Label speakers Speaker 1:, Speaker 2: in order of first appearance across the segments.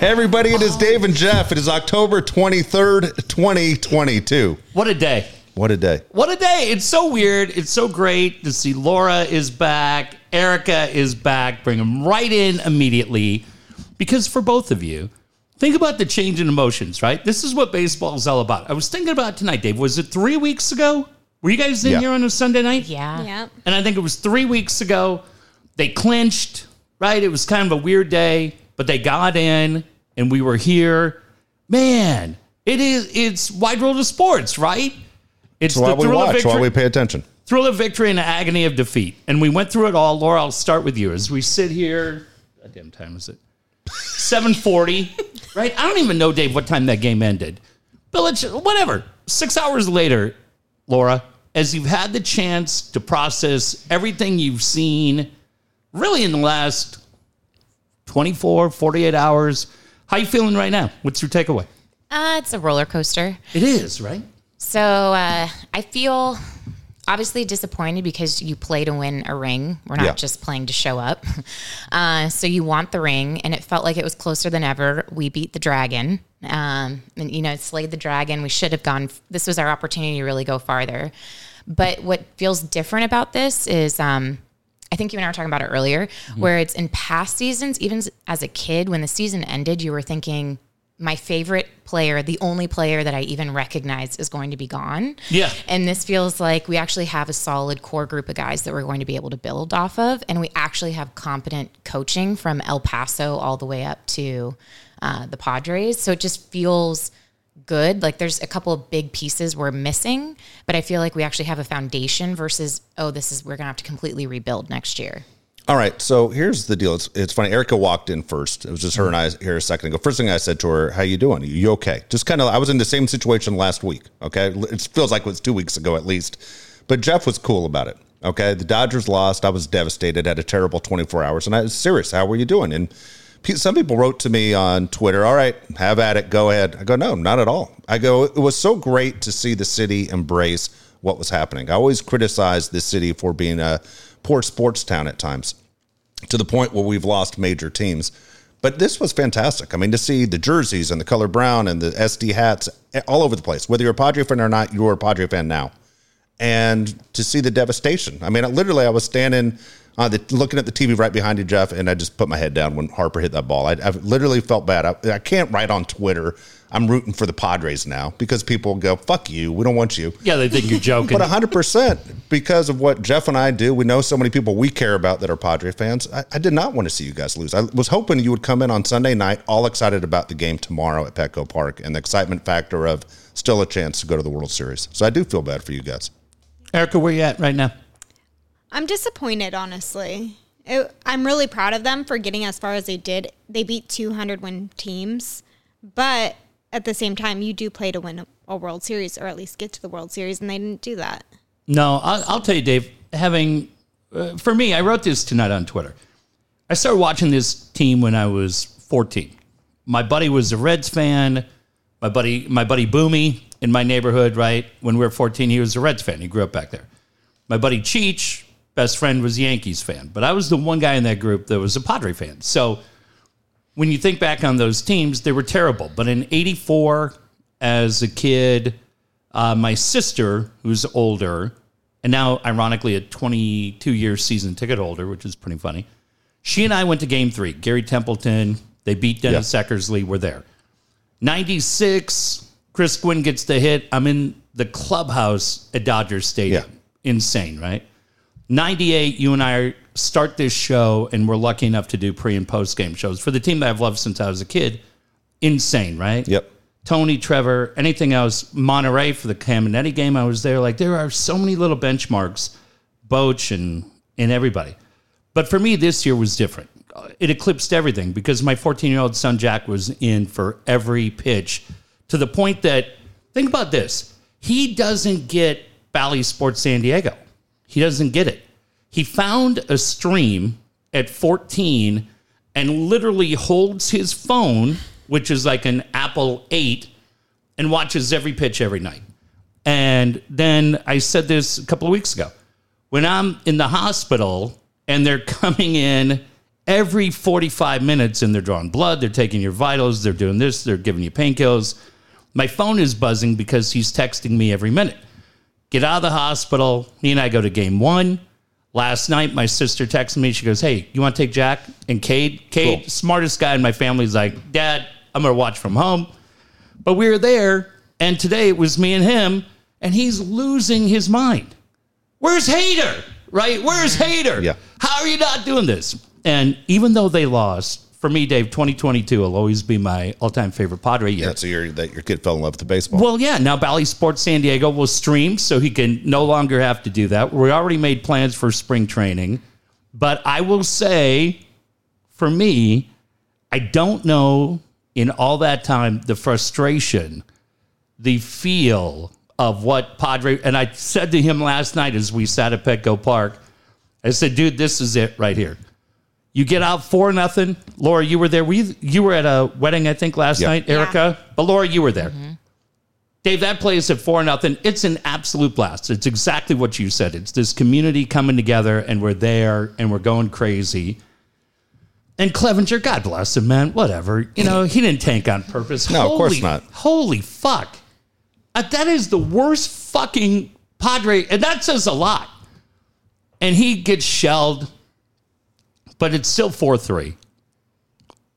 Speaker 1: Everybody, it is Dave and Jeff. It is October 23rd, 2022.
Speaker 2: What a day.
Speaker 1: What a day.
Speaker 2: What a day. It's so weird. It's so great to see Laura is back. Erica is back. Bring them right in immediately. Because for both of you, think about the change in emotions, right? This is what baseball is all about. I was thinking about it tonight, Dave. Was it three weeks ago? Were you guys in
Speaker 1: Yeah.
Speaker 2: here on a Sunday night?
Speaker 3: Yeah.
Speaker 4: Yep.
Speaker 2: And I think it was three weeks ago. They clinched, right? It was kind of a weird day, but they got in and we were here. Man, it is it's wide world of sports, right? It's
Speaker 1: That's why
Speaker 2: the
Speaker 1: we
Speaker 2: thrill of
Speaker 1: watch,
Speaker 2: victory,
Speaker 1: why we pay attention.
Speaker 2: thrill of victory and the agony of defeat. And we went through it all. Laura, I'll start with you. As we sit here, what damn time is it? 740, right? I don't even know, Dave, what time that game ended. Village, whatever. Six hours later, Laura, as you've had the chance to process everything you've seen really in the last 24, 48 hours, how you feeling right now? What's your takeaway?
Speaker 3: Uh, it's a roller coaster.
Speaker 2: It is, right?
Speaker 3: So uh, I feel obviously disappointed because you play to win a ring. We're not
Speaker 1: Yeah.
Speaker 3: just playing to show up. Uh, so you want the ring, and it felt like it was closer than ever. We beat the dragon. Um, and, you know, slayed the dragon. We should have gone. This was our opportunity to really go farther. But what feels different about this is um, I think you and I were talking about it earlier, where it's in past seasons, even s- as a kid, when the season ended, you were thinking, my favorite player, the only player that I even recognize is going to be gone.
Speaker 2: Yeah.
Speaker 3: And this feels like we actually have a solid core group of guys that we're going to be able to build off of. And we actually have competent coaching from El Paso all the way up to uh, the Padres. So it just feels good. Like there's a couple of big pieces we're missing, but I feel like we actually have a foundation versus, oh, this is, we're going to have to completely rebuild next year.
Speaker 1: All right, so here's the deal. It's, it's funny. Erica walked in first. It was just her and I here a second ago. First thing I said to her, "How you doing? You okay?" Just kind of. I was in the same situation last week. Okay, it feels like it was two weeks ago at least. But Jeff was cool about it. Okay, the Dodgers lost. I was devastated. Had a terrible 24 hours, and I was serious. How were you doing? And pe- some people wrote to me on Twitter. All right, have at it. Go ahead. I go, no, not at all. I go. It was so great to see the city embrace what was happening. I always criticized the city for being a poor sports town at times to the point where we've lost major teams. But this was fantastic. I mean, to see the jerseys and the color brown and the SD hats all over the place, whether you're a Padre fan or not, you're a Padre fan now. And to see the devastation. I mean, I- literally, I was standing, uh, the, looking at the TV right behind you, Jeff, and I just put my head down when Harper hit that ball. I, I literally felt bad. I, I can't write on Twitter, I'm rooting for the Padres now because people go, fuck you. We don't want you.
Speaker 2: Yeah, they think you're joking.
Speaker 1: But 100% because of what Jeff and I do, we know so many people we care about that are Padre fans. I, I did not want to see you guys lose. I was hoping you would come in on Sunday night all excited about the game tomorrow at Petco Park and the excitement factor of still a chance to go to the World Series. So I do feel bad for you guys.
Speaker 2: Erica, where you at right now?
Speaker 4: I'm disappointed, honestly. It, I'm really proud of them for getting as far as they did. They beat 200 win teams, but at the same time, you do play to win a, a World Series or at least get to the World Series, and they didn't do that.
Speaker 2: No, I'll, I'll tell you, Dave. Having uh, for me, I wrote this tonight on Twitter. I started watching this team when I was 14. My buddy was a Reds fan. My buddy, my buddy Boomy in my neighborhood, right? When we were 14, he was a Reds fan. He grew up back there. My buddy Cheech, best friend, was a Yankees fan. But I was the one guy in that group that was a Padre fan. So when you think back on those teams, they were terrible. But in 84, as a kid, uh, my sister, who's older, and now ironically a 22 year season ticket holder, which is pretty funny, she and I went to game three. Gary Templeton, they beat Dennis Eckersley, we're there. 96, Chris Quinn gets the hit. I'm in the clubhouse at Dodger Stadium. Insane, right? 98, you and I start this show, and we're lucky enough to do pre and post game shows for the team that I've loved since I was a kid. Insane, right?
Speaker 1: Yep.
Speaker 2: Tony, Trevor, anything else, Monterey for the Caminetti game, I was there. Like, there are so many little benchmarks, Boch and, and everybody. But for me, this year was different. Uh, It eclipsed everything because my 14 year old son, Jack, was in for every pitch to the point that, think about this, he doesn't get Bally Sports San Diego. He doesn't get it. He found a stream at 14 and literally holds his phone, which is like an Apple 8, and watches every pitch every night. And then I said this a couple of weeks ago. When I'm in the hospital and they're coming in every 45 minutes and they're drawing blood, they're taking your vitals, they're doing this, they're giving you painkillers. My phone is buzzing because he's texting me every minute. Get out of the hospital. He and I go to game one. Last night, my sister texted me. She goes, Hey, you want to take Jack and Cade? Cade,
Speaker 1: Cool.
Speaker 2: smartest guy in my family, is like, Dad, I'm going to watch from home. But we were there, and today it was me and him, and he's losing his mind. Where's Hater? Right? Where's Hater?
Speaker 1: Mm-hmm. Yeah.
Speaker 2: How are you not doing this? And even though they lost, for me, Dave, 2022 will always be my all-time favorite Padre year.
Speaker 1: That's your that your kid fell in love with the baseball.
Speaker 2: Well, yeah. Now Bally Sports San Diego will stream, so he can no longer have to do that. We already made plans for spring training, but I will say, for me, I don't know in all that time the frustration, the feel of what Padre. And I said to him last night as we sat at Petco Park, I said, "Dude, this is it right here." You get out four nothing. Laura, you were there. Were you, you were at a wedding, I think, last
Speaker 1: Yeah.
Speaker 2: night, Erica. But Laura, you were there. Dave, that play is at four nothing. It's an absolute blast. It's exactly what you said. It's this community coming together, and we're there, and we're going crazy. And Clevenger, God bless him, man. Whatever, you know, he didn't tank on purpose.
Speaker 1: No, of course not.
Speaker 2: Holy fuck, Uh, that is the worst fucking Padre, and that says a lot. And he gets shelled, but it's still four three.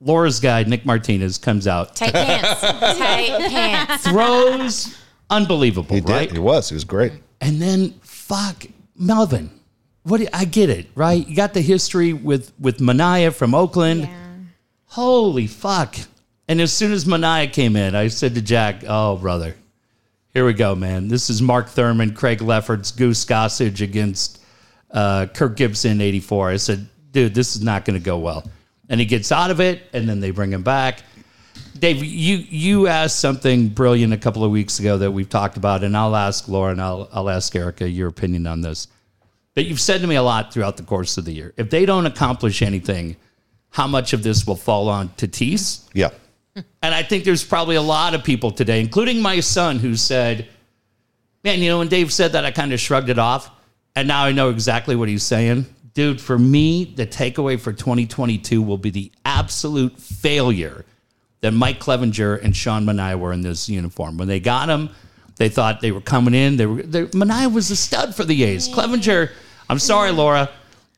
Speaker 2: Laura's guy, Nick Martinez, comes out,
Speaker 3: Tight pants. Tight pants.
Speaker 2: throws, unbelievable,
Speaker 1: he did.
Speaker 2: right?
Speaker 1: He was. He was great.
Speaker 2: And then fuck Melvin. What do, I get it, right? You got the history with with Mania from Oakland. Holy fuck. And as soon as Mania came in, I said to Jack, "Oh, brother. Here we go, man. This is Mark Thurman, Craig Lefferts, Goose Gossage against uh, Kirk Gibson 84." I said, "Dude, this is not going to go well." And he gets out of it and then they bring him back. Dave, you you asked something brilliant a couple of weeks ago that we've talked about, and I'll ask Laura and I'll I'll ask Erica your opinion on this. That you've said to me a lot throughout the course of the year. If they don't accomplish anything, how much of this will fall on Tatis?
Speaker 1: Yeah.
Speaker 2: And I think there's probably a lot of people today, including my son, who said, Man, you know, when Dave said that, I kind of shrugged it off. And now I know exactly what he's saying. Dude, for me, the takeaway for 2022 will be the absolute failure that Mike Clevenger and Sean Mania were in this uniform. When they got him, they thought they were coming in. They were they, Mania was a stud for the A's. Clevenger, I'm sorry, Laura.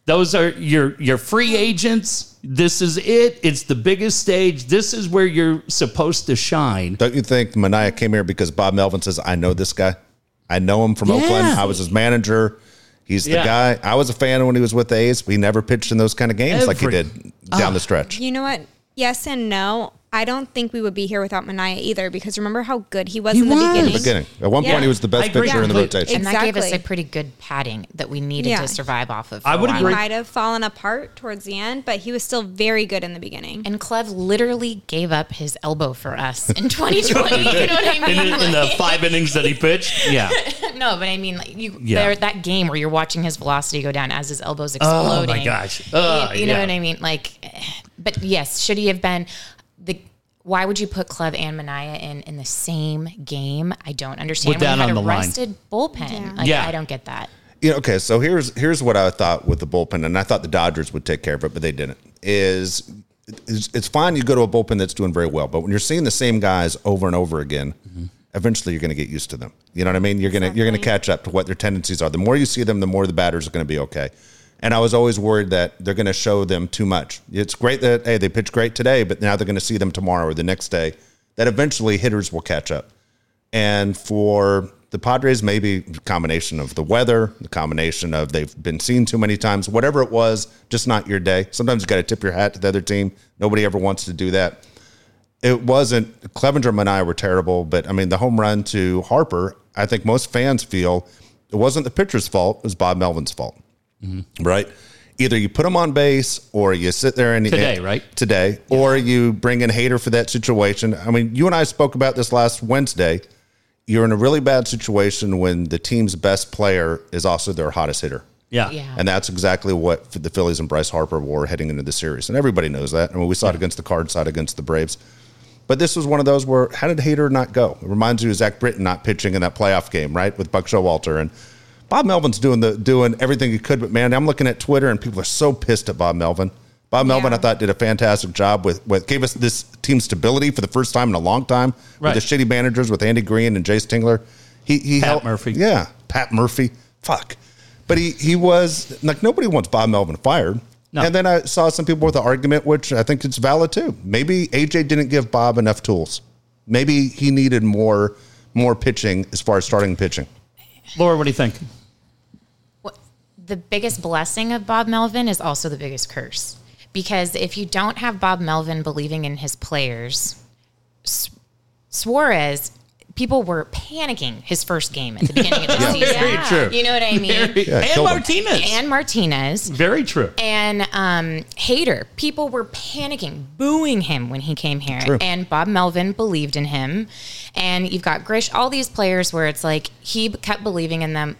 Speaker 2: Those are your your free agents. This is it. It's the biggest stage. This is where you're supposed to shine.
Speaker 1: Don't you think Mania came here because Bob Melvin says, I know this guy? I know him from
Speaker 2: Yeah.
Speaker 1: Oakland. I was his manager. He's the
Speaker 2: Yeah.
Speaker 1: guy. I was a fan when he was with the A's. We never pitched in those kind of games like he
Speaker 2: Every- Oh.
Speaker 1: did down the stretch.
Speaker 4: You know what? Yes and no. I don't think we would be here without Mania either because remember how good he was
Speaker 2: He
Speaker 4: in the
Speaker 2: was.
Speaker 4: beginning.
Speaker 1: Beginning. At one
Speaker 2: Yeah.
Speaker 1: point, he was the
Speaker 2: I
Speaker 1: best
Speaker 2: agree
Speaker 1: pitcher in the
Speaker 2: completely.
Speaker 1: rotation.
Speaker 3: And that gave us a
Speaker 4: Exactly.
Speaker 3: pretty good padding that we needed
Speaker 4: Yeah.
Speaker 3: to survive off of.
Speaker 2: I
Speaker 3: for a
Speaker 2: would
Speaker 3: while.
Speaker 2: agree.
Speaker 4: Might have fallen apart towards the end, but he was still very good in the beginning.
Speaker 3: And Clev literally gave up his elbow for us in 2020. you know what I
Speaker 2: In,
Speaker 3: mean?
Speaker 2: the- in the five innings that he pitched, yeah.
Speaker 3: no, but I mean, like you,
Speaker 2: Yeah. Oh
Speaker 3: there, that game where you're watching his velocity go down as his elbows exploding.
Speaker 2: gosh.
Speaker 3: You-
Speaker 2: Uh,
Speaker 3: you, know
Speaker 2: yeah.
Speaker 3: what I mean? Like, but yes, should he have been the? Why would you put Clev and Mania in in the same game? I don't understand.
Speaker 2: With
Speaker 3: When you
Speaker 2: that
Speaker 3: had
Speaker 2: on
Speaker 3: a
Speaker 2: the line.
Speaker 3: rested bullpen. Like,
Speaker 2: Yeah.
Speaker 3: I don't get that.
Speaker 1: you know, okay, so here's here's what I thought with the bullpen, and I thought the Dodgers would take care of it, but they didn't. Is it's, it's fine you go to a bullpen that's doing very well, but when you're seeing the same guys over and over again, eventually you're going to get used to them. You know what I mean? You're gonna you're gonna catch up to what their tendencies are. The more you see them, the more the batters are going to be okay. And I was always worried that they're going to show them too much. It's great that hey they pitch great today, but now they're going to see them tomorrow or the next day. That eventually hitters will catch up and for the Padres, maybe a combination of the weather, the combination of they've been seen too many times, whatever it was, just not your day. Sometimes you got to tip your hat to the other team. Nobody ever wants to do that. It wasn't Clevenger and I were terrible, but I mean the home run to Harper. I think most fans feel it wasn't the pitcher's fault; it was Bob Melvin's fault,
Speaker 2: Mm-hmm.
Speaker 1: right? Either you put him on base, or you sit there and
Speaker 2: Today,
Speaker 1: and-
Speaker 2: right?
Speaker 1: Today, or you bring in Hater for that situation. I mean, you and I spoke about this last Wednesday you're in a really bad situation when the team's best player is also their hottest hitter.
Speaker 2: Yeah.
Speaker 3: Yeah.
Speaker 1: And that's exactly what the Phillies and Bryce Harper were heading into the series. And everybody knows that. I mean, we saw it against the Cards, saw it against the Braves. But this was one of those where how did Hater not go? It reminds you of Zach Britton not pitching in that playoff game, right? With Buck Showalter and Bob Melvin's doing the doing everything he could, but man, I'm looking at Twitter and people are so pissed at Bob Melvin. Bob Melvin,
Speaker 4: Yeah.
Speaker 1: I thought, did a fantastic job with what gave us this team stability for the first time in a long time.
Speaker 2: Right.
Speaker 1: With the shitty managers with Andy Green and Jace Tingler. He, he
Speaker 2: Pat
Speaker 1: helped-
Speaker 2: Murphy.
Speaker 1: Yeah, Pat Murphy. Fuck. But he, he was like nobody wants Bob Melvin fired.
Speaker 2: No.
Speaker 1: And then I saw some people with an argument, which I think it's valid too. Maybe AJ didn't give Bob enough tools. Maybe he needed more more pitching as far as starting pitching.
Speaker 2: Laura, what do you think?
Speaker 3: What- the biggest blessing of Bob Melvin is also the biggest curse. Because if you don't have Bob Melvin believing in his players, S- Suarez, people were panicking his first game at the beginning of the season.
Speaker 2: very true.
Speaker 3: You know what I mean?
Speaker 2: and
Speaker 1: killed him.
Speaker 2: Martinez.
Speaker 3: and Martinez
Speaker 2: Very true.
Speaker 3: and um, Hater. People were panicking, booing him when he came here. And Bob Melvin believed in him. And you've got Grish, all these players where it's like he kept believing in them.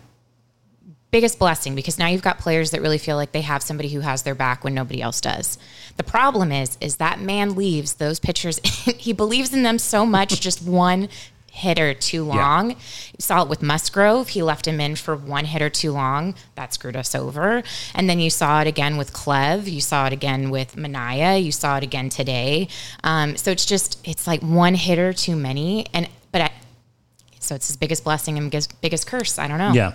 Speaker 3: Biggest blessing because now you've got players that really feel like they have somebody who has their back when nobody else does. The problem is, is that man leaves those pitchers. he believes in them so much, just one hit or too long. You saw it with Musgrove. He left him in for one hit or too long. That screwed us over. And then you saw it again with Clev. You saw it again with Manaya. You saw it again today. Um, so it's just, it's like one hitter too many. And, but I, so it's his biggest blessing and biggest, biggest curse. I don't know.
Speaker 2: Yeah.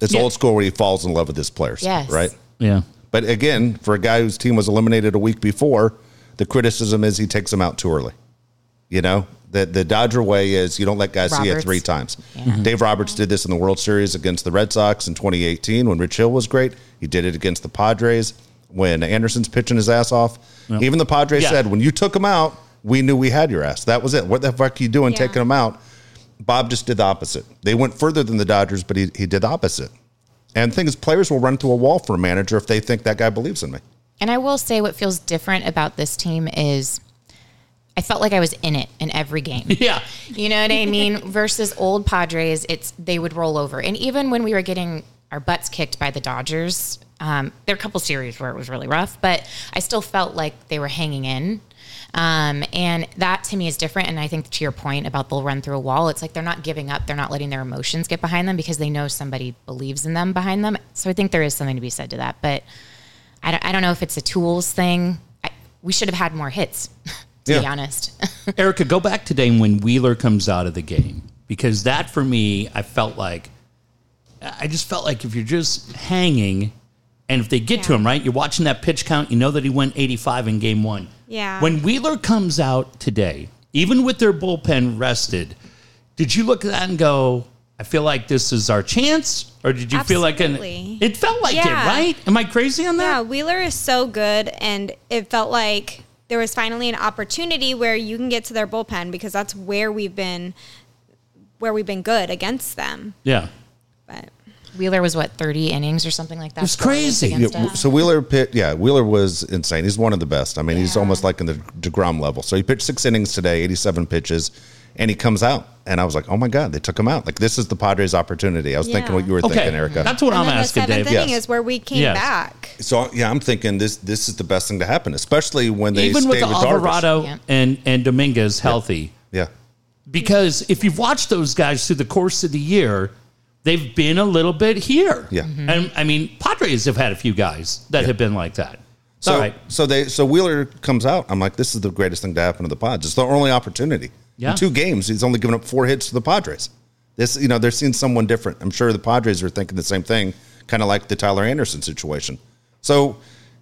Speaker 1: It's
Speaker 2: Yeah.
Speaker 1: old school where he falls in love with his players.
Speaker 3: Yes.
Speaker 1: Right.
Speaker 2: Yeah.
Speaker 1: But again, for a guy whose team was eliminated a week before, the criticism is he takes them out too early. You know, the the Dodger way is you don't let guys see it
Speaker 3: Roberts.
Speaker 1: three times. Mm-hmm. Dave Roberts did this in the World Series against the Red Sox in 2018 when Rich Hill was great. He did it against the Padres when Anderson's pitching his ass off. Even the Padres
Speaker 2: Yeah.
Speaker 1: said when you took him out, we knew we had your ass. That was it. What the fuck are you doing
Speaker 4: Yeah.
Speaker 1: taking him out? Bob just did the opposite. They went further than the Dodgers, but he, he did the opposite. And the thing is, players will run through a wall for a manager if they think that guy believes in me.
Speaker 3: And I will say what feels different about this team is I felt like I was in it in every game.
Speaker 2: Yeah.
Speaker 3: You know what I mean? Versus old Padres, it's they would roll over. And even when we were getting our butts kicked by the Dodgers, um, there were a couple series where it was really rough, but I still felt like they were hanging in. Um, and that to me is different. And I think to your point about they'll run through a wall, it's like they're not giving up. They're not letting their emotions get behind them because they know somebody believes in them behind them. So I think there is something to be said to that. But I don't, I don't know if it's a tools thing. I, we should have had more hits, to be
Speaker 1: Yeah.
Speaker 3: honest.
Speaker 2: Erica, go back today when Wheeler comes out of the game because that for me, I felt like, I just felt like if you're just hanging, and if they get to
Speaker 4: Yeah.
Speaker 2: him right, you're watching that pitch count. You know that he went 85 in game one.
Speaker 4: Yeah.
Speaker 2: When Wheeler comes out today, even with their bullpen rested, did you look at that and go, "I feel like this is our chance," or did you feel like an?
Speaker 4: Absolutely.
Speaker 2: It felt like
Speaker 4: Yeah.
Speaker 2: it, right? Am I crazy on that?
Speaker 4: Yeah, Wheeler is so good, and it felt like there was finally an opportunity where you can get to their bullpen because that's where we've been, where we've been good against them.
Speaker 2: Yeah.
Speaker 4: But
Speaker 3: Wheeler was what thirty innings or something like that.
Speaker 2: It's crazy.
Speaker 3: Against
Speaker 1: Yeah,
Speaker 3: us.
Speaker 1: so Wheeler pit, yeah, Wheeler was insane. He's one of the best. I mean, he's almost like in the Degrom level. So he pitched six innings today, eighty-seven pitches, and he comes out, and I was like, oh my god, they took him out. Like this is the Padres' opportunity. I was thinking
Speaker 4: Yeah.
Speaker 1: what you were
Speaker 2: Okay.
Speaker 1: thinking, Erica.
Speaker 2: That's what
Speaker 4: and
Speaker 2: I'm
Speaker 4: then the
Speaker 2: asking,
Speaker 4: seventh
Speaker 2: Dave.
Speaker 4: inning
Speaker 1: Yes.
Speaker 4: is where we came
Speaker 2: Yes.
Speaker 4: back.
Speaker 1: so yeah, I'm thinking this this is the best thing to happen, especially when they
Speaker 2: even
Speaker 1: stay
Speaker 2: with the
Speaker 1: Darvish.
Speaker 2: Alvarado
Speaker 3: Yeah.
Speaker 2: and and Dominguez healthy.
Speaker 1: Yeah,
Speaker 2: Because if you've watched those guys through the course of the year, they've been a little bit here.
Speaker 1: Yeah. Mhm.
Speaker 2: And I mean, Padres have had a few guys that have been like that.
Speaker 1: So,
Speaker 2: All right.
Speaker 1: so they so Wheeler comes out. I'm like, this is the greatest thing to happen to the Pods. It's their only opportunity.
Speaker 2: Yeah.
Speaker 1: In two games, he's only given up four hits to the Padres. This, you know, they're seeing someone different. I'm sure the Padres are thinking the same thing, kind of like the Tyler Anderson situation. So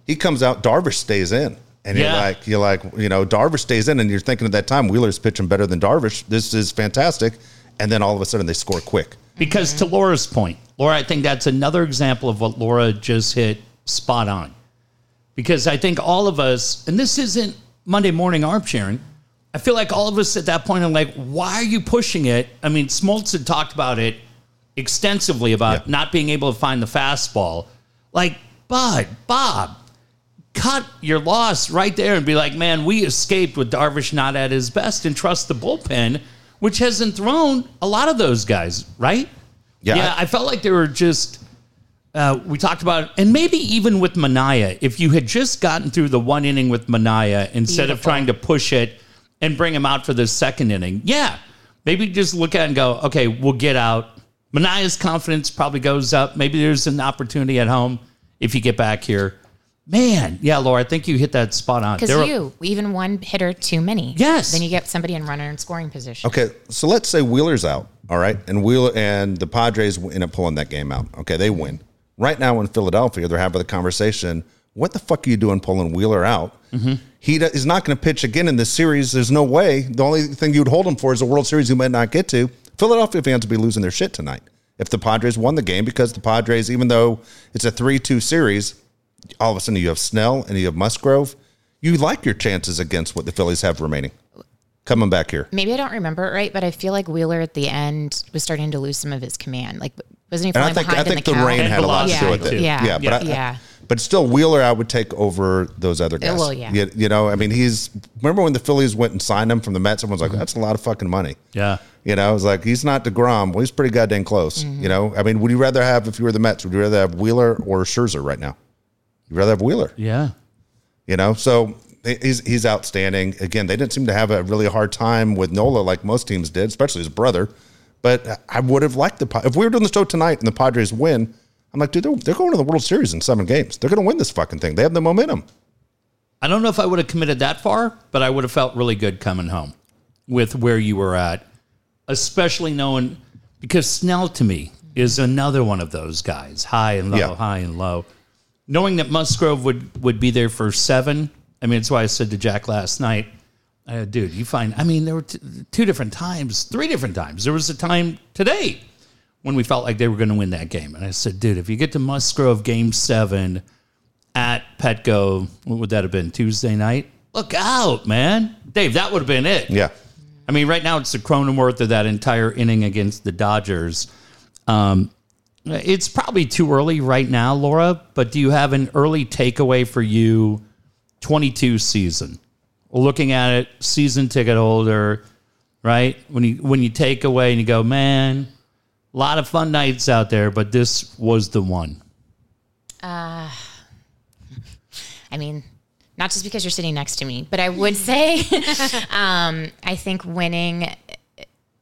Speaker 1: he comes out. Darvish stays in, and you're
Speaker 2: Yeah.
Speaker 1: like, you're like, you know, Darvish stays in, and you're thinking at that time Wheeler's pitching better than Darvish. This is fantastic. And then all of a sudden they score quick.
Speaker 2: Because to Laura's point, Laura, I think that's another example of what Laura just hit spot on. Because I think all of us, and this isn't Monday morning arm sharing, I feel like all of us at that point are like, why are you pushing it? I mean, Smoltz had talked about it extensively about
Speaker 1: Yeah.
Speaker 2: not being able to find the fastball. Like, Bud, Bob, cut your loss right there and be like, man, we escaped with Darvish not at his best and trust the bullpen, which hasn't thrown a lot of those guys, right?
Speaker 1: Yeah.
Speaker 2: I felt like they were just. Uh, we talked about, and maybe even with Manaya, if you had just gotten through the one inning with Manaya instead of
Speaker 3: Beautiful.
Speaker 2: trying to push it and bring him out for the second inning, yeah, maybe just look at it and go, okay, we'll get out. Manaya's confidence probably goes up. Maybe there's an opportunity at home if you get back here. Man, yeah, Laura, I think you hit that spot on. There were-
Speaker 3: Because you, even one hitter too many.
Speaker 2: Yes.
Speaker 3: Then you get somebody in runner and scoring position.
Speaker 1: Okay, so let's say Wheeler's out, all right, and Wheeler and the Padres end up pulling that game out. Okay, they win. Right now in Philadelphia, they're having the conversation. What the fuck are you doing pulling Wheeler out? He do- is not going to pitch again in this series. There's no way. The only thing you'd hold him for is a World Series you might not get to. Philadelphia fans would be losing their shit tonight if the Padres won the game because the Padres, even though it's a 3 2 series, all of a sudden you have Snell and you have Musgrove. You like your chances against what the Phillies have remaining coming back here.
Speaker 3: Maybe I don't remember it right, but I feel like Wheeler at the end was starting to lose some of his command. Like, wasn't he
Speaker 1: And
Speaker 3: falling
Speaker 1: I think I
Speaker 3: behind
Speaker 1: think
Speaker 3: in
Speaker 1: the,
Speaker 3: the, count?
Speaker 1: rain
Speaker 2: And
Speaker 1: had a lot to do
Speaker 2: velocity,
Speaker 1: with it.
Speaker 2: too.
Speaker 3: Yeah.
Speaker 1: yeah, but I-
Speaker 3: Yeah.
Speaker 1: but still Wheeler, I would take over those other guys.
Speaker 3: well, yeah.
Speaker 1: you, you know, I mean, he's remember when the Phillies went and signed him from the Mets? Everyone's like,
Speaker 3: Mm-hmm.
Speaker 1: that's a lot of fucking money.
Speaker 2: yeah.
Speaker 1: You know, it's like he's not Degrom. Well, he's pretty goddamn close.
Speaker 3: Mm-hmm.
Speaker 1: You know, I mean, would you rather have if you were the Mets? Would you rather have Wheeler or Scherzer right now? You'd rather have Wheeler.
Speaker 2: Yeah.
Speaker 1: You know, so he's he's outstanding. Again, they didn't seem to have a really hard time with Nola like most teams did, especially his brother. But I would have liked the Pa- if we were doing the show tonight and the Padres win. I'm like, dude, they're, they're going to the World Series in seven games. They're going to win this fucking thing. They have the momentum.
Speaker 2: I don't know if I would have committed that far, but I would have felt really good coming home with where you were at, especially knowing because Snell to me is another one of those guys, high and low,
Speaker 1: Yeah.
Speaker 2: high and low. Knowing that Musgrove would would be there for seven, I mean, it's why I said to Jack last night, uh, dude, you find, I mean, there were t- two different times, three different times. There was a time today when we felt like they were going to win that game, and I said, dude, if you get to Musgrove game seven at Petco, what would that have been? Tuesday night? Look out, man. Dave, that would have been it.
Speaker 1: Yeah,
Speaker 2: I mean, right now it's the Cronenworth of that entire inning against the Dodgers. Um, it's probably too early right now, Laura, but do you have an early takeaway for you 22 season? Looking at it, season ticket holder, right? When you when you take away and you go, man, a lot of fun nights out there, but this was the one.
Speaker 3: I mean, not just because you're sitting next to me, but I would say, um, I think winning,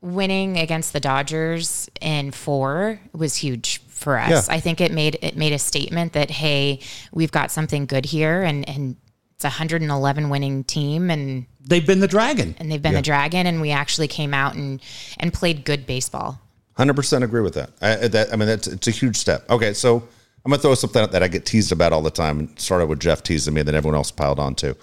Speaker 3: winning against the Dodgers in four was huge for us.
Speaker 1: Yeah.
Speaker 3: I think it made it made a statement that hey, we've got something good here, and and it's a 111 winning team, and
Speaker 2: They've been the dragon.
Speaker 3: and they've been the dragon, and we actually came out and and played good baseball.
Speaker 1: hundred percent agree with that. I, I- that. I mean, that's it's a huge step. Okay, so I'm gonna throw something out that I get teased about all the time. and Started with Jeff teasing me, and then everyone else piled on too.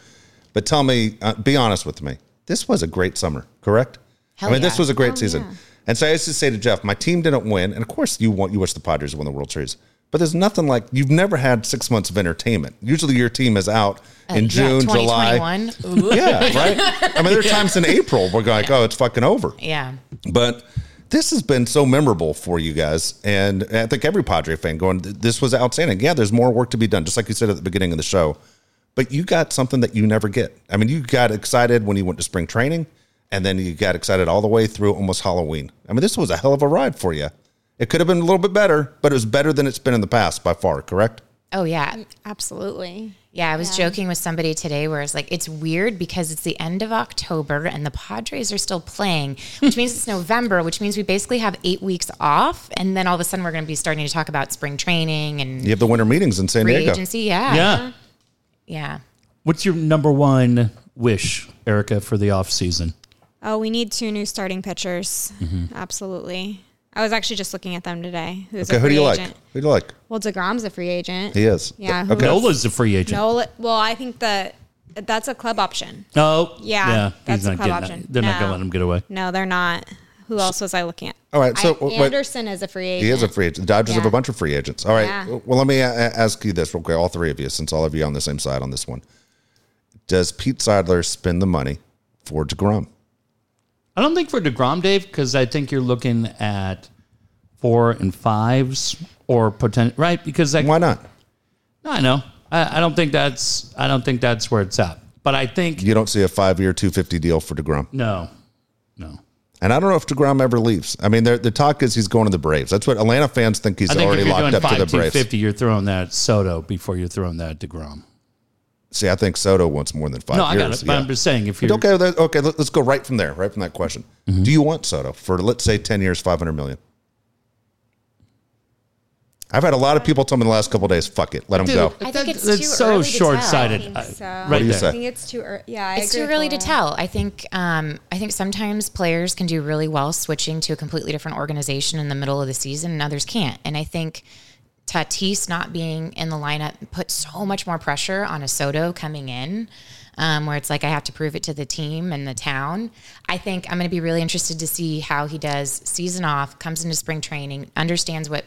Speaker 1: But tell me, uh, be honest with me. This was a great summer, correct?
Speaker 3: Hell
Speaker 1: I mean,
Speaker 3: yeah.
Speaker 1: this was a great season. And so I used to say to Jeff, my team didn't win, and of course you want you wish the Padres won the World Series, but there's nothing like you've never had six months of entertainment. Usually your team is out in
Speaker 3: Uh, Yeah,
Speaker 1: June, July.
Speaker 3: 2021. Ooh.
Speaker 1: Yeah, right. I mean, there are times in April we're like, oh, it's fucking over.
Speaker 3: yeah.
Speaker 1: But this has been so memorable for you guys, and I think every Padre fan going, "This was outstanding." Yeah, there's more work to be done, just like you said at the beginning of the show. But you got something that you never get. I mean, you got excited when you went to spring training, and then you got excited all the way through almost Halloween. I mean, this was a hell of a ride for you. It could have been a little bit better, but it was better than it's been in the past by far. Correct?
Speaker 3: Oh yeah.
Speaker 4: Absolutely.
Speaker 3: Yeah, I was joking with somebody today where it's like it's weird because it's the end of October and the Padres are still playing, which means it's November, which means we basically have eight weeks off, and then all of a sudden we're going to be starting to talk about spring training and
Speaker 1: You have the winter meetings in San
Speaker 3: free
Speaker 1: Diego.
Speaker 3: agency. Yeah,
Speaker 2: Yeah.
Speaker 3: yeah.
Speaker 2: What's your number one wish, Erica, for the off season?
Speaker 4: Oh, we need two new starting pitchers.
Speaker 1: Mm-hmm.
Speaker 4: Absolutely. I was actually just looking at them today. Who's
Speaker 1: Okay,
Speaker 4: a
Speaker 1: who
Speaker 4: free
Speaker 1: do you like?
Speaker 4: agent.
Speaker 1: Who do you like?
Speaker 4: Well, Degrom's a free agent.
Speaker 1: He is.
Speaker 4: Yeah.
Speaker 1: Okay.
Speaker 4: who-
Speaker 2: Nola's a free agent.
Speaker 4: Nola. Well, I think that that's a club option.
Speaker 2: No.
Speaker 4: Yeah, that's a club
Speaker 2: getting
Speaker 4: option.
Speaker 2: That. They're not going to
Speaker 4: No.
Speaker 2: let him get away.
Speaker 4: No, they're not. Who else was I looking at?
Speaker 1: All right, so
Speaker 4: I-
Speaker 1: what- what-
Speaker 4: Anderson is a free agent.
Speaker 1: He is a free agent. The Dodgers have a
Speaker 4: Yeah.
Speaker 1: bunch of free agents. All right.
Speaker 4: Yeah.
Speaker 1: Well, let me a- a- ask you this real quick, all three of you, since all of you are on the same side on this one. Does Pete Seidler spend the money for DeGrom?
Speaker 2: I don't think for DeGrom, Dave, because I think you're looking at four and fives or potential, right? Because like,
Speaker 1: Why not?
Speaker 2: No, I know. I, I don't think that's I don't think that's where it's at. But I think
Speaker 1: You don't see a five year, 250 deal for DeGrom.
Speaker 2: no, no.
Speaker 1: And I don't know if DeGrom ever leaves. I mean, the the talk is he's going to the Braves. That's what Atlanta fans think he's
Speaker 2: I think
Speaker 1: already
Speaker 2: if you're
Speaker 1: locked
Speaker 2: doing
Speaker 1: up to the
Speaker 2: five two
Speaker 1: Braves.
Speaker 2: fifty, you're throwing that at Soto before you're throwing that at Degrom.
Speaker 1: See, I think Soto wants more than five
Speaker 2: No, I
Speaker 1: years.
Speaker 2: got it. But I'm
Speaker 1: Yeah.
Speaker 2: just saying, if you're
Speaker 1: Okay, that- okay. let- Let's go right from there, right from that question.
Speaker 2: Mm-hmm.
Speaker 1: Do you want Soto for let's say ten years, five hundred million? I've had a lot of people tell me in the last couple of days, "Fuck it, let them go."
Speaker 3: I think it's too
Speaker 2: so
Speaker 3: early to tell.
Speaker 2: short-sighted,
Speaker 4: I
Speaker 2: uh,
Speaker 4: think so. What
Speaker 2: right
Speaker 1: do you
Speaker 2: there.
Speaker 1: say?
Speaker 4: I think it's too early. Yeah, I
Speaker 3: It's
Speaker 4: agree
Speaker 3: too
Speaker 4: with
Speaker 3: early to
Speaker 4: Laura.
Speaker 3: tell. I think um, I think sometimes players can do really well switching to a completely different organization in the middle of the season, and others can't. And I think Tatis not being in the lineup put so much more pressure on a Soto coming in, um, where it's like I have to prove it to the team and the town. I think I'm going to be really interested to see how he does season off, comes into spring training, understands what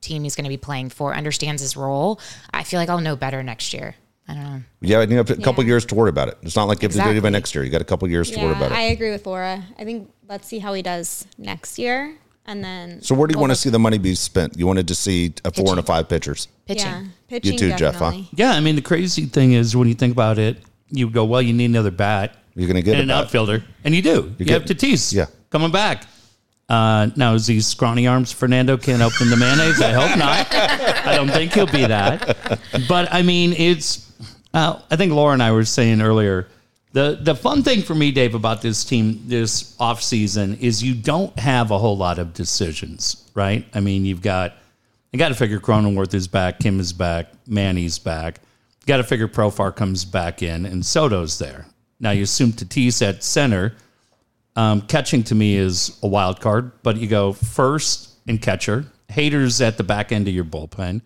Speaker 3: team he's going to be playing for, understands his role. I feel like I'll know better next year. I don't know.
Speaker 1: Yeah, and you have a couple years to worry about it. It's not like if you do it
Speaker 3: Exactly.
Speaker 1: even next year, you got a couple years to worry
Speaker 4: Yeah,
Speaker 1: about it.
Speaker 4: I agree with Laura. I think let's see how he does next year, and then
Speaker 1: so where do you want to see the money be spent? You wanted to see a four and a
Speaker 3: Pitching.
Speaker 1: five pitchers.
Speaker 3: Pitching.
Speaker 4: Yeah, pitching
Speaker 1: too, Jeff, huh?
Speaker 4: definitely.
Speaker 2: Yeah, I mean the crazy thing is when you think about it, you go, well, you need another bat
Speaker 1: You're going to get
Speaker 2: and an
Speaker 1: about-
Speaker 2: outfielder, and you do. You, have
Speaker 1: get-
Speaker 2: Tatis,
Speaker 1: yeah.
Speaker 2: coming back. Uh, now is he scrawny arms? Fernando can't open the mayonnaise. I hope not. I don't think he'll be that. But I mean, it's. Uh, I think Laura and I were saying earlier. The, the fun thing for me, Dave, about this team this offseason is you don't have a whole lot of decisions, right? I mean, you've got I got to figure Cronenworth is back, Kim is back, Manny's back. Got to figure Profar comes back in, and Soto's there. Now you assume Tatis at center. Um, catching to me is a wild card, but you go first and catcher. Haters at the back end of your bullpen.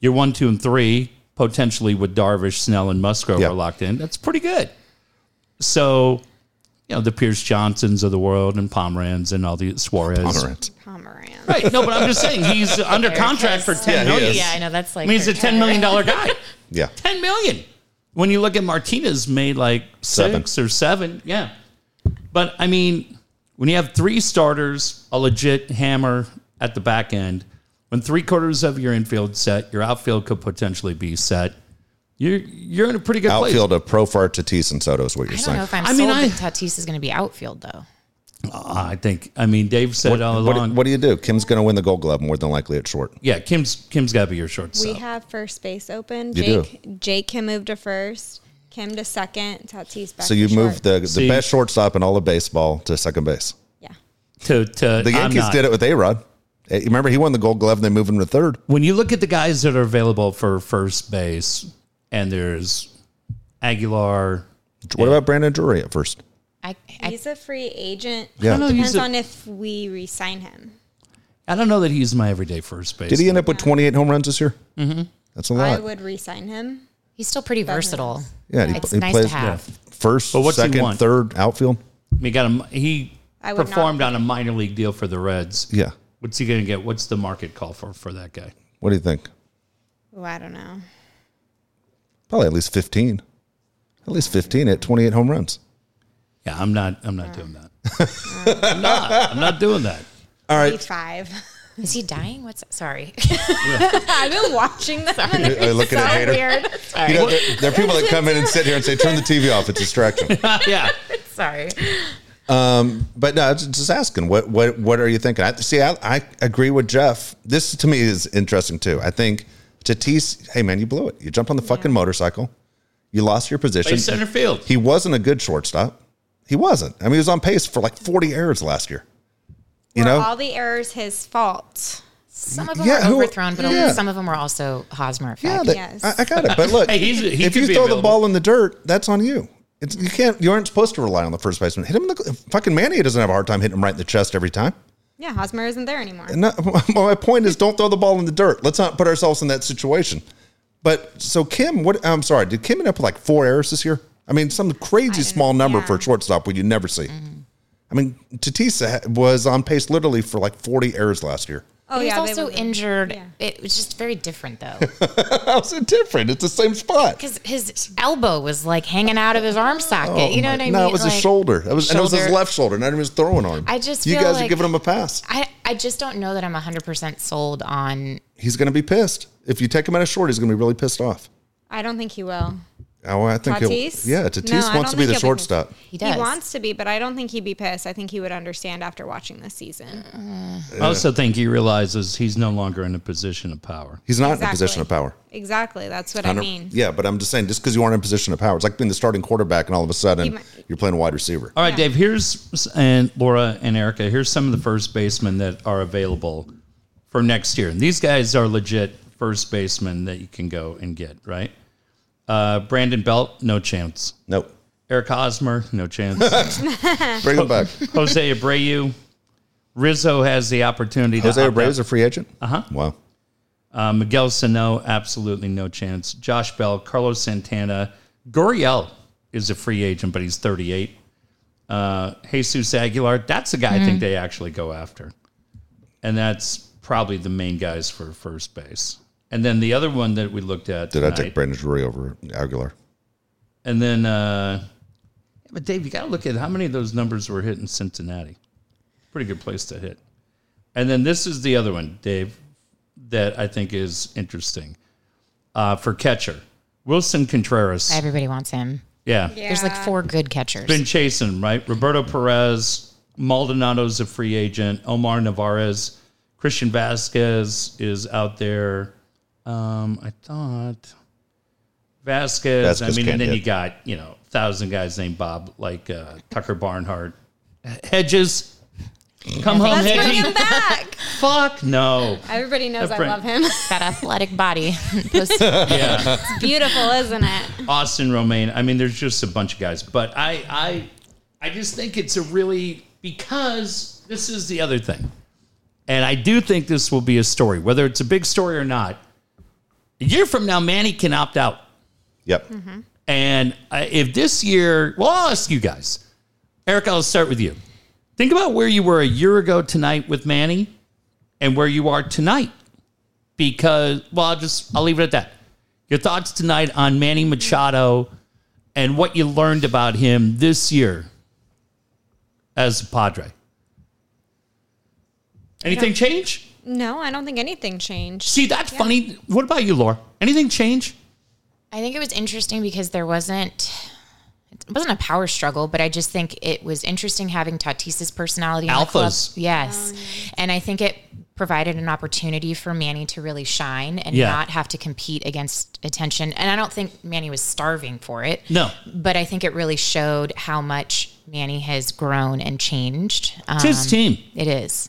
Speaker 2: Your one, two, and three potentially with Darvish, Snell, and Musgrove
Speaker 1: Yeah.
Speaker 2: are locked in. That's pretty good. So, you know the Pierce Johnsons of the world and Pomeranz and all the Suarez.
Speaker 1: Pomerantz.
Speaker 4: Pomeranz.
Speaker 2: Right? No, but I'm just saying he's under contract for ten
Speaker 1: Yeah,
Speaker 2: million.
Speaker 1: he is.
Speaker 3: Yeah, I know that's like.
Speaker 2: I mean, he's a ten million dollar guy.
Speaker 1: Yeah.
Speaker 2: ten million. When you look at Martinez, made like six or seven. Yeah, but I mean, when you have three starters, a legit hammer at the back end, when three quarters of your infield set, your outfield could potentially be set. You're you're in a pretty good
Speaker 1: Outfield of Profar, Tatis, and Soto is what you're
Speaker 3: I don't
Speaker 1: saying.
Speaker 3: know if I'm
Speaker 2: I mean,
Speaker 3: sold
Speaker 2: I-
Speaker 3: that Tatis is going to be outfield though.
Speaker 2: place. I think. I mean, Dave said all
Speaker 1: What,
Speaker 2: along.
Speaker 1: do- what do you do? Kim's going to win the Gold Glove more than likely at short.
Speaker 2: yeah, Kim's Kim's got to be your
Speaker 4: We
Speaker 2: shortstop.
Speaker 4: have first base open.
Speaker 1: You do.
Speaker 4: Jake Jake can move to first. Kim to second. Tatis back.
Speaker 1: So you
Speaker 4: to
Speaker 1: move
Speaker 4: short.
Speaker 1: the, the
Speaker 2: See-
Speaker 1: best shortstop in all of baseball to second base.
Speaker 4: yeah.
Speaker 2: to to
Speaker 1: The Yankees did it with A Rod. Remember, he won the Gold Glove and they moved him to third.
Speaker 2: when you look at the guys that are available for first base, and there's Aguilar.
Speaker 1: What about Brandon Drury at first?
Speaker 3: I, I
Speaker 4: He's a free agent.
Speaker 1: Yeah. I don't know,
Speaker 4: Depends
Speaker 2: he's a-
Speaker 4: on if we resign him.
Speaker 2: I don't know that he's my everyday first base.
Speaker 1: Did he end up with 28 home runs this year? Mm-hmm. That's a
Speaker 4: I
Speaker 1: lot.
Speaker 4: would resign him.
Speaker 3: he's still pretty versatile.
Speaker 1: yeah, he,
Speaker 3: It's
Speaker 1: he
Speaker 3: nice to
Speaker 1: plays
Speaker 3: have.
Speaker 1: first,
Speaker 2: But what's he
Speaker 1: second,
Speaker 2: want?
Speaker 1: third, outfield.
Speaker 2: He got him. He
Speaker 4: I would not.
Speaker 2: performed on a minor league deal for the Reds.
Speaker 1: Yeah.
Speaker 2: What's he going to get? What's the market call for for that guy?
Speaker 1: What do you think?
Speaker 4: Oh, I don't know.
Speaker 1: Probably at least 15. At least 15 at 28 home runs.
Speaker 2: Yeah, I'm not. I'm not doing that. I'm not. I'm not doing that.
Speaker 1: All
Speaker 4: Be
Speaker 1: right.
Speaker 4: five.
Speaker 3: Is he dying? What's sorry?
Speaker 4: I've been watching this.
Speaker 1: I'm looking at Hader.
Speaker 4: Weird.
Speaker 1: You know, there, there are people that come in and sit here and say, turn the TV off. It's a distraction.
Speaker 2: yeah.
Speaker 3: sorry.
Speaker 1: But no, it's just asking what what what are you thinking? I see. I, I agree with Jeff. This to me is interesting too. I think Tatis. Hey man, you blew it. You jumped on the fucking motorcycle. You lost your position.
Speaker 2: Play center field.
Speaker 1: He wasn't a good shortstop. He wasn't. I mean, he was on pace for like forty errors last year. You
Speaker 4: Were
Speaker 1: know,
Speaker 4: all the errors his fault?
Speaker 3: Some of them
Speaker 1: Yeah,
Speaker 3: were
Speaker 1: who-
Speaker 3: overthrown, but
Speaker 1: yeah.
Speaker 3: some of them were also Hosmer effect.
Speaker 1: yeah, that-
Speaker 4: Yes.
Speaker 1: I, I got it. But look,
Speaker 2: Hey, he's- he
Speaker 1: if
Speaker 2: could
Speaker 1: you
Speaker 2: be
Speaker 1: throw the
Speaker 2: available.
Speaker 1: ball in the dirt, that's on you. It's, you can't. You aren't supposed to rely on the first baseman. Hit him. In the, fucking Manny doesn't have a hard time hitting him right in the chest every time.
Speaker 4: Yeah, Hosmer isn't there anymore.
Speaker 1: No, well, my point is, don't throw the ball in the dirt. Let's not put ourselves in that situation. But so Kim, what? I'm sorry, did Kim end up with like four errors this year? I Mm-hmm. mean, some crazy small number for a
Speaker 4: yeah.
Speaker 1: shortstop where you never see. I mean, Tatis ha- was on pace literally for like 40 errors last year.
Speaker 4: Oh
Speaker 3: he was
Speaker 4: yeah, they
Speaker 3: also
Speaker 4: were-
Speaker 3: injured.
Speaker 4: yeah.
Speaker 3: It was just very different though,
Speaker 1: How's it different? It's the same spot.
Speaker 3: because his elbow was like hanging out of his arm socket. you know what I mean?
Speaker 1: Oh no, it was
Speaker 3: like,
Speaker 1: his shoulder. It was, And it was his
Speaker 3: shoulder.
Speaker 1: left shoulder, not even his throwing arm.
Speaker 3: I just
Speaker 1: you
Speaker 3: feel
Speaker 1: guys are
Speaker 3: like-
Speaker 1: giving him a pass.
Speaker 3: I, I just don't know that I'm 100% sold on.
Speaker 1: He's going to be pissed if you take him out of short. He's going to be really pissed off.
Speaker 4: I don't think he will.
Speaker 1: Oh, I think he'll-
Speaker 4: Tatis?
Speaker 1: yeah,
Speaker 4: No, I
Speaker 1: Tatis
Speaker 4: don't
Speaker 1: wants to be the
Speaker 4: think he'll be-
Speaker 1: shortstop.
Speaker 3: He does.
Speaker 4: He wants to be, but I don't think he'd be pissed. I think he would understand after watching this season.
Speaker 2: I also think he realizes he's no longer in a position of power.
Speaker 1: He's not in a
Speaker 4: Exactly.
Speaker 1: position of power.
Speaker 4: Exactly. That's what I,
Speaker 1: don't-
Speaker 4: mean.
Speaker 1: yeah, but I'm just saying, just because you aren't in a position of power, it's like being the starting quarterback, and all of a sudden
Speaker 4: might-
Speaker 1: you're playing wide receiver.
Speaker 2: All right, Dave. Here's and Laura and Erica. Here's some of the first basemen that are available for next year. And these guys are legit first basemen that you can go and get, right? Uh, Brandon Belt, no chance.
Speaker 1: Nope.
Speaker 2: Eric Hosmer, no chance.
Speaker 1: Bring him back.
Speaker 2: Jose Abreu. Rizzo has the opportunity
Speaker 1: Jose
Speaker 2: to opt out.
Speaker 1: Abreu is a free agent. Uh
Speaker 2: Uh-huh.
Speaker 1: huh. Wow.
Speaker 2: Uh, Miguel Sano, absolutely no chance. Josh Bell, Carlos Santana, Gurriel is a free agent, but he's 38. Uh, Jesus Aguilar, that's the guy I think they actually go after. And that's probably the main guys for first base. And then the other one that we looked at
Speaker 1: Did I
Speaker 2: tonight,
Speaker 1: take Brandon Drury over Aguilar?
Speaker 2: and then uh, but Dave, you got to look at how many of those numbers were hit in Cincinnati. Pretty good place to hit. And then this is the other one, Dave, that I think is interesting uh, for catcher Wilson Contreras.
Speaker 3: Everybody wants him.
Speaker 2: yeah.
Speaker 3: There's like four good catchers.
Speaker 2: been chasing him, right? Roberto Perez, Maldonado's a free agent. Omar Navarez, Christian Vasquez is out there. Um, I thought Vasquez. I
Speaker 1: Vasquez
Speaker 2: mean,
Speaker 1: can't
Speaker 2: and then
Speaker 1: hit.
Speaker 2: you got you know thousand guys named Bob, like uh, Tucker Barnhart, Hedges. Come home,
Speaker 4: Let's bring him
Speaker 2: Hedgie.
Speaker 4: back.
Speaker 2: Fuck no.
Speaker 4: Everybody knows I
Speaker 2: Brent-
Speaker 4: love him.
Speaker 3: That athletic body. Post-
Speaker 2: Yeah.
Speaker 4: It's beautiful, isn't it?
Speaker 2: Austin Romaine. I mean, there's just a bunch of guys, but I, I, I just think it's a really because this is the other thing, and I do think this will be a story, whether it's a big story or not. A year from now, Manny can opt out,
Speaker 1: Yep.
Speaker 4: Mm-hmm.
Speaker 2: and I, if this year, well, I'll ask you guys, Eric. I'll start with you. Think about where you were a year ago tonight with Manny, and where you are tonight, because well, I'll just I'll leave it at that. Your thoughts tonight on Manny Machado and what you learned about him this year as a Padre. Anything change?
Speaker 4: No, I don't think anything changed.
Speaker 2: See, that's funny. What about you, Laura? Anything change?
Speaker 3: I think it was interesting because there wasn't it wasn't a power struggle, but I just think it was interesting having Tatis's personality. in the club.
Speaker 2: Alphas.
Speaker 3: yes, and I think it provided an opportunity for Manny to really shine and
Speaker 2: Yeah.
Speaker 3: not have to compete against attention. And I don't think Manny was starving for it.
Speaker 2: No.
Speaker 3: but I think it really showed how much Manny has grown and changed. Um,
Speaker 2: It's his team.
Speaker 3: it is.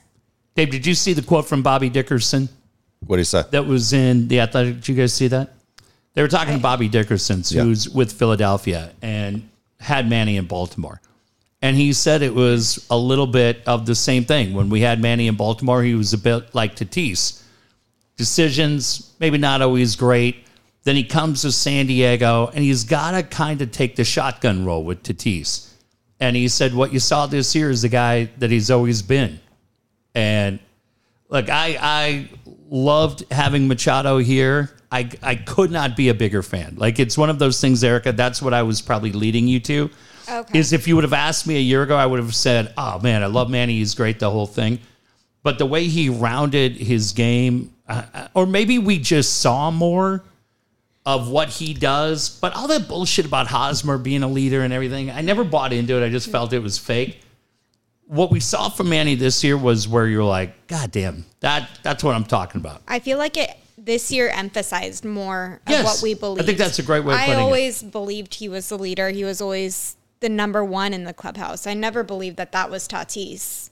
Speaker 2: Dave, did you see the quote from Bobby Dickerson
Speaker 1: What do you say?
Speaker 2: that was in The Athletic? Did you guys see that? They were talking to Bobby Dickerson,
Speaker 1: Yeah.
Speaker 2: who's with Philadelphia and had Manny in Baltimore. And he said it was a little bit of the same thing. When we had Manny in Baltimore, he was a bit like Tatis. Decisions, maybe not always great. Then he comes to San Diego and he's got to kind of take the shotgun role with Tatis. And he said, What you saw this year is the guy that he's always been. And look, I, I loved having Machado here. I, I could not be a bigger fan. Like, it's one of those things, Erica. That's what I was probably leading you to
Speaker 4: Okay.
Speaker 2: is if you would have asked me a year ago, I would have said, "Oh man, I love Manny. He's great. The whole thing." But the way he rounded his game, uh, uh, or maybe we just saw more of what he does. But all that bullshit about Hosmer being a leader and everything, I never bought into it. I just felt it was fake. What we saw from Manny this year was where you're like, "God damn, that that's what I'm talking about."
Speaker 4: I feel like it this year emphasized more of
Speaker 2: Yes.
Speaker 4: what we
Speaker 2: I
Speaker 4: believe.
Speaker 2: think that's a great way of putting
Speaker 4: I
Speaker 2: it.
Speaker 4: always believed he was the leader. He was always the number one in the clubhouse. I never believed that that was Tatis.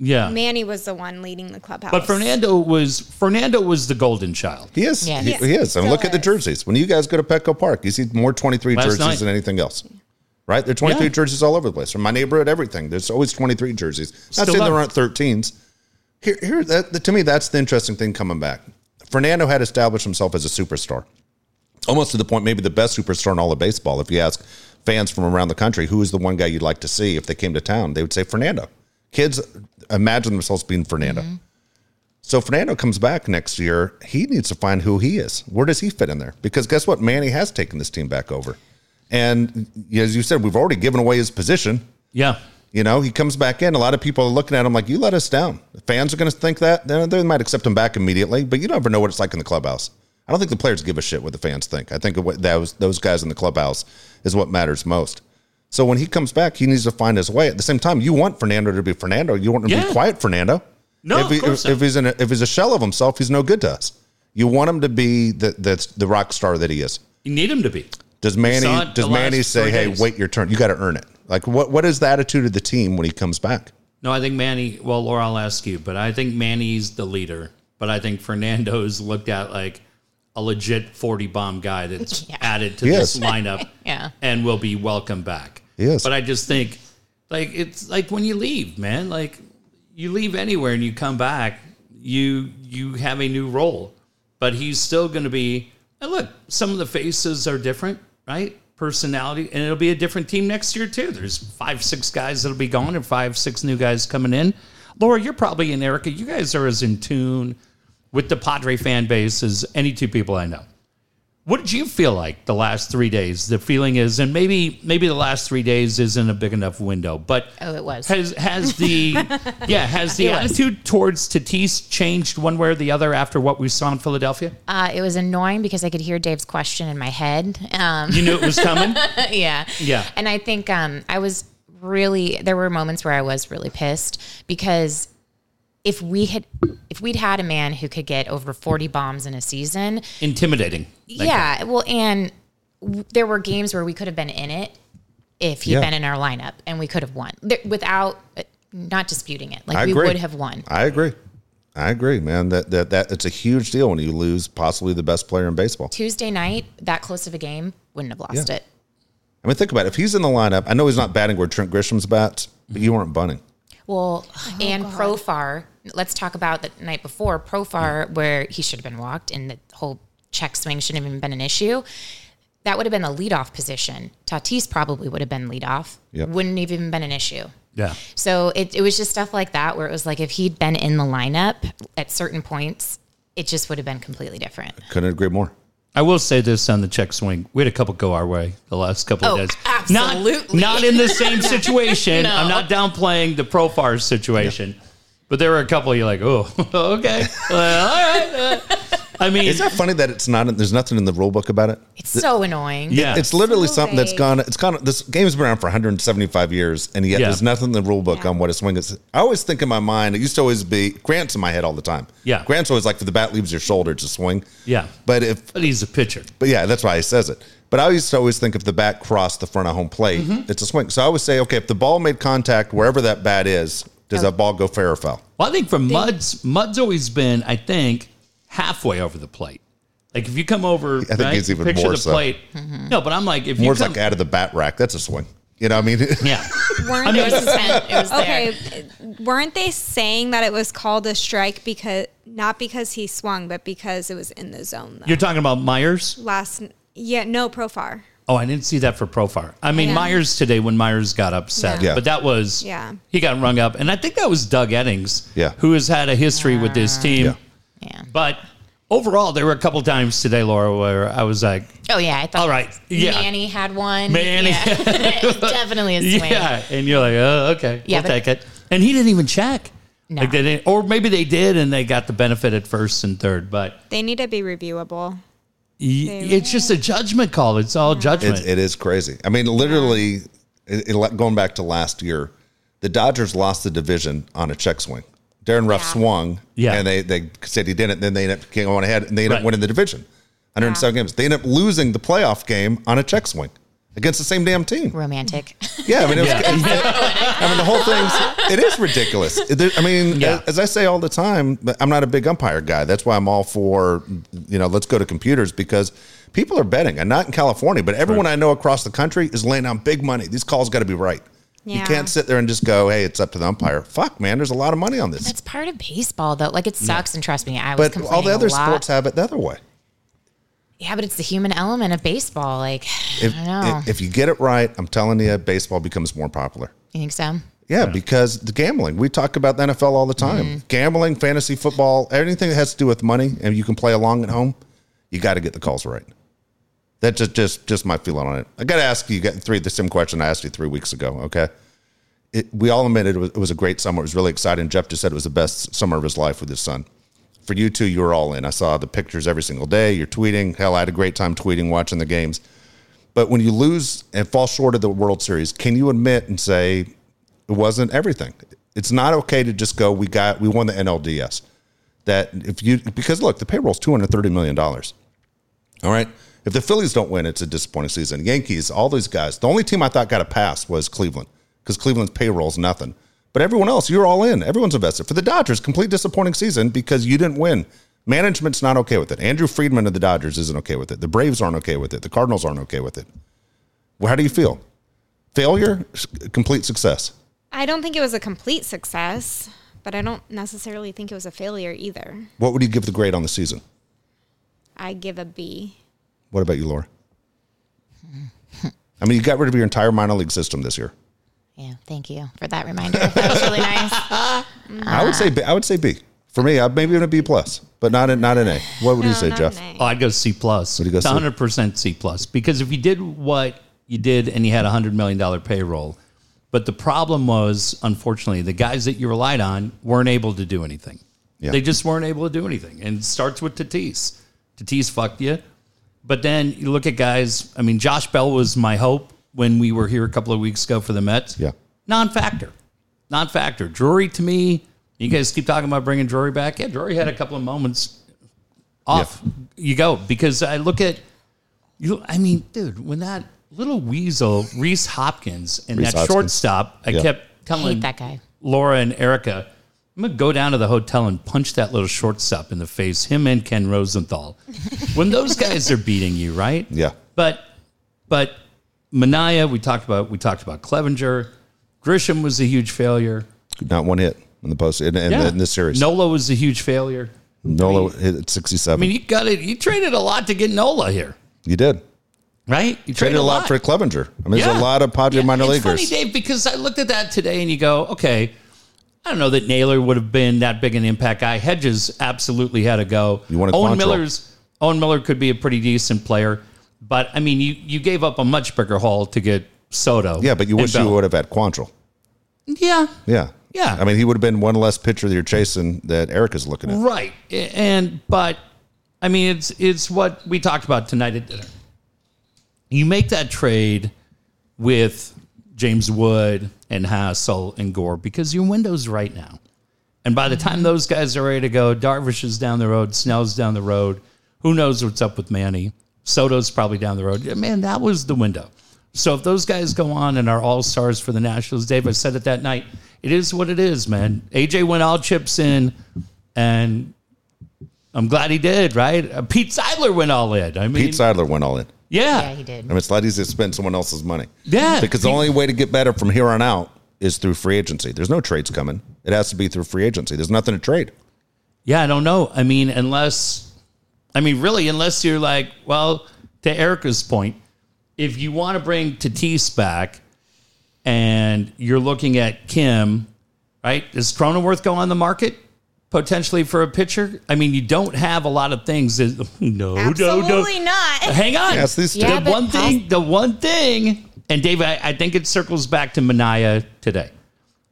Speaker 2: Yeah.
Speaker 4: Manny was the one leading the clubhouse.
Speaker 2: But Fernando was Fernando was the golden child.
Speaker 1: He is.
Speaker 3: Yes.
Speaker 1: He,
Speaker 3: Yes.
Speaker 1: he is. And
Speaker 4: Still
Speaker 1: look at the
Speaker 4: is.
Speaker 1: jerseys. When you guys go to Petco Park, you see more 23
Speaker 2: Last
Speaker 1: jerseys
Speaker 2: night.
Speaker 1: than anything else. Right? There are 23
Speaker 2: Yeah.
Speaker 1: jerseys all over the place. From my neighborhood, everything. There's always 23 jerseys. Not
Speaker 2: Still
Speaker 1: saying
Speaker 2: love
Speaker 1: there
Speaker 2: it.
Speaker 1: aren't 13s. Here, here that, to me, that's the interesting thing coming back. Fernando had established himself as a superstar. Almost to the point, maybe the best superstar in all of baseball. If you ask fans from around the country, who is the one guy you'd like to see if they came to town, they would say Fernando. Kids imagine themselves being Fernando. So Fernando comes back next year. He needs to find who he is. Where does he fit in there? Because guess what? Manny has taken this team back over. And as you said, we've already given away his position.
Speaker 2: Yeah.
Speaker 1: You know, he comes back in. A lot of people are looking at him like, you let us down. The fans are going to think that. Then They might accept him back immediately, but you never know what it's like in the clubhouse. I don't think the players give a shit what the fans think. I think what those, those guys in the clubhouse is what matters most. So when he comes back, he needs to find his way. At the same time, you want Fernando to be Fernando. You want him to
Speaker 2: Yeah.
Speaker 1: be quiet, Fernando.
Speaker 2: No,
Speaker 1: if,
Speaker 2: of
Speaker 1: he-
Speaker 2: course not.
Speaker 1: if he's in a, if he's a shell of himself, he's no good to us. You want him to be the the, the rock star that he is.
Speaker 2: You need him to be.
Speaker 1: Does
Speaker 2: saw
Speaker 1: Manny
Speaker 2: it
Speaker 1: does
Speaker 2: the
Speaker 1: Manny
Speaker 2: last
Speaker 1: say,
Speaker 2: three
Speaker 1: "Hey,
Speaker 2: days.
Speaker 1: wait your turn. You got to earn it." Like what what is the attitude of the team when he comes back?
Speaker 2: No, I think Manny. Well, Laura, I'll ask you, but I think Manny's the leader But I think Fernando's looked at like a legit 40 bomb guy that's
Speaker 3: Yeah.
Speaker 2: added to
Speaker 1: He
Speaker 2: this
Speaker 1: is.
Speaker 2: lineup
Speaker 3: Yeah.
Speaker 2: and will be welcome back.
Speaker 1: He is.
Speaker 2: But I just think like it's like when you leave, man, like you leave anywhere and you come back, you you have a new role. But he's still gonna be and look, some of the faces are different, right? Personality and it'll be a different team next year too. There's five, six guys that'll be gone and five, six new guys coming in. Laura, you're probably in Erica. You guys are as in tune with the Padre fan base as any two people I know. What did you feel like the last three days? The feeling is, and maybe maybe the last three days isn't a big enough window, but
Speaker 3: Oh, it was.
Speaker 2: has has the yeah has the
Speaker 3: It was.
Speaker 2: attitude towards Tatis changed one way or the other after what we saw in Philadelphia?
Speaker 3: Uh, it was annoying because I could hear Dave's question in my head. Um,
Speaker 2: You knew it was coming.
Speaker 3: yeah.
Speaker 2: Yeah.
Speaker 3: And I think um, I was really there were moments where I was really pissed because if we had if we'd had a man who could get over 40 bombs in a season,
Speaker 2: Intimidating. Like,
Speaker 3: yeah, well and w- there were games where we could have been in it if he'd
Speaker 1: Yeah.
Speaker 3: been in our lineup and we could have won. There, without uh, not disputing it. Like
Speaker 1: I
Speaker 3: we
Speaker 1: agree.
Speaker 3: would have won.
Speaker 1: I agree. I agree, man. That that that it's a huge deal when you lose possibly the best player in baseball.
Speaker 3: Tuesday night, that close of a game, wouldn't have lost
Speaker 1: Yeah.
Speaker 3: it.
Speaker 1: I mean, think about it. if he's in the lineup. I know he's not batting where Trent Grisham's bats, but you weren't bunting.
Speaker 3: Well, and Profar, let's talk about the night before Profar, where he should have been walked and the whole check swing shouldn't have even been an issue. That would have been the leadoff position. Tatis probably would have been leadoff.
Speaker 1: Yep.
Speaker 3: Wouldn't have even been an issue.
Speaker 2: Yeah.
Speaker 3: So it, it was just stuff like that where it was like if he'd been in the lineup at certain points, it just would have been completely different.
Speaker 1: Couldn't agree more.
Speaker 2: I will say this on the check swing. We had a couple go our way the last couple
Speaker 3: Oh,
Speaker 2: of days.
Speaker 3: absolutely.
Speaker 2: Not, not in the same situation.
Speaker 3: No.
Speaker 2: I'm not downplaying the Profar situation, but there were a couple you're like, oh, okay. Well, all right. uh. I mean,
Speaker 1: Is that funny that it's not? There's nothing in the rule book about it.
Speaker 3: It's so annoying.
Speaker 2: yeah.
Speaker 1: It's literally
Speaker 4: So
Speaker 1: something that's
Speaker 4: vague.
Speaker 1: gone. It's gone. This game's been around for 175 years, and yet
Speaker 2: Yeah.
Speaker 1: there's nothing in the rule book
Speaker 4: Yeah.
Speaker 1: on what a swing is. I always think in my mind. It used to always be Grant's in my head all the time.
Speaker 2: Yeah.
Speaker 1: Grant's always like, if the bat leaves your shoulder, it's a swing.
Speaker 2: Yeah.
Speaker 1: But if
Speaker 2: but he's a pitcher.
Speaker 1: But yeah, that's why he says it. But I used to always think if the bat crossed the front of home plate,
Speaker 2: Mm-hmm.
Speaker 1: it's a swing. So I always say, okay, if the ball made contact wherever that bat is, does that ball go fair or foul?
Speaker 2: Well, I think for Muds, Muds always been, I think, halfway over the plate. Like if you come over, I
Speaker 1: think he's even
Speaker 2: picture
Speaker 1: more
Speaker 2: the
Speaker 1: so.
Speaker 2: plate.
Speaker 3: Mm-hmm.
Speaker 2: No, but I'm like, if you
Speaker 1: Moore's
Speaker 2: come,
Speaker 1: like out of the bat rack. That's a swing. You know what I mean?
Speaker 2: yeah,
Speaker 4: Weren't
Speaker 3: It
Speaker 4: they
Speaker 3: was, intent. It was there.
Speaker 4: Okay, weren't they saying that it was called a strike because not because he swung, but because it was in the zone? Though.
Speaker 2: you're talking about Myers.
Speaker 4: Last, yeah, no profar.
Speaker 2: Oh, I didn't see that for Profar. I mean,
Speaker 4: Yeah.
Speaker 2: Myers today when Myers got upset,
Speaker 1: Yeah. Yeah.
Speaker 2: but that was
Speaker 4: Yeah.
Speaker 2: he got rung up, and I think that was Doug Eddings,
Speaker 1: Yeah.
Speaker 2: who has had a history with this team.
Speaker 1: Yeah.
Speaker 3: Yeah.
Speaker 2: But overall, there were a couple times today, Laura, where I was like,
Speaker 3: Oh yeah, I thought.
Speaker 2: All right. Yeah.
Speaker 3: Manny had one.
Speaker 2: Manny.
Speaker 3: Yeah. It's definitely a swing.
Speaker 2: yeah, and you're like, oh, okay,
Speaker 3: Yeah,
Speaker 2: we'll
Speaker 3: but-
Speaker 2: take it. And he didn't even check.
Speaker 3: No.
Speaker 2: Like they didn't, or maybe they did, and they got the benefit at first and third. But
Speaker 4: They need to be reviewable.
Speaker 2: y- it's just a judgment call. It's all judgment.
Speaker 1: It's, it is crazy. I mean, literally, it, it, going back to last year, the Dodgers lost the division on a check swing. Darren Ruff
Speaker 4: Yeah.
Speaker 1: swung,
Speaker 2: Yeah.
Speaker 1: and they, they said he didn't. Then they ended up going ahead, and they ended
Speaker 2: Right.
Speaker 1: up winning the division. 107 games. They ended up losing the playoff game on a check swing against the same damn team.
Speaker 3: Romantic.
Speaker 1: Yeah, I mean, it was,
Speaker 2: Yeah.
Speaker 1: I mean, the whole thing's it is ridiculous. There- I mean,
Speaker 2: Yeah.
Speaker 1: as I say all the time, but I'm not a big umpire guy. That's why I'm all for you know, let's go to computers because people are betting, and not in California, but everyone I know across the country is laying down big money. These calls got to be right. You
Speaker 4: Yeah.
Speaker 1: can't sit there and just go, "Hey, it's up to the umpire." Fuck, man, there's a lot of money on this.
Speaker 3: That's part of baseball, though. Like it sucks, and trust me, I was
Speaker 1: But
Speaker 3: complaining
Speaker 1: all the other
Speaker 3: a lot.
Speaker 1: sports have it the other way.
Speaker 3: yeah, but it's the human element of baseball. Like
Speaker 1: If,
Speaker 3: I know.
Speaker 1: if you get it right, I'm telling you, baseball becomes more popular.
Speaker 3: you think so?
Speaker 1: Yeah, because the gambling. We talk about the NFL all the time. Gambling, fantasy football, anything that has to do with money and you can play along at home, you got to get the calls right. That's just just just my feeling on it. I got to ask you got three the same question I asked you 3 weeks ago, okay? It, we all admitted it was, it was a great summer. It was really exciting. Jeff just said it was the best summer of his life with his son. For you two, you were all in. I saw the pictures every single day. You're tweeting. Hell, I had a great time tweeting, watching the games. But when you lose and fall short of the World Series, can you admit and say it wasn't everything? It's not okay to just go. We got we won the NLDS. That if you because look, the payroll's two hundred thirty million dollars. All right. If the Phillies don't win, it's a disappointing season. Yankees, all these guys. The only team I thought got a pass was Cleveland because Cleveland's payroll's nothing. But everyone else, you're all in. Everyone's invested. For the Dodgers, complete disappointing season because you didn't win. Management's not okay with it. Andrew Friedman of the Dodgers isn't okay with it. The Braves aren't okay with it. The Cardinals aren't okay with it. Well, how do you feel? Failure, s- complete success.
Speaker 4: I don't think it was a complete success, but I don't necessarily think it was a failure either.
Speaker 1: What would you give the grade on the season?
Speaker 4: I give a B.
Speaker 1: What about you, Laura? I mean, you got rid of your entire minor league system this year.
Speaker 3: Yeah, thank you for that reminder. That was really nice.
Speaker 1: I would say B, I would say B for me. I maybe in a B plus, but not in, not an A. What would you
Speaker 4: No,
Speaker 1: say,
Speaker 4: not
Speaker 1: Jeff?
Speaker 4: an A.
Speaker 2: Oh, I'd go C plus.
Speaker 1: Would you go C?
Speaker 2: 100% C plus because if you did what you did and you had a hundred million dollar payroll, but the problem was unfortunately the guys that you relied on weren't able to do anything.
Speaker 1: Yeah.
Speaker 2: They just weren't able to do anything, and it starts with Tatis. Tatis fucked you, but then you look at guys. I mean, Josh Bell was my hope when we were here a couple of weeks ago for the Mets.
Speaker 1: Yeah.
Speaker 2: non-factor, non-factor. Drury to me,
Speaker 1: Hmm.
Speaker 2: you guys keep talking about bringing Drury back. Yeah, Drury had a couple of moments off you go because I look at you. I mean, dude, when that little weasel Reese Hopkins and
Speaker 1: Reese
Speaker 2: that
Speaker 1: Hopkins.
Speaker 2: shortstop, I
Speaker 1: Yeah.
Speaker 2: kept telling
Speaker 3: Hate that guy.
Speaker 2: Laura and Erica, I'm gonna go down to the hotel and punch that little shortstop in the face. Him and Ken Rosenthal. when those guys are beating you, right?
Speaker 1: Yeah.
Speaker 2: But but Manaya, we talked about. We talked about Clevenger. Grisham was a huge failure.
Speaker 1: Not one hit in the post in, in, the, in this series.
Speaker 2: Nola was a huge failure.
Speaker 1: Nola hit at sixty seven.
Speaker 2: I mean, you got it. You traded a lot to get Nola here,
Speaker 1: you did
Speaker 2: right? You
Speaker 1: traded a lot, for Clevenger. I mean, there's
Speaker 2: Yeah.
Speaker 1: a lot of Padre
Speaker 2: Yeah,
Speaker 1: minor
Speaker 2: it's
Speaker 1: leaguers.
Speaker 2: Funny, Dave, because I looked at that today and you go, okay, I don't know that Naylor would have been that big an impact guy. Hedges absolutely had to go.
Speaker 1: You wanted
Speaker 2: Owen
Speaker 1: Quantrill.
Speaker 2: Miller's Owen Miller could be a pretty decent player, but I mean, you you gave up a much bigger haul to get Soto.
Speaker 1: Yeah, but you
Speaker 2: and
Speaker 1: wish you
Speaker 2: Bell.
Speaker 1: would have had Quantrill.
Speaker 2: Yeah,
Speaker 1: Yeah.
Speaker 2: Yeah.
Speaker 1: I mean, he would have been one less pitcher that you're chasing that Erica's looking at.
Speaker 2: right. A- And but I mean, it's it's what we talked about tonight at dinner. You make that trade with James Wood and Hassel and Gore because your window's right now. And by the time those guys are ready to go, Darvish is down the road, Snell's down the road. Who knows what's up with Manny? Soto's probably down the road. Yeah, Man, that was the window. So if those guys go on and are all stars for the Nationals, Dave, I said it that night. It is what it is, man. AJ went all chips in, and I'm glad he did, right? Uh, Pete Seidler went all in. I mean,
Speaker 1: Pete Seidler went all in.
Speaker 3: Yeah, he did.
Speaker 1: I mean, it's a lot easier to spend someone else's money.
Speaker 2: Yeah.
Speaker 1: Because the only way to get better from here on out is through free agency. There's no trades coming. It has to be through free agency. There's nothing to trade.
Speaker 2: Yeah, I don't know. I mean, unless, I mean, really, unless you're like, well, to Erica's point, if you want to bring Tatis back and you're looking at Kim, right? Does Cronenworth go on the market potentially for a pitcher? I mean, you don't have a lot of things. That, no, no, no.
Speaker 4: Absolutely not.
Speaker 2: Hang on.
Speaker 1: Yes, these
Speaker 3: Yeah,
Speaker 1: yeah.
Speaker 2: the
Speaker 3: but
Speaker 2: one
Speaker 3: Paul-
Speaker 2: thing, the one thing, and Dave, I, I think it circles back to Mania today.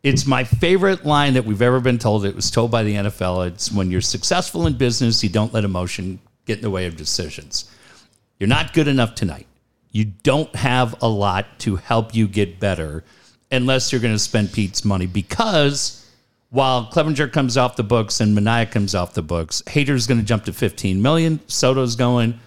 Speaker 2: It's my favorite line that we've ever been told. It was told by the NFL. It's when you're successful in business, you don't let emotion get in the way of decisions. You're not good enough tonight. You don't have a lot to help you get better unless you're going to spend Pete's money because while Clevenger comes off the books and Mania comes off the books, Hater's going to jump to 15 million. Soto's going.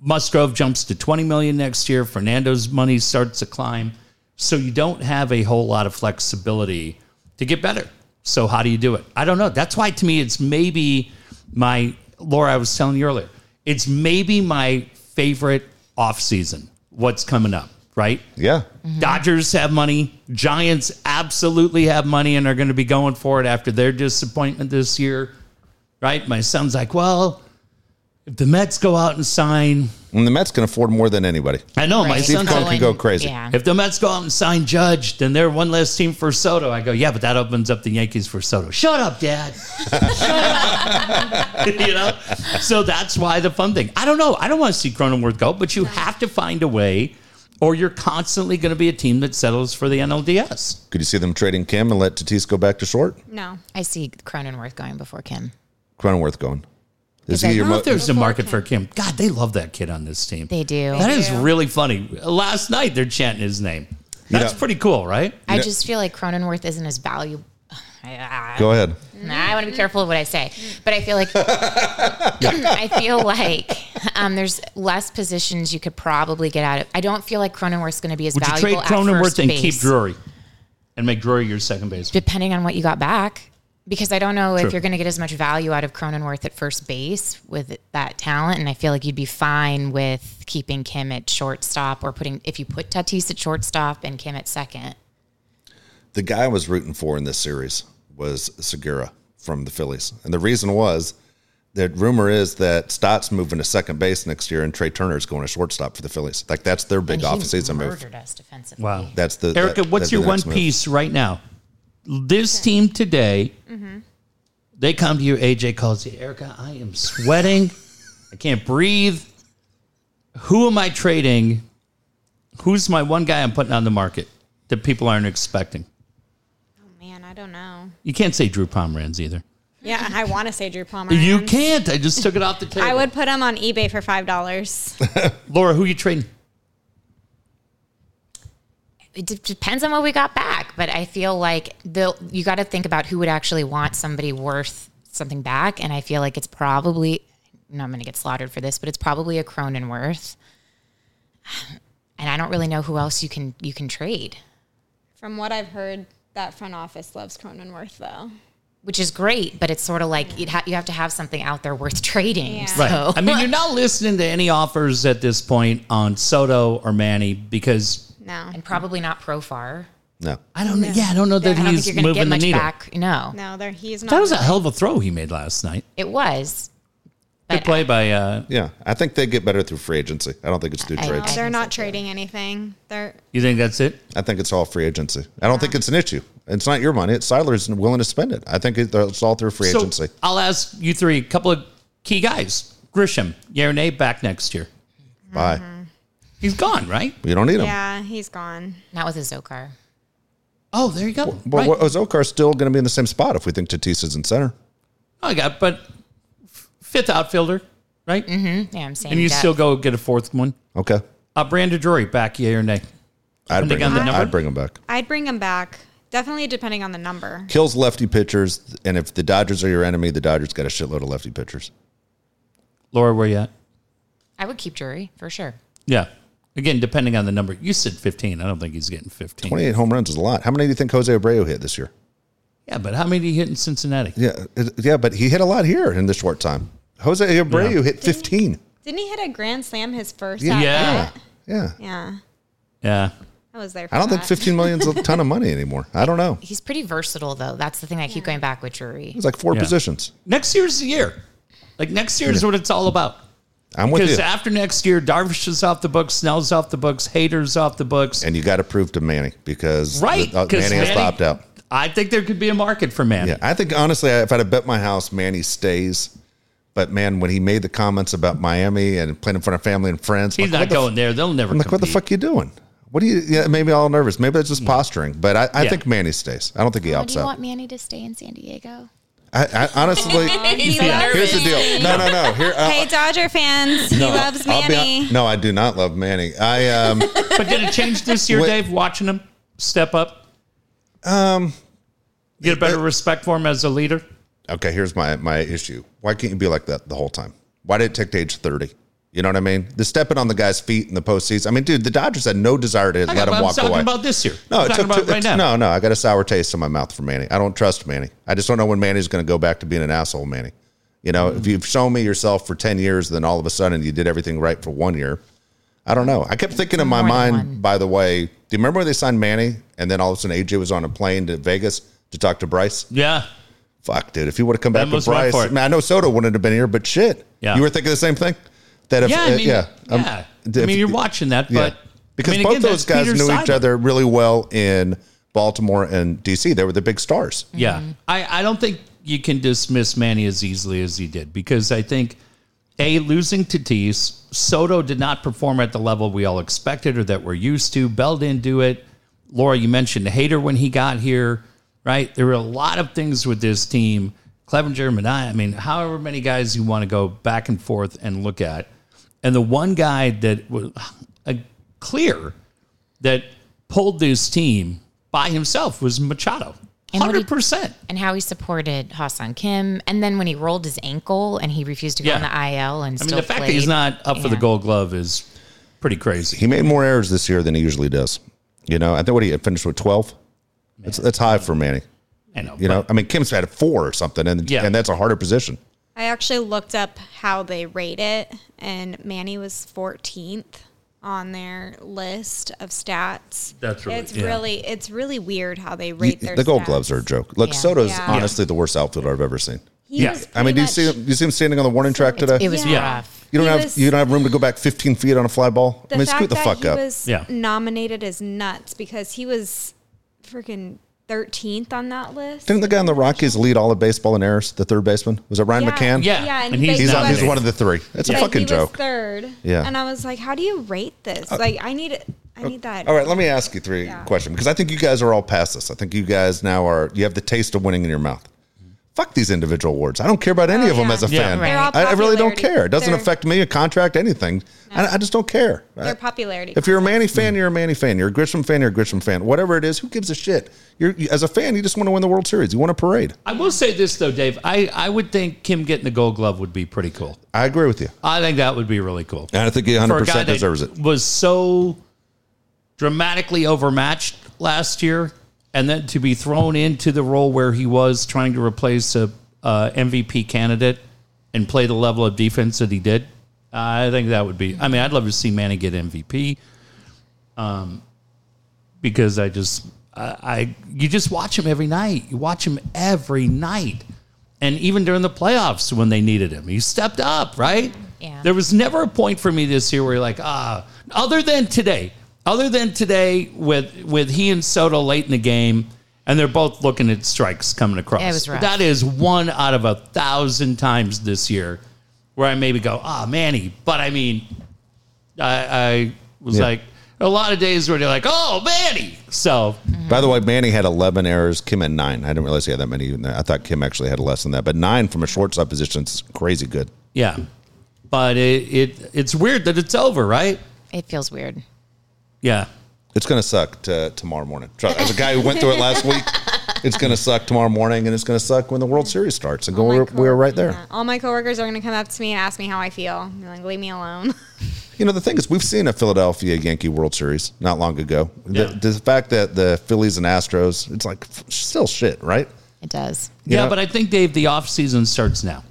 Speaker 2: Musgrove jumps to 20 million next year. Fernando's money starts to climb. So you don't have a whole lot of flexibility to get better. So how do you do it? I don't know. That's why to me it's maybe my Laura I was telling you earlier. It's maybe my favorite offseason. What's coming up, right?
Speaker 1: yeah.
Speaker 2: Dodgers have money. Giants absolutely have money and are going to be going for it after their disappointment this year. Right? My son's like, "Well, if the Mets go out and sign
Speaker 1: And the Mets can afford more than anybody.
Speaker 2: I know my
Speaker 3: Right.
Speaker 2: son's
Speaker 1: Cohen
Speaker 2: like,
Speaker 1: can go crazy.
Speaker 3: Yeah.
Speaker 2: if the Mets go out and sign Judge, then they're one less team for Soto. I go, yeah, but that opens up the Yankees for Soto. Shut up, Dad. Shut up. you know, so that's why the fun thing. I don't know. I don't want to see Cronenworth go, but you have to find a way, or you're constantly going to be a team that settles for the NLDS.
Speaker 1: Could you see them trading Kim and let Tatis go back to short?
Speaker 4: No.
Speaker 3: I see Cronenworth going before Kim.
Speaker 1: Cronenworth going. Is
Speaker 3: Is that-
Speaker 1: he your
Speaker 2: I don't know
Speaker 1: mo-
Speaker 2: if there's a
Speaker 4: Before
Speaker 2: market
Speaker 4: Kim.
Speaker 2: for Kim. God, they love that kid on this team.
Speaker 3: They do.
Speaker 2: That is
Speaker 4: do.
Speaker 2: really funny. Last night they're chanting his name.
Speaker 1: You
Speaker 2: That's
Speaker 1: know-
Speaker 2: pretty cool, right?
Speaker 3: I just feel like Cronenworth isn't as valuable. I,
Speaker 1: Go ahead.
Speaker 3: want to be careful of what I say, but I feel like I feel like um, there's less positions you could probably get out of. I don't feel like Cronenworth's going to be as
Speaker 2: Would you trade
Speaker 3: valuable. at first
Speaker 2: Cronenworth and
Speaker 3: base.
Speaker 2: keep Drury? and make Drury your second baseman.
Speaker 3: depending on what you got back. Because I don't know
Speaker 2: True.
Speaker 3: if you're going to get as much value out of Cronenworth at first base with that talent, and I feel like you'd be fine with keeping Kim at shortstop or putting if you put Tatis at shortstop and Kim at second.
Speaker 1: the guy I was rooting for in this series was Segura from the Phillies. And the reason was that rumor is that Stott's moving to second base next year and Trey Turner's going to shortstop for the Phillies. Like that's their big
Speaker 3: And he
Speaker 1: offseason move.
Speaker 3: murdered us defensively.
Speaker 2: Wow.
Speaker 1: That's the
Speaker 2: Erica,
Speaker 1: that-
Speaker 2: what's
Speaker 1: that'd be
Speaker 2: your
Speaker 1: the
Speaker 2: one
Speaker 1: next move.
Speaker 2: piece right now? This team today, they come to you. AJ calls you, Erica. I am sweating. I can't breathe. Who am I trading? Who's my one guy I'm putting on the market that people aren't expecting?
Speaker 4: Oh man, I don't know.
Speaker 2: You can't say Drew Pomeranz either.
Speaker 4: Yeah, I want to say Drew Palmer.
Speaker 2: You can't. I just took it off the table.
Speaker 4: I would put him on eBay for five dollars.
Speaker 2: Laura, who you trading?
Speaker 3: it de- depends on what we got back, but I feel like the you got to think about who would actually want somebody worth something back, and I feel like it's probably no, I'm going to get slaughtered for this, but it's probably a Cronenworth, and I don't really know who else you can you can trade,
Speaker 4: From what I've heard, that front office loves Cronenworth though.
Speaker 3: which is great, but it's sort of like you'd ha- you have to have something out there worth trading.
Speaker 4: Yeah.
Speaker 2: Right.
Speaker 3: So
Speaker 2: I mean, you're not listening to any offers at this point on Soto or Manny because
Speaker 4: No,
Speaker 3: and probably not Profar.
Speaker 1: No.
Speaker 2: I don't know. Yeah, I don't know that
Speaker 3: I don't think
Speaker 2: he's
Speaker 3: you're going to
Speaker 2: moving
Speaker 3: get
Speaker 2: the
Speaker 3: much
Speaker 2: needle.
Speaker 3: back. No,
Speaker 4: no, there he's not.
Speaker 2: That was a hell of a throw he made last night.
Speaker 3: it was.
Speaker 2: Good play by uh,
Speaker 1: Yeah. I think they get better through free agency. I don't think it's through
Speaker 3: I-
Speaker 4: No,
Speaker 1: trades.
Speaker 3: I-
Speaker 4: they're
Speaker 3: think so,
Speaker 4: not
Speaker 3: too.
Speaker 4: trading anything. They're
Speaker 2: you think that's it?
Speaker 1: I think it's all free agency. I don't think it's an issue. It's not your money. It's Siler's willing to spend it. I think it- it's all through free agency.
Speaker 2: So I'll ask you three a couple of key guys. Grisham, yeah or nay, back next year.
Speaker 1: Bye.
Speaker 2: He's gone, right?
Speaker 1: You don't need him.
Speaker 4: yeah, he's gone.
Speaker 3: Not with Azokar.
Speaker 2: Oh, there you go.
Speaker 1: But
Speaker 2: right.
Speaker 1: what- Ozokar's still going to be in the same spot if we think Tatis is in center.
Speaker 2: oh, I got, but f- fifth outfielder, right?
Speaker 3: Yeah, I'm saying.
Speaker 2: And you
Speaker 3: that-
Speaker 2: still go get a fourth one.
Speaker 1: Okay.
Speaker 2: Uh, Brandon Drury, back, yeah or nay?
Speaker 1: I'd
Speaker 2: Depending
Speaker 1: bring,
Speaker 2: on
Speaker 1: him,
Speaker 2: the number?
Speaker 1: I'd bring him back.
Speaker 4: I'd bring him back. Definitely depending on the number.
Speaker 1: kills lefty pitchers, and if the Dodgers are your enemy, the Dodgers got a shitload of lefty pitchers.
Speaker 2: Laura, where you at?
Speaker 3: I would keep Drury for sure.
Speaker 2: Yeah. Again, depending on the number. You said 15. I don't think he's getting 15.
Speaker 1: 28 home runs is a lot. How many do you think Jose Abreu hit this year?
Speaker 2: Yeah, but how many did he hit in Cincinnati?
Speaker 1: Yeah, it- yeah, but he hit a lot here in this short time. Jose Abreu
Speaker 2: Yeah.
Speaker 1: hit 15.
Speaker 4: Didn't he hit a grand slam his first?
Speaker 2: Yeah.
Speaker 4: at
Speaker 2: Yeah.
Speaker 4: bat?
Speaker 1: Yeah.
Speaker 4: yeah.
Speaker 2: Yeah.
Speaker 4: I was there. For
Speaker 1: I don't think
Speaker 4: that.
Speaker 1: 15 million is a ton of money anymore. I don't know.
Speaker 3: He's pretty versatile, though. That's the thing I keep going back with Drury.
Speaker 1: It's like four
Speaker 2: Yeah.
Speaker 1: positions.
Speaker 2: Next year's the year. Like next year is what it's all about.
Speaker 1: I'm with
Speaker 2: Because
Speaker 1: you.
Speaker 2: after next year, Darvish is off the books, Snell's off the books, Hater's off the books.
Speaker 1: and you got to prove to Manny because
Speaker 2: Right.
Speaker 1: the, uh,
Speaker 2: 'cause
Speaker 1: Manny has the opt out.
Speaker 2: I think there could be a market for Manny.
Speaker 1: Yeah, I think honestly, if I'd have bet my house, Manny stays. But man, when he made the comments about Miami and playing in front of family and friends,
Speaker 2: He's
Speaker 1: like, what
Speaker 2: not
Speaker 1: the
Speaker 2: going there. They'll never
Speaker 1: I'm like, what the
Speaker 2: compete.
Speaker 1: fuck you doing? What do you? Yeah, maybe all nervous. Maybe that's just posturing. But I, I
Speaker 2: Hmm. Yeah.
Speaker 1: think Manny stays. I don't think he
Speaker 3: Oh, do
Speaker 1: opts
Speaker 3: you
Speaker 1: out.
Speaker 3: want Manny to stay in San Diego?
Speaker 1: I, I honestly,
Speaker 4: He
Speaker 2: Yeah.
Speaker 4: loves
Speaker 1: here's the deal. No, no, no. Here, I'll-
Speaker 4: Hey, Dodger fans, he loves
Speaker 1: I'll be
Speaker 4: Manny.
Speaker 1: hon- no, I do not love Manny. I um,
Speaker 2: But did it change this year,
Speaker 1: What-
Speaker 2: Dave, watching him step up? Um,
Speaker 1: Um,
Speaker 2: Get a better respect for him as a leader?
Speaker 1: okay. Here's my my issue. Why can't you be like that the whole time? Why did it take to age thirty? You know what I mean? The stepping on the guy's feet in the postseason. I mean, dude, the Dodgers had no desire to
Speaker 2: I
Speaker 1: let him
Speaker 2: am
Speaker 1: walk
Speaker 2: talking
Speaker 1: away.
Speaker 2: about this year.
Speaker 1: No,
Speaker 2: I'm
Speaker 1: it
Speaker 2: talking
Speaker 1: took
Speaker 2: about
Speaker 1: two,
Speaker 2: right now.
Speaker 1: no, no. I got a sour taste in my mouth for Manny. I don't trust Manny. I just don't know when Manny's going to go back to being an asshole, Manny. You know,
Speaker 2: Mm-hmm.
Speaker 1: if you've shown me yourself for ten years, then all of a sudden you did everything right for one year. I don't know. I kept thinking in my
Speaker 3: More than
Speaker 1: mind.
Speaker 3: one.
Speaker 1: By the way, do you remember when they signed Manny, and then all of a sudden AJ was on a plane to Vegas to talk to Bryce?
Speaker 2: Yeah.
Speaker 1: Fuck, dude. If you would have come back with
Speaker 2: was my
Speaker 1: Bryce,
Speaker 2: part.
Speaker 1: I, mean, I know Soto wouldn't have been here, but shit,
Speaker 2: Yeah.
Speaker 1: you were thinking the same thing. That if
Speaker 2: Yeah, I
Speaker 1: uh,
Speaker 2: mean,
Speaker 1: yeah,
Speaker 2: yeah.
Speaker 1: Um,
Speaker 2: I
Speaker 1: if-
Speaker 2: mean, you're watching that, but
Speaker 1: because
Speaker 2: I mean,
Speaker 1: both
Speaker 2: again, that's
Speaker 1: those guys
Speaker 2: Peter
Speaker 1: knew each
Speaker 2: Seidel.
Speaker 1: other really well in Baltimore and DC. They were the big stars.
Speaker 2: Yeah, I, I don't think you can dismiss Manny as easily as he did because I think a losing Tatis, Soto did not perform at the level we all expected or that we're used to. Bell didn't do it. Laura, you mentioned Hater when he got here, right? There were a lot of things with this team. Clevenger, Mania, I mean, however many guys you want to go back and forth and look at. And the one guy that was uh, clear that pulled this team by himself was Machado.
Speaker 3: And what he-
Speaker 2: 100%.
Speaker 3: And how he supported Hassan Kim, and then when he rolled his ankle and he refused to go
Speaker 2: Yeah.
Speaker 3: on the IL, and
Speaker 2: I
Speaker 3: still
Speaker 2: mean, the fact
Speaker 3: played,
Speaker 2: that he's not up for the
Speaker 3: Yeah.
Speaker 2: Gold Glove is pretty crazy.
Speaker 1: He made more errors this year than he usually does. You know, I think what he had finished with twelve. That's, that's high for Manny.
Speaker 2: I know.
Speaker 1: You know, I mean, Kim's had a four or something, and
Speaker 2: Yeah.
Speaker 1: and that's a harder position.
Speaker 4: I actually looked up how they rate it, and Manny was 14th on their list of stats.
Speaker 2: That's really-
Speaker 4: it's
Speaker 2: yeah.
Speaker 4: really it's really weird how they rate
Speaker 1: You-
Speaker 4: their
Speaker 1: the gold
Speaker 4: stats.
Speaker 1: gloves are a joke. Look,
Speaker 3: Yeah.
Speaker 1: Soto's
Speaker 4: Yeah.
Speaker 1: honestly the worst outfitter I've ever seen.
Speaker 4: He
Speaker 2: Yeah.
Speaker 4: was
Speaker 1: I mean,
Speaker 4: pretty
Speaker 1: do you
Speaker 4: much-
Speaker 1: see him? Do you see him standing on the warning track today?
Speaker 3: It was
Speaker 4: Yeah.
Speaker 3: rough.
Speaker 1: you don't
Speaker 4: he
Speaker 1: have
Speaker 4: was-
Speaker 1: you don't have room to go back 15 feet on a fly ball.
Speaker 4: The
Speaker 1: I mean,
Speaker 4: fact
Speaker 1: scoot the
Speaker 4: that
Speaker 1: fuck
Speaker 4: he
Speaker 1: up.
Speaker 4: was
Speaker 2: Yeah.
Speaker 4: nominated as nuts because he was freaking 13th on that list.
Speaker 1: Didn't the guy on the Rockies lead all of baseball in errors? The third baseman was it Ryan
Speaker 4: Yeah.
Speaker 1: McCann?
Speaker 2: Yeah.
Speaker 4: Yeah, and
Speaker 2: and
Speaker 4: he-
Speaker 2: he's,
Speaker 1: he's,
Speaker 2: not
Speaker 1: on, he's
Speaker 2: big.
Speaker 1: one of the three. That's a
Speaker 4: But
Speaker 1: fucking
Speaker 4: he
Speaker 1: joke.
Speaker 4: Was third.
Speaker 1: Yeah. Uh,
Speaker 4: And I was like, how do you rate this? Like, I need I need that.
Speaker 1: All right, let me ask you three
Speaker 4: Yeah.
Speaker 1: questions because I think you guys are all past this. I think you guys now are you have the taste of winning in your mouth. Fuck these individual awards. I don't care about any
Speaker 4: Oh,
Speaker 1: of them
Speaker 4: yeah.
Speaker 1: as a
Speaker 2: Yeah.
Speaker 1: fan.
Speaker 3: They're
Speaker 4: all
Speaker 1: I, I really don't
Speaker 4: popularity.
Speaker 1: care. It doesn't
Speaker 4: They're-
Speaker 1: affect me, a contract, anything. I, I just don't care.
Speaker 4: Their
Speaker 1: I-
Speaker 4: popularity.
Speaker 1: If you're a Manny fan, you're a Manny fan. You're a Grisham fan, you're a Grisham fan. Whatever it is, who gives a shit? You're you- as a fan, you just want to win the World Series. You want a parade.
Speaker 2: I will say this though, Dave. I, I would think Kim getting the gold glove would be pretty cool.
Speaker 1: I agree with you.
Speaker 2: I think that would be really cool.
Speaker 1: And I think he
Speaker 2: For
Speaker 1: 100
Speaker 2: a guy
Speaker 1: percent
Speaker 2: that
Speaker 1: deserves it.
Speaker 2: was so dramatically overmatched last year, and then to be thrown into the role where he was trying to replace a uh, MVP candidate and play the level of defense that he did, I think that would be. I mean, I'd love to see Manny get MVP, um, because I just, I, I, you just watch him every night. You watch him every night. And even during the playoffs, when they needed him, he stepped up, right?
Speaker 3: Yeah.
Speaker 2: There was never a point for me this year where you're like, ah, other than today, other than today with with he and Soto late in the game, and they're both looking at strikes coming across.
Speaker 3: It was rough.
Speaker 2: That is one out of a thousand times this year where I maybe go, ah, Manny. But I mean, I, I was
Speaker 1: Yeah.
Speaker 2: like, a lot of days where they're like, oh, Manny. So
Speaker 1: By the way, Manny had 11 errors. Kim had nine. I didn't realize he had that many. in there. I thought Kim actually had less than that, but nine from a shortstop position is crazy good.
Speaker 2: yeah, but it, it it's weird that it's over, right?
Speaker 3: It feels weird.
Speaker 2: Yeah.
Speaker 1: It's going to suck to, tomorrow morning. Tr- As a guy who went through it last week, it's going to suck tomorrow morning, and it's going to suck when the World Series starts.
Speaker 2: Oh
Speaker 1: And go,
Speaker 4: My
Speaker 1: we're, we're right
Speaker 4: coworkers-
Speaker 1: there.
Speaker 4: yeah. All my coworkers are going to come up to me and ask me how I feel. I'm like, leave me alone.
Speaker 1: You know, the thing is, we've seen a Philadelphia Yankee World Series not long ago.
Speaker 2: Yeah.
Speaker 1: The, the fact that the Phillies and Astros, it's like f- still shit, right?
Speaker 3: It does.
Speaker 1: You
Speaker 2: yeah,
Speaker 1: know-
Speaker 2: but I think, Dave, the off season starts now.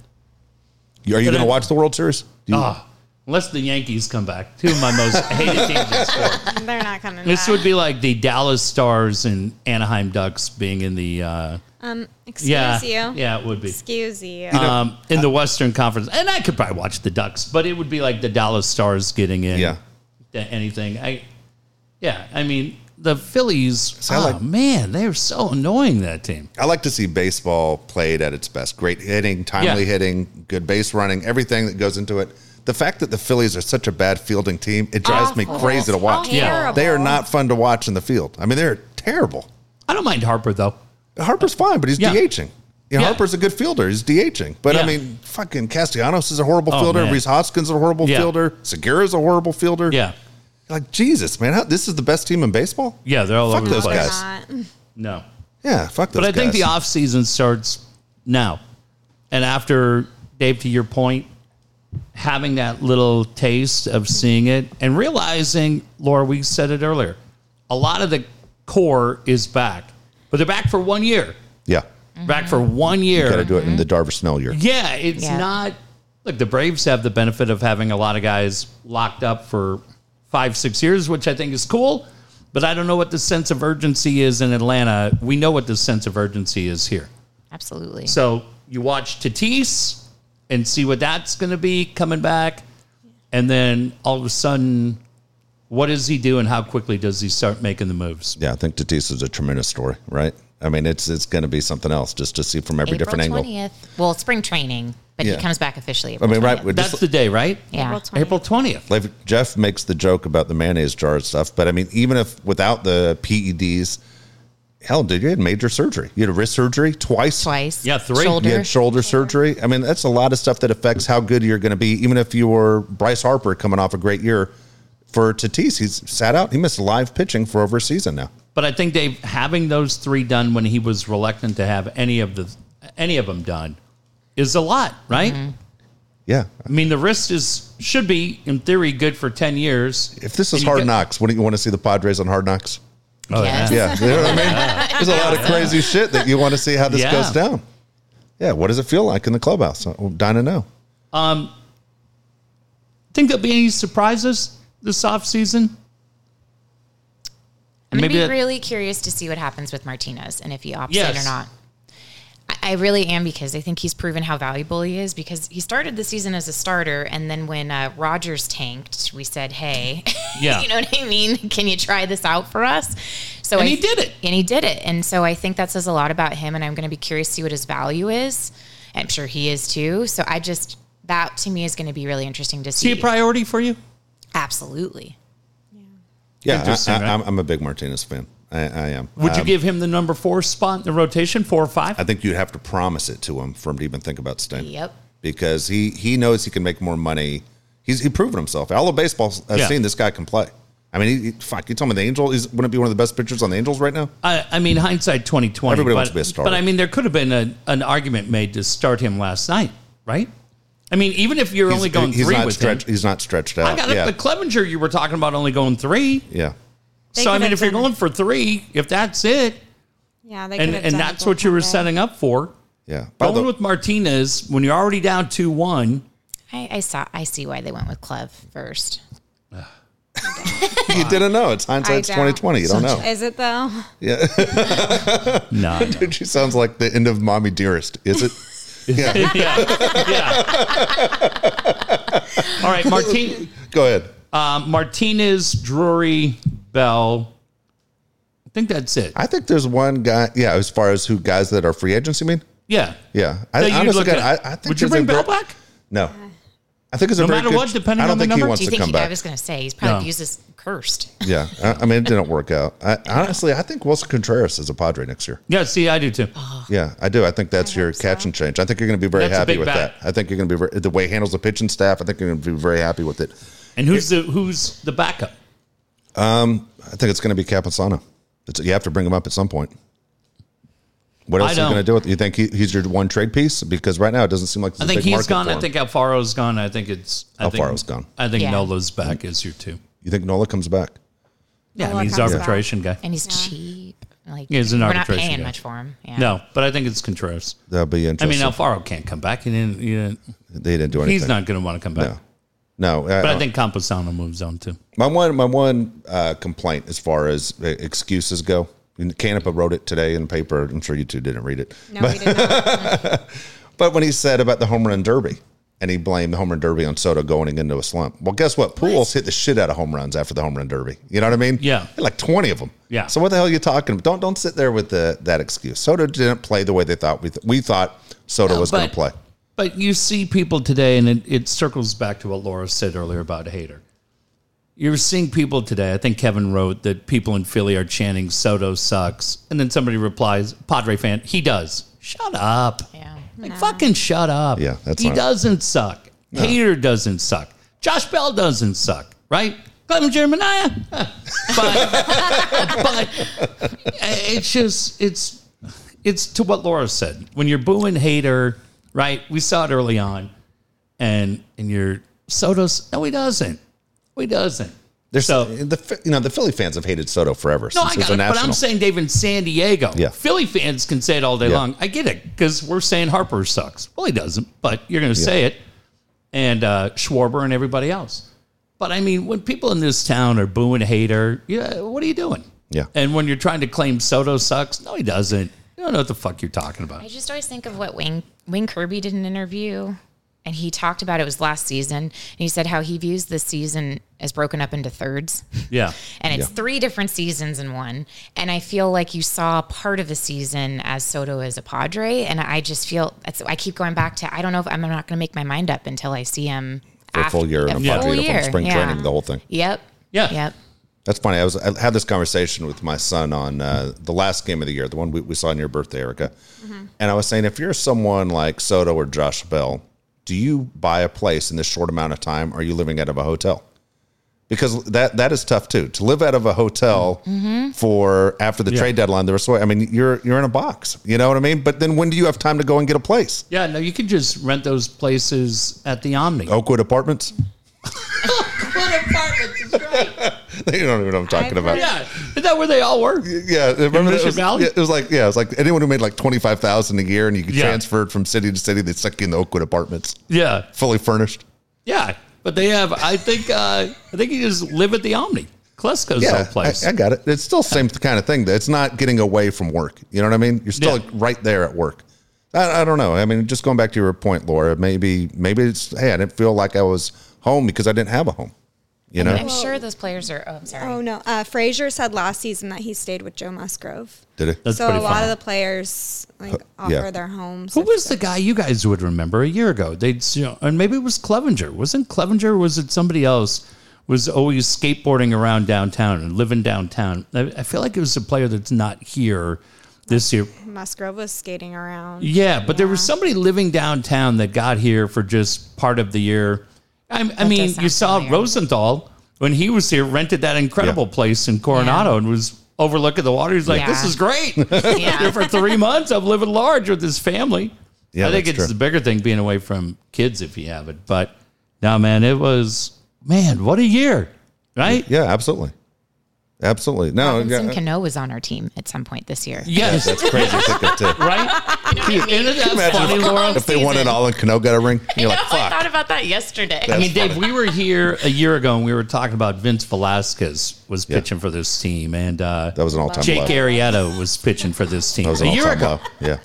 Speaker 1: You- Are you
Speaker 2: But
Speaker 1: going to
Speaker 2: I-
Speaker 1: watch the World Series? Do you-
Speaker 2: Ah, unless the Yankees come back, two of my most hated teams in sport.
Speaker 4: They're not coming
Speaker 2: This
Speaker 4: back.
Speaker 2: would be like the Dallas Stars and Anaheim Ducks being in the uh,
Speaker 4: um, excuse
Speaker 2: yeah,
Speaker 4: you.
Speaker 2: yeah, it would be
Speaker 4: Excuse you.
Speaker 2: um, in the Western Conference, and I could probably watch the Ducks, but it would be like the Dallas Stars getting in.
Speaker 1: Yeah.
Speaker 2: to anything. I, yeah, I mean the Phillies.
Speaker 1: I
Speaker 2: oh
Speaker 1: like-
Speaker 2: man, they are so annoying that team.
Speaker 1: I like to see baseball played at its best. Great hitting, timely
Speaker 2: Yeah.
Speaker 1: hitting, good base running, everything that goes into it. The fact that the Phillies are such a bad fielding team, it drives me
Speaker 3: Awful.
Speaker 1: crazy to watch.
Speaker 4: Yeah.
Speaker 2: Terrible.
Speaker 1: They are not fun to watch in the field. I mean, they're terrible.
Speaker 2: I don't mind Harper though.
Speaker 1: Harper's fine, but he's
Speaker 2: Yeah.
Speaker 1: DHing. You
Speaker 2: Yeah.
Speaker 1: know, Harper's a good fielder. He's DHing. But I
Speaker 2: Yeah.
Speaker 1: mean, fucking Castellanos is a horrible
Speaker 2: Oh,
Speaker 1: fielder.
Speaker 2: man.
Speaker 1: Reese Hoskins is a horrible
Speaker 2: Yeah.
Speaker 1: fielder. Segura's a horrible fielder.
Speaker 2: Yeah,
Speaker 1: Like, Jesus, man, how, this is the best team in baseball?
Speaker 2: yeah, they're all
Speaker 1: Fuck
Speaker 2: over the
Speaker 1: those
Speaker 2: place.
Speaker 1: guys.
Speaker 4: Not.
Speaker 2: No,
Speaker 1: Yeah, fuck those
Speaker 2: But I think
Speaker 1: guys.
Speaker 2: the off season starts now, and after Dave, to your point, having that little taste of seeing it and realizing, Laura, we said it earlier, a lot of the core is back, but they're back for one year,
Speaker 1: yeah.
Speaker 2: back for one year.
Speaker 1: Got to do it in the
Speaker 2: Mm-hmm.
Speaker 1: Darvish Snell year.
Speaker 2: Yeah, it's
Speaker 3: Yeah.
Speaker 2: not. Look, the Braves have the benefit of having a lot of guys locked up for five, six years, which I think is cool. But I don't know what the sense of urgency is in Atlanta. We know what the sense of urgency is here.
Speaker 3: Absolutely.
Speaker 2: So you watch Tatis and see what that's going to be coming back. And then all of a sudden, what does he do and how quickly does he start making the moves?
Speaker 1: Yeah, I think Tatis is a tremendous story, right? I mean, it's it's going to be something else just to see from every
Speaker 3: April
Speaker 1: different angle.
Speaker 3: 20th. Well, spring training, but
Speaker 1: Yeah.
Speaker 3: he comes back officially.
Speaker 1: I
Speaker 3: April
Speaker 1: mean, right?
Speaker 3: 20th.
Speaker 1: we're
Speaker 2: That's
Speaker 1: Just,
Speaker 2: the day, right?
Speaker 3: Yeah.
Speaker 4: April 20th.
Speaker 2: April 20th.
Speaker 1: like Jeff makes the joke about the mayonnaise jar and stuff, but I mean, even if without the PEDs, hell, dude, you had major surgery. You had wrist surgery twice.
Speaker 3: Twice.
Speaker 2: Yeah, three.
Speaker 3: Shoulder.
Speaker 1: You had shoulder surgery. I mean, that's a lot of stuff that affects how good you're going to be. Even if you were Bryce Harper coming off a great year, for Tatis, he's sat out. He missed live pitching for over a season now.
Speaker 2: But I think Dave having those three done when he was reluctant to have any of the any of them done is a lot, right?
Speaker 3: Mm-hmm.
Speaker 1: Yeah.
Speaker 2: I mean, the wrist is should be in theory good for ten years.
Speaker 1: If this is
Speaker 2: And you
Speaker 1: Hard
Speaker 2: get-
Speaker 1: Knocks, wouldn't you want to see the Padres on Hard Knocks?
Speaker 2: Oh,
Speaker 3: Yes.
Speaker 2: yeah.
Speaker 1: Yeah, you know what I mean. There's a lot of crazy shit that you want to see how this
Speaker 2: Yeah.
Speaker 1: goes down. Yeah, what does it feel like in the clubhouse? Well, Dinah, know.
Speaker 2: Think there'll be any surprises this off season?
Speaker 3: I'm going to be
Speaker 2: that-
Speaker 3: really curious to see what happens with Martinez and if he opts
Speaker 2: Yes.
Speaker 3: it or not. I, I really am because I think he's proven how valuable he is because he started the season as a starter. And then when uh, Rogers tanked, we said, hey,
Speaker 2: Yeah.
Speaker 3: you know what I mean? Can you try this out for us? So
Speaker 2: And
Speaker 3: I-
Speaker 2: he did it.
Speaker 3: And he did it. And so I think that says a lot about him. And I'm going to be curious to see what his value is. I'm sure he is too. So I just, that to me is going to be really interesting to
Speaker 2: Is he
Speaker 3: see.
Speaker 2: a priority for you?
Speaker 3: Absolutely.
Speaker 1: Yeah, I,
Speaker 2: Interesting,
Speaker 1: I,
Speaker 2: right?
Speaker 1: I'm, I'm a big Martinez fan. I, I am.
Speaker 2: Would you
Speaker 1: Um,
Speaker 2: give him the number four spot in the rotation, four or five?
Speaker 1: I think you'd have to promise it to him for him to even think about staying.
Speaker 3: Yep.
Speaker 1: Because he he knows he can make more money. He's he proven himself. All of baseball has
Speaker 2: Yeah.
Speaker 1: seen this guy can play. I mean, he, he- fuck. You tell me the Angels is wouldn't it be one of the best pitchers on the Angels right now?
Speaker 2: I, I mean, hindsight twenty twenty.
Speaker 1: Everybody
Speaker 2: but,
Speaker 1: wants to be a starter.
Speaker 2: But I mean, there could have been a, an argument made to start him last night, right? I mean, even if you're only going
Speaker 1: he's
Speaker 2: three
Speaker 1: not
Speaker 2: with
Speaker 1: stretched.
Speaker 2: him,
Speaker 1: He's not stretched out.
Speaker 2: I got
Speaker 1: yeah,
Speaker 2: the Clevenger you were talking about only going three.
Speaker 1: yeah.
Speaker 4: They
Speaker 2: so I
Speaker 4: could
Speaker 2: mean,
Speaker 4: have
Speaker 2: if you're
Speaker 4: done it.
Speaker 2: going for three, if that's it,
Speaker 4: Yeah, they
Speaker 2: and
Speaker 4: could've
Speaker 2: and
Speaker 4: done it
Speaker 2: that's what you were
Speaker 4: both Monday.
Speaker 2: setting up for,
Speaker 1: Yeah. By
Speaker 2: going
Speaker 1: the-
Speaker 2: with Martinez when you're already down two one.
Speaker 3: I, I saw, I see why they went with Clev first.
Speaker 1: you didn't know. It's hindsight's
Speaker 4: don't.
Speaker 1: twenty twenty. You don't know.
Speaker 4: Is it though?
Speaker 2: No, no.
Speaker 1: She sounds like the end of Mommy Dearest. Is it?
Speaker 2: yeah, yeah. All right, Martin.
Speaker 1: Go ahead.
Speaker 2: Um, Martinez, Drury, Bell. I think that's it.
Speaker 1: I think there's one guy. Yeah, as far as who guys that are free agents, you mean?
Speaker 2: Yeah.
Speaker 1: Yeah, I
Speaker 2: That you'd
Speaker 1: honestly
Speaker 2: look
Speaker 1: got-
Speaker 2: at.
Speaker 1: I, I think
Speaker 2: Would you
Speaker 1: there's a
Speaker 2: bring Bell
Speaker 1: ver-
Speaker 2: back?
Speaker 1: No, I think it's a
Speaker 2: No
Speaker 1: very
Speaker 2: matter
Speaker 1: good-
Speaker 2: what, depending
Speaker 1: I don't
Speaker 2: on the
Speaker 1: think
Speaker 2: number?
Speaker 1: he wants
Speaker 3: Do
Speaker 1: to
Speaker 3: you think
Speaker 1: come
Speaker 3: he, I
Speaker 1: back.
Speaker 3: was going to say he's probably
Speaker 2: No.
Speaker 3: used as cursed.
Speaker 1: yeah, I, I mean it didn't work out. I, honestly, I think Wilson Contreras is a Padre next year.
Speaker 2: Yeah, see, I do too.
Speaker 1: Yeah, I do. I think that's your catch and change. I think you're going to be very
Speaker 2: That's a
Speaker 1: happy
Speaker 2: big
Speaker 1: with
Speaker 2: bat.
Speaker 1: that. I think you're going to be very, the way he handles the pitching staff. I think you're going to be very happy with it.
Speaker 2: And who's the who's the backup?
Speaker 1: I think it's going to be Capasano. It's, you have to bring him up at some point. What
Speaker 2: I
Speaker 1: else are you going to
Speaker 2: don't.
Speaker 1: do with it? You think he, he's your one trade piece? Because right now it doesn't seem like
Speaker 2: I think he's gone. I think
Speaker 1: think.
Speaker 2: Alfaro's gone. I think it's I think-
Speaker 1: Alfaro's gone.
Speaker 2: I think
Speaker 3: Yeah.
Speaker 2: Nola's back is your two.
Speaker 1: You think Nola comes back?
Speaker 2: Yeah, I
Speaker 4: Nola
Speaker 2: mean, he's
Speaker 4: comes back.
Speaker 2: arbitration guy.
Speaker 3: And he's cheap. Like
Speaker 2: Yeah, he's an
Speaker 3: we're
Speaker 2: arbitration
Speaker 3: not paying
Speaker 2: guy.
Speaker 3: much for him. Yeah.
Speaker 2: No, but I think it's Contreras.
Speaker 1: That'll be
Speaker 2: I mean,
Speaker 1: interesting.
Speaker 2: Alfaro can't come back. He didn't. He didn't
Speaker 1: they didn't do anything.
Speaker 2: he's not going to want to come back.
Speaker 1: No,
Speaker 2: But I think Camposano moves on too.
Speaker 1: my one my one uh, complaint as far as uh, excuses go. and Canepa wrote it today in the paper. I'm sure you two didn't read it.
Speaker 4: No, we did not.
Speaker 1: But when he said about the home run derby, and he blamed the home run derby on Soto going into a slump. Well, guess what? Pools hit the shit out of home runs after the home run derby. You know what I mean?
Speaker 2: Yeah.
Speaker 1: Hit like twenty of them.
Speaker 2: Yeah.
Speaker 1: So what the hell are you talking? about? Don't don't sit there with the, that excuse. Soto didn't play the way they thought we th- we thought Soto was going
Speaker 2: but-
Speaker 1: to play.
Speaker 2: But you see people today, and it, it circles back to what Laura said earlier about Hater. You're seeing people today. I think Kevin wrote that people in Philly are chanting Soto sucks, and then somebody replies, "Padre fan, he does." Shut up!
Speaker 3: Yeah.
Speaker 2: Like fucking shut up!
Speaker 1: Yeah, that's
Speaker 2: he
Speaker 1: not-
Speaker 2: doesn't suck. Hater doesn't suck. Josh Bell doesn't suck, right? Clem Jeremiah, but but it's just it's it's to what Laura said. When you're booing hater, right? We saw it early on, and and you're Soto's. No, he doesn't. He doesn't.
Speaker 1: There's
Speaker 2: So-
Speaker 1: the you know the Philly fans have hated Soto forever
Speaker 2: No,
Speaker 1: since
Speaker 2: I
Speaker 1: he was
Speaker 2: got
Speaker 1: a
Speaker 2: it. But
Speaker 1: national.
Speaker 2: I'm saying Dave in San Diego.
Speaker 1: Yeah.
Speaker 2: Philly fans can say it all day
Speaker 1: Yeah.
Speaker 2: long. I get it because we're saying Harper sucks. Well, he doesn't, but you're going to say it. And uh, Schwarber and everybody else. But I mean, when people in this town are booing hater, yeah, what are you doing?
Speaker 1: Yeah.
Speaker 2: And when you're trying to claim Soto sucks, no, he doesn't. You don't know what the fuck you're talking about.
Speaker 3: I just always think of what Wayne, Wayne Kirby did an interview and he talked about it was last season. And he said how he views this season as broken up into thirds.
Speaker 2: Yeah.
Speaker 3: and it's three different seasons in one. And I feel like you saw part of the season as Soto as a Padre, and I just feel that's, I keep going back to I don't know if I'm not going to make my mind up until I see him
Speaker 1: for a
Speaker 3: after-
Speaker 1: full year in a
Speaker 3: full
Speaker 1: Padre uniform,
Speaker 3: year.
Speaker 1: spring
Speaker 3: Yeah.
Speaker 1: training, the whole thing.
Speaker 3: Yep.
Speaker 2: Yeah.
Speaker 3: Yep.
Speaker 1: That's funny. I was I had this conversation with my son on uh, the last game of the year, the one we, we saw on your birthday, Erica. And I was saying, if you're someone like Soto or Josh Bell, do you buy a place in this short amount of time? Or are you living out of a hotel? Because that that is tough too to live out of a hotel for after the trade deadline. There was so I mean you're you're in a box, you know what I mean. But then when do you have time to go and get a place?
Speaker 2: Yeah. No, you could just rent those places at the Omni.
Speaker 1: Oakwood Apartments?
Speaker 2: What apartments is right?
Speaker 1: you don't even know what I'm talking
Speaker 4: I've
Speaker 1: about.
Speaker 4: heard-
Speaker 2: Yeah. It that where they all were?
Speaker 1: Yeah, remember that
Speaker 2: Mission
Speaker 1: was,
Speaker 2: Valley?
Speaker 1: yeah, it was like yeah, it was like anyone who made like twenty five thousand a year and you
Speaker 2: Yeah.
Speaker 1: transferred from city to city, they stuck you in the Oakwood apartments,
Speaker 2: Yeah,
Speaker 1: fully furnished.
Speaker 2: yeah. But they have. I think. Uh, I think you just live at the Omni. Klesko's
Speaker 1: Yeah,
Speaker 2: old place.
Speaker 1: I, I got it. It's still same kind of thing. Though. It's not getting away from work. You know what I mean? You're still
Speaker 2: Yeah.
Speaker 1: like, right there at work. I, I don't know. I mean, just going back to your point, Laura. Maybe maybe it's hey, I didn't feel like I was home because I didn't have a home. You know?
Speaker 3: I'm sure those players are. Oh, I'm sorry.
Speaker 4: Oh no, uh, Frazier said last season that he stayed with Joe Musgrove.
Speaker 1: Did it?
Speaker 2: That's
Speaker 4: so
Speaker 2: pretty
Speaker 4: a lot
Speaker 2: fun.
Speaker 4: of the players like offer
Speaker 1: yeah.
Speaker 4: their homes.
Speaker 2: Who
Speaker 4: if-
Speaker 2: was the guy you guys would remember a year ago? They, you know, and maybe it was Clevenger. Wasn't Clevenger? Was it somebody else? Was always skateboarding around downtown and living downtown. I, I feel like it was a player that's not here this year.
Speaker 4: Musgrove was skating around.
Speaker 2: Yeah, but there was somebody living downtown that got here for just part of the year. I, I mean,
Speaker 3: does
Speaker 2: you
Speaker 3: sound
Speaker 2: saw
Speaker 3: familiar.
Speaker 2: Rosenthal when he was here, rented that incredible place in Coronado and was overlooking the water. He's like, "This
Speaker 3: Yeah.
Speaker 2: is great."
Speaker 3: Oh, Yeah.
Speaker 2: for three months. I'm living large with his family.
Speaker 1: Yeah,
Speaker 2: I think
Speaker 1: that's
Speaker 2: it's
Speaker 1: true.
Speaker 2: the bigger thing being away from kids if you have it. But no, man, it was man, what a year, right?
Speaker 1: Yeah, absolutely, absolutely.
Speaker 2: Oh,
Speaker 1: No,
Speaker 3: Robinson
Speaker 1: yeah,
Speaker 3: Cano was on our team at some point this year.
Speaker 2: Yes,
Speaker 1: that's crazy to think of too.
Speaker 2: right. Isn't that
Speaker 1: Imagine
Speaker 2: funny,
Speaker 1: if-
Speaker 2: Laura?
Speaker 1: if they won it
Speaker 3: Season.
Speaker 1: all and Cano got a ring, you're like,
Speaker 3: I
Speaker 1: fuck.
Speaker 3: thought about that yesterday.
Speaker 2: I mean, Dave, we were here a year ago and we were talking about Vince Velasquez was pitching for this team, and uh,
Speaker 1: That was an all time
Speaker 2: Jake
Speaker 1: low.
Speaker 2: Arrieta was pitching for this team
Speaker 1: That was an
Speaker 2: a
Speaker 1: all
Speaker 2: year
Speaker 1: time
Speaker 2: ago.
Speaker 1: low. Yeah,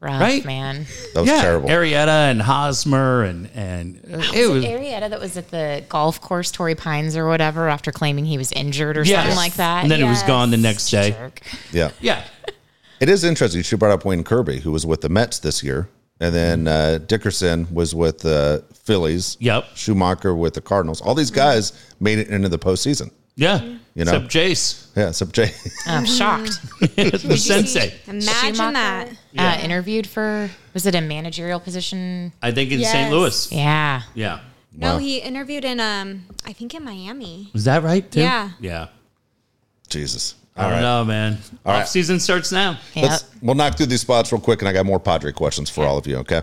Speaker 3: Rough,
Speaker 2: Right?
Speaker 3: man.
Speaker 1: that was
Speaker 2: yeah,
Speaker 1: terrible.
Speaker 2: Arrieta and Hosmer and and uh, it was
Speaker 3: Arietta that was at the golf course, Torrey Pines or whatever, after claiming he was injured or
Speaker 2: Yes.
Speaker 3: something like that.
Speaker 2: And then it was
Speaker 4: Yes.
Speaker 2: gone the next day.
Speaker 3: Jerk.
Speaker 1: yeah,
Speaker 2: Yeah,
Speaker 1: It is interesting. She brought up Wayne Kirby, who was with the Mets this year, and then uh, Dickerson was with the Phillies.
Speaker 2: Mm-hmm. Yep.
Speaker 1: Schumacher with the Cardinals. All these guys made it into the postseason.
Speaker 2: yeah.
Speaker 1: You know.
Speaker 2: Except Jace.
Speaker 1: Yeah, except Jay.
Speaker 3: I'm Um, shocked. Uh,
Speaker 2: the sensei.
Speaker 4: Imagine
Speaker 3: Schumacher, Uh,
Speaker 4: that.
Speaker 3: interviewed for, was it a managerial position?
Speaker 2: I think in
Speaker 4: Yes.
Speaker 2: St. Louis.
Speaker 3: Yeah.
Speaker 2: Yeah.
Speaker 4: No,
Speaker 1: Wow.
Speaker 4: he interviewed in um, I think in Miami.
Speaker 2: Was that right? Too?
Speaker 4: Yeah.
Speaker 2: Yeah.
Speaker 1: Jesus.
Speaker 2: I
Speaker 1: All
Speaker 2: don't
Speaker 1: right.
Speaker 2: know, man.
Speaker 1: right.
Speaker 2: Off season starts now.
Speaker 3: Yep.
Speaker 1: Let's, we'll knock through these spots real quick, and I got more Padre questions for all of you. Okay.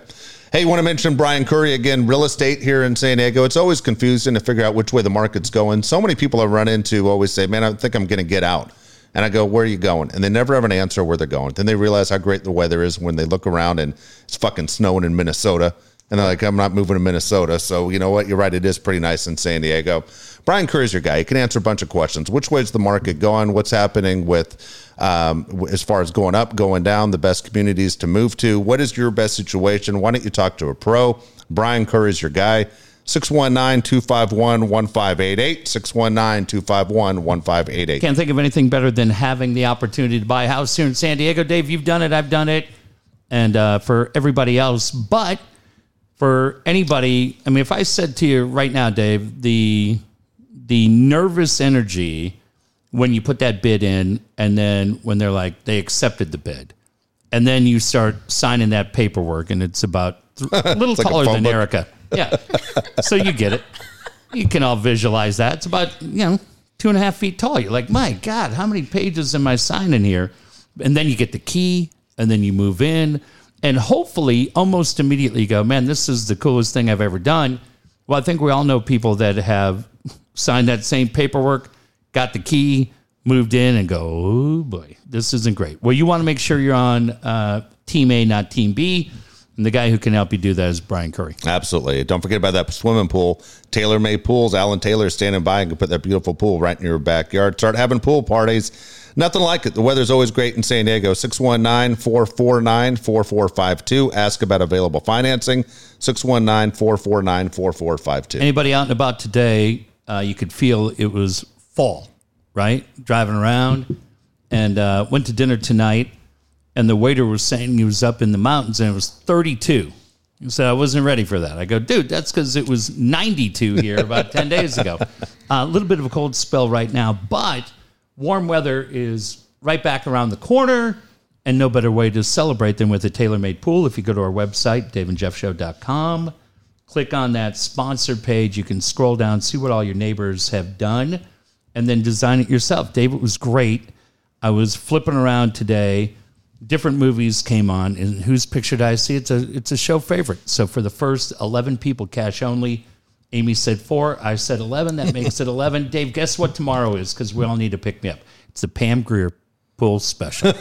Speaker 1: Hey, want to mention Brian Curry again? Real estate here in San Diego. It's always confusing to figure out which way the market's going. So many people I run into always say, "Man, I think I'm going to get out," and I go, "Where are you going?" And they never have an answer where they're going. Then they realize how great the weather is when they look around and it's fucking snowing in Minnesota. And they're like, I'm not moving to Minnesota. So, you know what? You're right. It is pretty nice in San Diego. Brian Curry's your guy. He can answer a bunch of questions. Which way is the market going? What's happening with, um, w- as far as going up, going down, the best communities to move to? What is your best situation? Why don't you talk to a pro? Brian Curry's your guy. 619 251 1588. 619 251 1588.
Speaker 2: Can't think of anything better than having the opportunity to buy a house here in San Diego. Dave, you've done it. I've done it. And uh, for everybody else, but for anybody, I mean, if I said to you right now, Dave, the the nervous energy when you put that bid in, and then when they're like they accepted the bid, and then you start signing that paperwork, and it's about th- a little
Speaker 1: like a
Speaker 2: taller
Speaker 1: phone
Speaker 2: than
Speaker 1: book.
Speaker 2: Erica. Yeah, so you get it. You can all visualize that. It's about you know two and a half feet tall. You're like, my God, how many pages am I signing here? And then you get the key, and then you move in, and hopefully, almost immediately, you go, man, this is the coolest thing I've ever done. Well, I think we all know people that have signed that same paperwork, got the key, moved in, and go, oh boy, this isn't great. Well, you want to make sure you're on uh, team A, not team B. And the guy who can help you do that is Brian Curry.
Speaker 1: Absolutely. Don't forget about that swimming pool. Taylor May Pools. Alan Taylor is standing by and can put that beautiful pool right in your backyard. Start having pool parties. Nothing like it. The weather's always great in San Diego. 619 449 4452. Ask about available financing. 619 449 4452.
Speaker 2: Anybody out and about today, uh, you could feel it was fall, right? Driving around and uh, went to dinner tonight, and the waiter was saying he was up in the mountains and it was 32. He said, I wasn't ready for that. I go, dude, that's because it was 92 here about 10 days ago. Uh, A little bit of a cold spell right now, but warm weather is right back around the corner. And no better way to celebrate than with a tailor made pool. If you go to our website, daveandjeffshow.com, click on that sponsor page. You can scroll down, see what all your neighbors have done, and then design it yourself. Dave, it was great. I was flipping around today. Different movies came on, and whose picture did I see? It's a it's a show favorite. So for the first eleven people, cash only. Amy said four. I said eleven. That makes it eleven. Dave, guess what tomorrow is? Because we all need to pick me up. It's the Pam Greer pool special.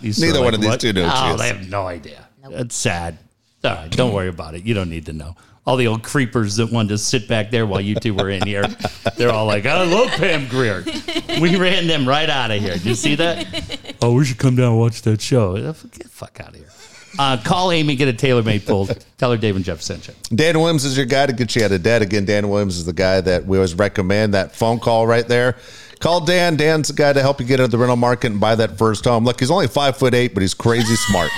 Speaker 2: These are
Speaker 1: Neither
Speaker 2: like,
Speaker 1: one of these
Speaker 2: what?
Speaker 1: two knows
Speaker 2: Oh,
Speaker 1: she is.
Speaker 2: they have no idea. That's sad. All right, don't worry about it. You don't need to know. All the old creepers that wanted to sit back there while you two were in here, they're all like, I love Pam Greer. We ran them right out of here. Did you see that? Oh, we should come down and watch that show. Get the fuck out of here. Uh, call Amy, get a tailor made pool. Tell her Dave and Jeff sent you.
Speaker 1: Dan Williams is your guy to get you out of debt. Again, Dan Williams is the guy that we always recommend. That phone call right there. Call Dan. Dan's the guy to help you get out of the rental market and buy that first home. Look, he's only five foot eight, but he's crazy smart.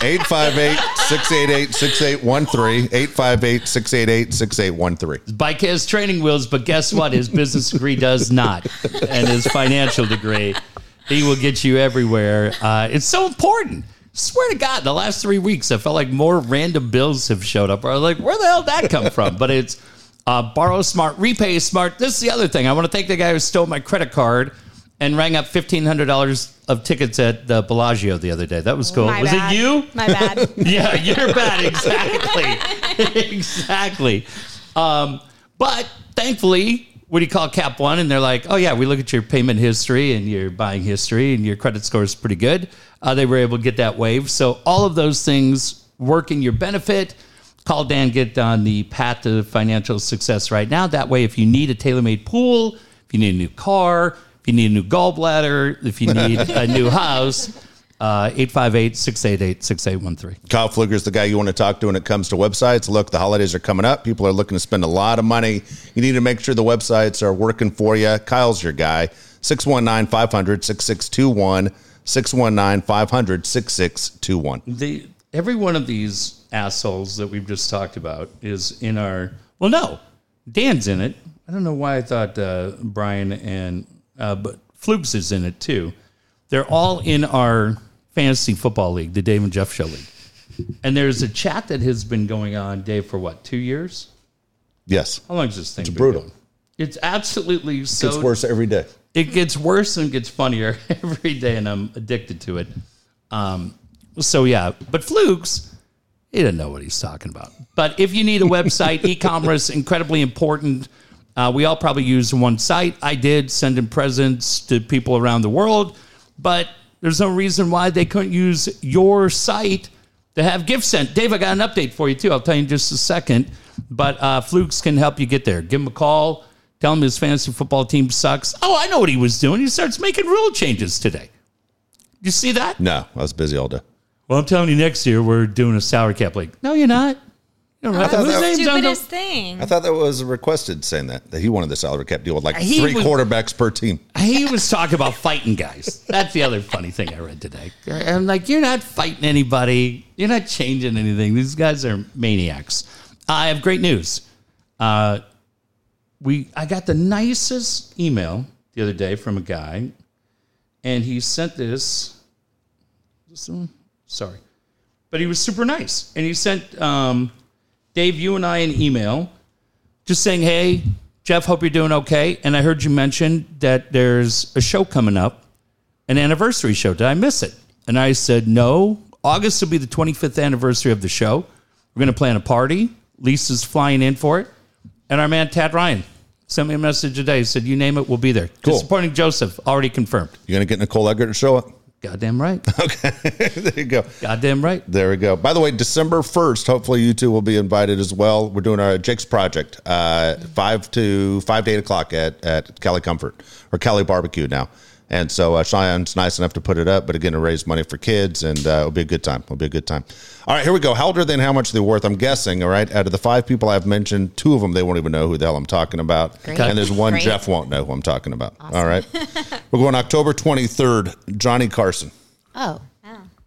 Speaker 1: 858 688 6813. 858 688 6813.
Speaker 2: Bike has training wheels, but guess what? His business degree does not, and his financial degree, he will get you everywhere. Uh, it's so important. Swear to God, the last three weeks, I felt like more random bills have showed up. I was like, where the hell did that come from? But it's uh, borrow smart, repay smart. This is the other thing. I want to thank the guy who stole my credit card and rang up fifteen hundred dollars of tickets at the Bellagio the other day. That was cool.
Speaker 4: My
Speaker 2: was
Speaker 4: bad.
Speaker 2: it you?
Speaker 4: My bad.
Speaker 2: Yeah, you're bad. Exactly. exactly. Um, but thankfully, what do you call Cap One? And they're like, oh, yeah, we look at your payment history and your buying history, and your credit score is pretty good. Uh, they were able to get that waived. So, all of those things work in your benefit. Call Dan, get on the path to financial success right now. That way, if you need a tailor made pool, if you need a new car, if you need a new gallbladder, if you need a new house, uh, 858 688 6813.
Speaker 1: Kyle Pfluger is the guy you want to talk to when it comes to websites. Look, the holidays are coming up. People are looking to spend a lot of money. You need to make sure the websites are working for you. Kyle's your guy. 619 500 6621. 619 500 6621.
Speaker 2: they every one of these assholes that we've just talked about is in our well no dan's in it i don't know why i thought uh, brian and uh, but floops is in it too they're all in our fantasy football league the dave and jeff show league and there's a chat that has been going on dave for what two years
Speaker 1: Yes.
Speaker 2: how long has this thing it's
Speaker 1: brutal.
Speaker 2: it's absolutely so
Speaker 1: It's worse every day.
Speaker 2: it gets worse and gets funnier every day, and I'm addicted to it. Um, so yeah, but flukes, he didn't know what he's talking about. But if you need a website, e-commerce incredibly important. Uh, we all probably use one site. I did send in presents to people around the world, but there's no reason why they couldn't use your site to have gifts sent. Dave, I got an update for you too. I'll tell you in just a second. But uh, Flukes can help you get there. Give him a call. Tell him his fantasy football team sucks. Oh, I know what he was doing. He starts making rule changes today. You see that?
Speaker 1: No, I was busy all day.
Speaker 2: Well, I'm telling you, next year we're doing a salary cap league. No, you're not. You don't have to
Speaker 1: thought
Speaker 2: lose
Speaker 1: that-
Speaker 2: names on the-
Speaker 4: Stupidest thing.
Speaker 1: I thought that was requested saying that, that he wanted the salary cap deal with like
Speaker 2: He
Speaker 1: three
Speaker 2: would-
Speaker 1: quarterbacks per team.
Speaker 2: He was talking about fighting guys. That's the other funny thing I read today. I'm like, you're not fighting anybody. You're not changing anything. These guys are maniacs. I have great news. Uh, we I got the nicest email the other day from a guy, and he sent this. this one? Sorry, but he was super nice, and he sent um, Dave you and I an email just saying, hey, Jeff, hope you're doing okay. And I heard you mention that there's a show coming up, an anniversary show. Did I miss it? And I said, no. August will be the 25th anniversary of the show. We're going to plan a party. Lisa's flying in for it. And our man, Tad Ryan, sent me a message today. He said, you name it, we'll be there.
Speaker 1: Cool.
Speaker 2: Disappointing Joseph, already confirmed.
Speaker 1: You going to get Nicole Eggert to show up?
Speaker 2: Goddamn right.
Speaker 1: Okay. there you go.
Speaker 2: Goddamn right.
Speaker 1: There we go. By the way, December 1st, hopefully you two will be invited as well. We're doing our Jake's project, uh, 5 to 5 to 8 o'clock at, at Cali Comfort or Cali Barbecue now. And so uh, Cheyenne's nice enough to put it up, but again, to raise money for kids, and uh, it'll be a good time. It'll be a good time. All right, here we go. How old are they and how much are they worth? I'm guessing, all right, out of the five people I've mentioned, two of them, they won't even know who the hell I'm talking about.
Speaker 3: Great.
Speaker 1: And there's one
Speaker 3: Great.
Speaker 1: Jeff won't know who I'm talking about. All right. We're going October 23rd, Johnny Carson.
Speaker 3: Oh,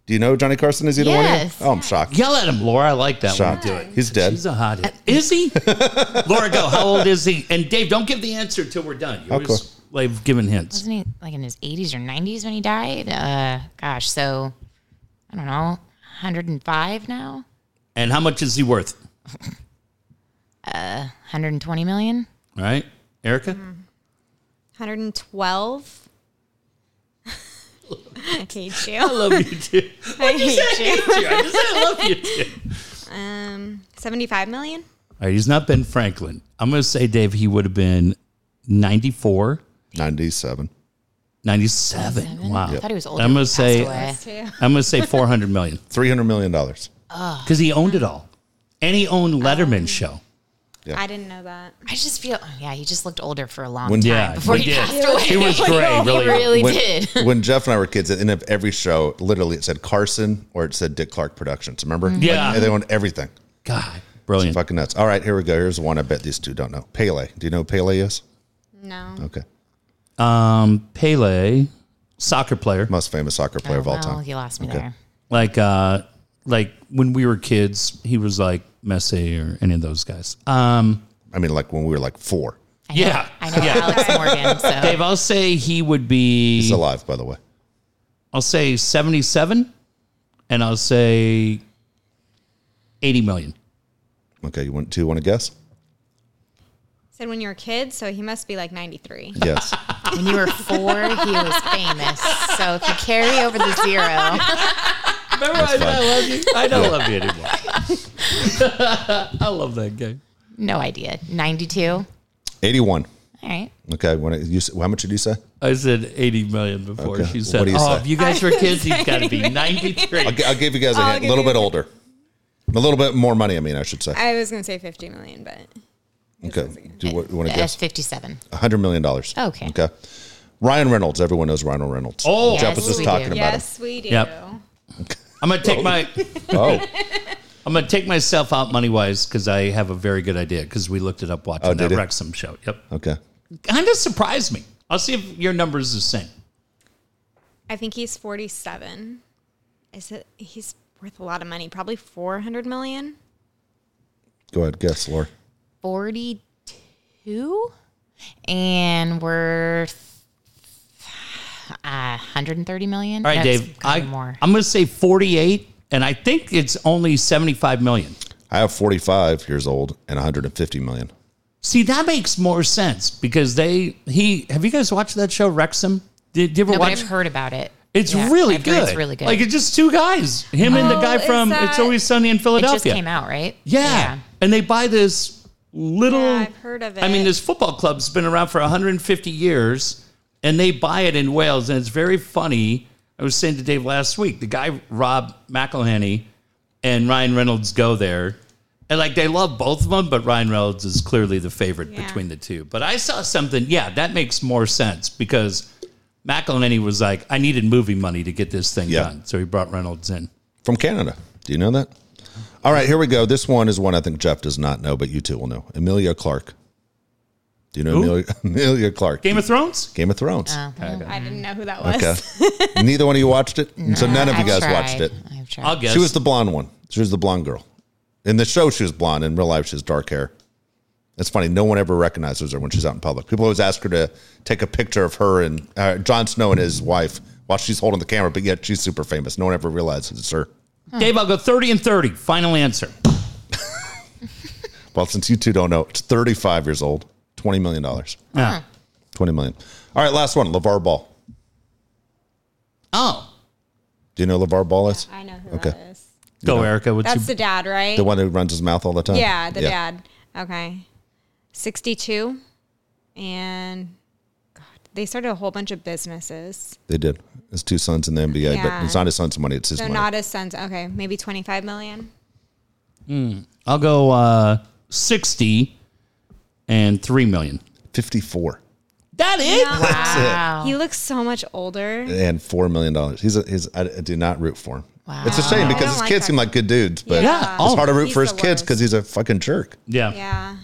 Speaker 1: Do you know who Johnny Carson is? Either one
Speaker 3: Yes.
Speaker 1: of you? Oh, I'm shocked.
Speaker 2: Yell at him, Laura. I like that one.
Speaker 1: Shocked. He's dead.
Speaker 2: He's a hottie. Is he? Laura, go. How old is he? And Dave, don't give the answer till we're done. You
Speaker 1: Okay.
Speaker 2: always like giving hints.
Speaker 3: wasn't he like in his 80s or 90s when he died? Uh, gosh, so I don't know, 105 now,
Speaker 2: And how much is he worth?
Speaker 3: 120 million.
Speaker 2: All right, Erica.
Speaker 3: Mm-hmm.
Speaker 4: 112. I hate
Speaker 2: I
Speaker 4: you.
Speaker 2: love you too.
Speaker 4: I hate you.
Speaker 2: I just said I love you too.
Speaker 4: Um, 75 million?
Speaker 2: All right, he's not Ben Franklin. I'm going to say, Dave, he would have been 94,
Speaker 1: 97.
Speaker 2: 97. Wow.
Speaker 3: I thought he was older.
Speaker 2: I'm gonna
Speaker 3: when he passed
Speaker 2: say-
Speaker 3: away.
Speaker 2: I'm going to say 400 million
Speaker 1: 300 million dollars.
Speaker 2: because he owned it all. And he
Speaker 3: Oh.
Speaker 2: owned Letterman's show.
Speaker 4: I didn't know that.
Speaker 3: I just feel, oh, yeah, he just looked older for a long
Speaker 1: When-
Speaker 3: time
Speaker 2: yeah,
Speaker 3: before
Speaker 2: he
Speaker 3: he,
Speaker 2: did.
Speaker 3: passed away.
Speaker 2: He was gray, really.
Speaker 3: he really
Speaker 1: when,
Speaker 3: did.
Speaker 1: when Jeff and I were kids, at the end of every show, literally it said Carson or it said Dick Clark Productions. Remember?
Speaker 2: Yeah.
Speaker 1: Like, they owned everything.
Speaker 2: God, brilliant.
Speaker 1: Fucking nuts. All right, here we go. Here's one I bet these two don't know. Pele. Do you know who Pele is?
Speaker 4: No.
Speaker 2: Oh.
Speaker 1: Okay.
Speaker 2: Um, Pele, soccer player.
Speaker 1: Most famous soccer player of all
Speaker 3: Oh, well,
Speaker 1: time.
Speaker 3: you lost me there.
Speaker 2: like uh like when we were kids he was like messi or any of those guys um
Speaker 1: I mean, like when we were like four.
Speaker 3: I
Speaker 2: yeah
Speaker 3: Know, I know Alex Morgan. So
Speaker 2: dave i'll say he would
Speaker 1: He's
Speaker 2: be
Speaker 1: alive, by the way.
Speaker 2: i'll say 77 and i'll say 80 million
Speaker 1: Okay, you want to want to guess?
Speaker 4: Said when you were a kid, so he must be like 93.
Speaker 1: Yes.
Speaker 3: when you were four, he was famous. So if you carry over the zero,
Speaker 2: remember I,
Speaker 1: fine.
Speaker 2: I love you i don't love you anymore i love that guy
Speaker 3: no idea. 92. All
Speaker 1: 81.
Speaker 3: right.
Speaker 1: Okay, when it, you, s- how much did you say?
Speaker 2: I said 80 million before
Speaker 1: Okay,
Speaker 2: she
Speaker 1: what
Speaker 2: said,
Speaker 1: do you
Speaker 2: Oh,
Speaker 1: say?
Speaker 2: if you guys were kids, he's got to be 93.
Speaker 1: I'll, gi- I'll give you guys a hint. A little bit older. A little bit more money, I mean, I should say.
Speaker 4: I was going to say 50 million, but
Speaker 1: Okay. Do you, want to
Speaker 3: That's
Speaker 1: guess?
Speaker 3: 57.
Speaker 1: $100 million.
Speaker 3: Okay.
Speaker 1: Okay. Ryan Reynolds. Everyone knows Ryan Reynolds.
Speaker 2: Oh.
Speaker 1: Jeff was
Speaker 3: Yes,
Speaker 1: just
Speaker 3: we
Speaker 1: talking
Speaker 3: do.
Speaker 1: about
Speaker 4: yes, we do.
Speaker 2: Yep. I'm going to take my
Speaker 1: him. Oh.
Speaker 2: I'm gonna take myself out money wise because I have a very good idea because we looked it up watching
Speaker 1: Oh,
Speaker 2: that
Speaker 1: did you?
Speaker 2: Wrexham show. Yep,
Speaker 1: Okay.
Speaker 2: kind of surprised me. I'll see if your number is the same.
Speaker 4: I think he's 47. Is it? He's worth a lot of money. Probably 400 million.
Speaker 1: Go ahead. Guess, Laura.
Speaker 3: 42. And we're uh, 130 million.
Speaker 2: All right,
Speaker 3: That's
Speaker 2: Dave. I,
Speaker 3: kinda more.
Speaker 2: I'm gonna say 48, and I think it's only 75 million.
Speaker 1: I have 45 years old and 150 million.
Speaker 2: See, that makes more sense because they he. Have you guys watched that show Wrexham? Did, did you ever
Speaker 3: no, but
Speaker 2: watch?
Speaker 3: I've heard about it.
Speaker 2: It's
Speaker 3: Yeah,
Speaker 2: really
Speaker 3: I've
Speaker 2: good.
Speaker 3: heard It's really good.
Speaker 2: Like it's just two guys, him and the
Speaker 4: Oh,
Speaker 2: guy
Speaker 4: is
Speaker 2: from
Speaker 4: that-
Speaker 2: It's Always Sunny in
Speaker 3: it
Speaker 2: Philadelphia.
Speaker 3: just came out, right?
Speaker 2: Yeah. And they buy this little.
Speaker 4: Yeah, I've heard of
Speaker 2: I mean,
Speaker 4: it.
Speaker 2: this football club's been around for 150 years and they buy it in Wales and it's very funny. I was saying to Dave last week, the guy, Rob McElhenney and Ryan Reynolds go there. And like they love both of them, but Ryan Reynolds is clearly the favorite
Speaker 4: Yeah.
Speaker 2: between the two. But I saw something, yeah, that makes more sense because McElhenney was like, I needed movie money to get this thing
Speaker 1: Yeah.
Speaker 2: done. So he brought Reynolds in.
Speaker 1: From Canada. Do you know that? All right, here we go. This one is one I think Jeff does not know, but you two will know. Amelia Clark. Do you know Amelia, Amelia Clark?
Speaker 2: Game of Thrones?
Speaker 1: Game of Thrones.
Speaker 3: Uh,
Speaker 4: I didn't know who that was.
Speaker 1: Okay. Neither one of you watched it, and so none of you
Speaker 3: I've
Speaker 1: guys
Speaker 3: tried.
Speaker 1: watched it.
Speaker 3: I've tried.
Speaker 2: I'll guess.
Speaker 1: She was the blonde one. She was the blonde girl. In the show, she was blonde. In real life, she has dark hair. It's funny. No one ever recognizes her when she's out in public. People always ask her to take a picture of her and uh, Jon Snow and his wife while she's holding the camera, but yet she's super famous. No one ever realizes it's her.
Speaker 2: Dave, I'll go 30 and 30. Final answer.
Speaker 1: Well, since you two don't know, it's 35 years old, $20 million.
Speaker 2: Ah.
Speaker 1: 20 million. All right, last one LeVar Ball.
Speaker 2: Oh.
Speaker 1: Do you know who LeVar Ball is?
Speaker 4: I know who
Speaker 1: Okay.
Speaker 4: that is.
Speaker 2: Go, Erica. What's
Speaker 4: That's
Speaker 2: your,
Speaker 4: the dad, right?
Speaker 1: The one uh, who runs his mouth all the time?
Speaker 4: yeah, the dad. Okay. 62. And God, they started a whole bunch of businesses.
Speaker 1: They did. His two sons in the NBA, but
Speaker 4: Yeah.
Speaker 1: it's not his son's money, it's his
Speaker 4: So
Speaker 1: money.
Speaker 4: not his sons. Okay, maybe 25 million.
Speaker 2: I'll go uh, 60 and 3 million.
Speaker 1: 54
Speaker 2: That it?
Speaker 3: Wow.
Speaker 4: He looks so much older.
Speaker 1: and $4 million. He's a, he's, I, I do not root for him. It's a shame
Speaker 4: I
Speaker 1: because
Speaker 4: don't
Speaker 1: his
Speaker 4: like
Speaker 1: kids
Speaker 4: that.
Speaker 1: seem like good dudes, but
Speaker 4: Yeah.
Speaker 2: Yeah.
Speaker 1: it's
Speaker 2: Oh.
Speaker 1: hard to root for his
Speaker 4: He's the
Speaker 1: kids
Speaker 4: worst.
Speaker 1: because he's a fucking jerk.
Speaker 2: yeah.
Speaker 4: Yeah.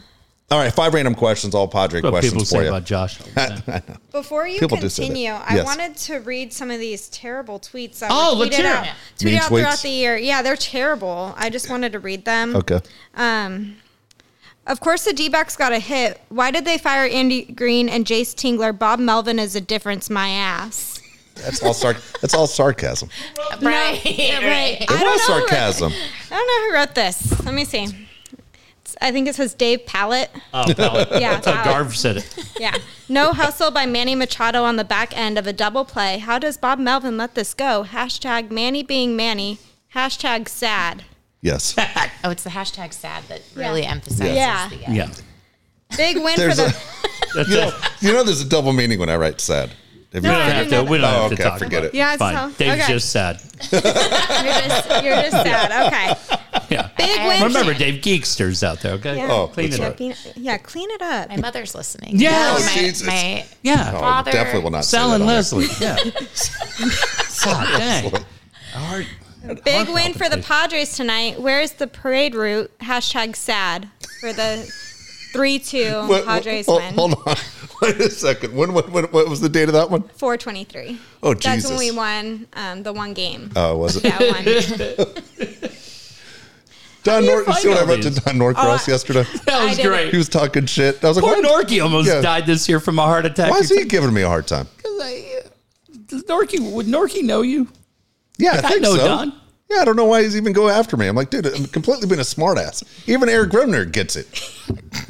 Speaker 1: All right, five random questions, all Padre
Speaker 2: What people
Speaker 1: questions for
Speaker 2: say
Speaker 1: you.
Speaker 2: about Josh.
Speaker 4: Before you
Speaker 1: People do say that.
Speaker 4: continue, I
Speaker 1: Yes.
Speaker 4: wanted to read some of these terrible tweets that
Speaker 2: Oh,
Speaker 4: were
Speaker 2: let's
Speaker 4: tweeted
Speaker 2: hear
Speaker 4: out,
Speaker 2: it.
Speaker 4: tweeted
Speaker 1: Mean
Speaker 4: out throughout
Speaker 1: tweets?
Speaker 4: the year. Yeah, they're terrible. I just wanted to read them.
Speaker 1: Okay.
Speaker 4: Um, of course, the D backs got a hit. Why did they fire Andy Green and Jace Tingler? Bob Melvin is a difference, my ass.
Speaker 1: That's all, sarc- that's all sarcasm.
Speaker 3: Right. right.
Speaker 1: It
Speaker 4: I don't
Speaker 1: was
Speaker 4: know who wrote-
Speaker 1: sarcasm.
Speaker 4: I don't know who wrote this. Let me see. It's- I think it says Dave Pallet.
Speaker 2: Oh, pal.
Speaker 4: Yeah,
Speaker 2: That's how
Speaker 4: Pallet.
Speaker 2: Garv said it.
Speaker 4: Yeah. No hustle by Manny Machado on the back end of a double play. How does Bob Melvin let this go? Hashtag Manny being Manny. Hashtag sad.
Speaker 1: Yes.
Speaker 3: Oh, it's the hashtag sad that really emphasizes
Speaker 4: Yeah.
Speaker 3: the uh,
Speaker 2: Yeah.
Speaker 4: Big win
Speaker 1: There's
Speaker 4: for
Speaker 1: a
Speaker 4: the
Speaker 2: That's
Speaker 1: You know,
Speaker 2: it.
Speaker 1: you know, there's a double meaning when I write sad. Have you
Speaker 2: We
Speaker 4: No,
Speaker 2: don't
Speaker 1: figured-
Speaker 4: I
Speaker 2: have to, we don't
Speaker 1: Oh,
Speaker 2: have to
Speaker 1: okay,
Speaker 2: talk
Speaker 1: forget
Speaker 2: about
Speaker 1: it.
Speaker 4: Yeah,
Speaker 2: Fine.
Speaker 4: so
Speaker 2: Dave's
Speaker 4: okay.
Speaker 2: just sad.
Speaker 4: You're just you're just sad. Okay.
Speaker 2: Yeah.
Speaker 4: Big win.
Speaker 2: Remember, Dave, geeksters out there, okay?
Speaker 4: Yeah.
Speaker 1: Oh,
Speaker 2: Clean
Speaker 1: that's
Speaker 2: it
Speaker 1: right.
Speaker 2: up.
Speaker 4: Clean- yeah, clean it up.
Speaker 3: My mother's listening.
Speaker 2: Yeah.
Speaker 3: Oh,
Speaker 2: Oh,
Speaker 3: my,
Speaker 1: Jesus.
Speaker 3: my
Speaker 1: Oh,
Speaker 2: Yeah.
Speaker 3: Father-
Speaker 1: definitely will not. say
Speaker 2: Sal
Speaker 1: that
Speaker 2: and
Speaker 1: on here.
Speaker 2: Leslie. Yeah. God dang. Hard-
Speaker 4: Big
Speaker 2: heart
Speaker 4: win for the
Speaker 2: palpitation.
Speaker 4: Padres tonight. Where's the parade route? Hashtag sad for the three two
Speaker 1: What- what-
Speaker 4: Padres
Speaker 1: hold,
Speaker 4: win.
Speaker 1: Hold on. Wait a second. When, when, when, what was the date of that one?
Speaker 4: Four twenty three.
Speaker 1: Oh,
Speaker 4: That's
Speaker 1: Jesus.
Speaker 4: when we won um, the one game.
Speaker 1: Oh, was it?
Speaker 4: That one.
Speaker 1: Don
Speaker 2: you
Speaker 1: Norton.
Speaker 2: find
Speaker 1: See what I
Speaker 2: all
Speaker 1: wrote
Speaker 2: these?
Speaker 1: to Don Norcross
Speaker 4: Oh, I-
Speaker 1: yesterday?
Speaker 2: That was
Speaker 4: I did
Speaker 2: great.
Speaker 1: He was talking shit. I was like,
Speaker 2: Poor
Speaker 1: what?
Speaker 2: Norky almost
Speaker 1: Yeah.
Speaker 2: died this year from a heart attack.
Speaker 1: Why is he giving me a hard time?
Speaker 2: Because I- Does Norky, would Norky know you?
Speaker 1: Yeah, I
Speaker 2: I
Speaker 1: think
Speaker 2: know
Speaker 1: so.
Speaker 2: Don.
Speaker 1: Yeah, I don't know why he's even going after me. I'm like, dude, I'm completely being a smartass. Even Eric Grumner gets it.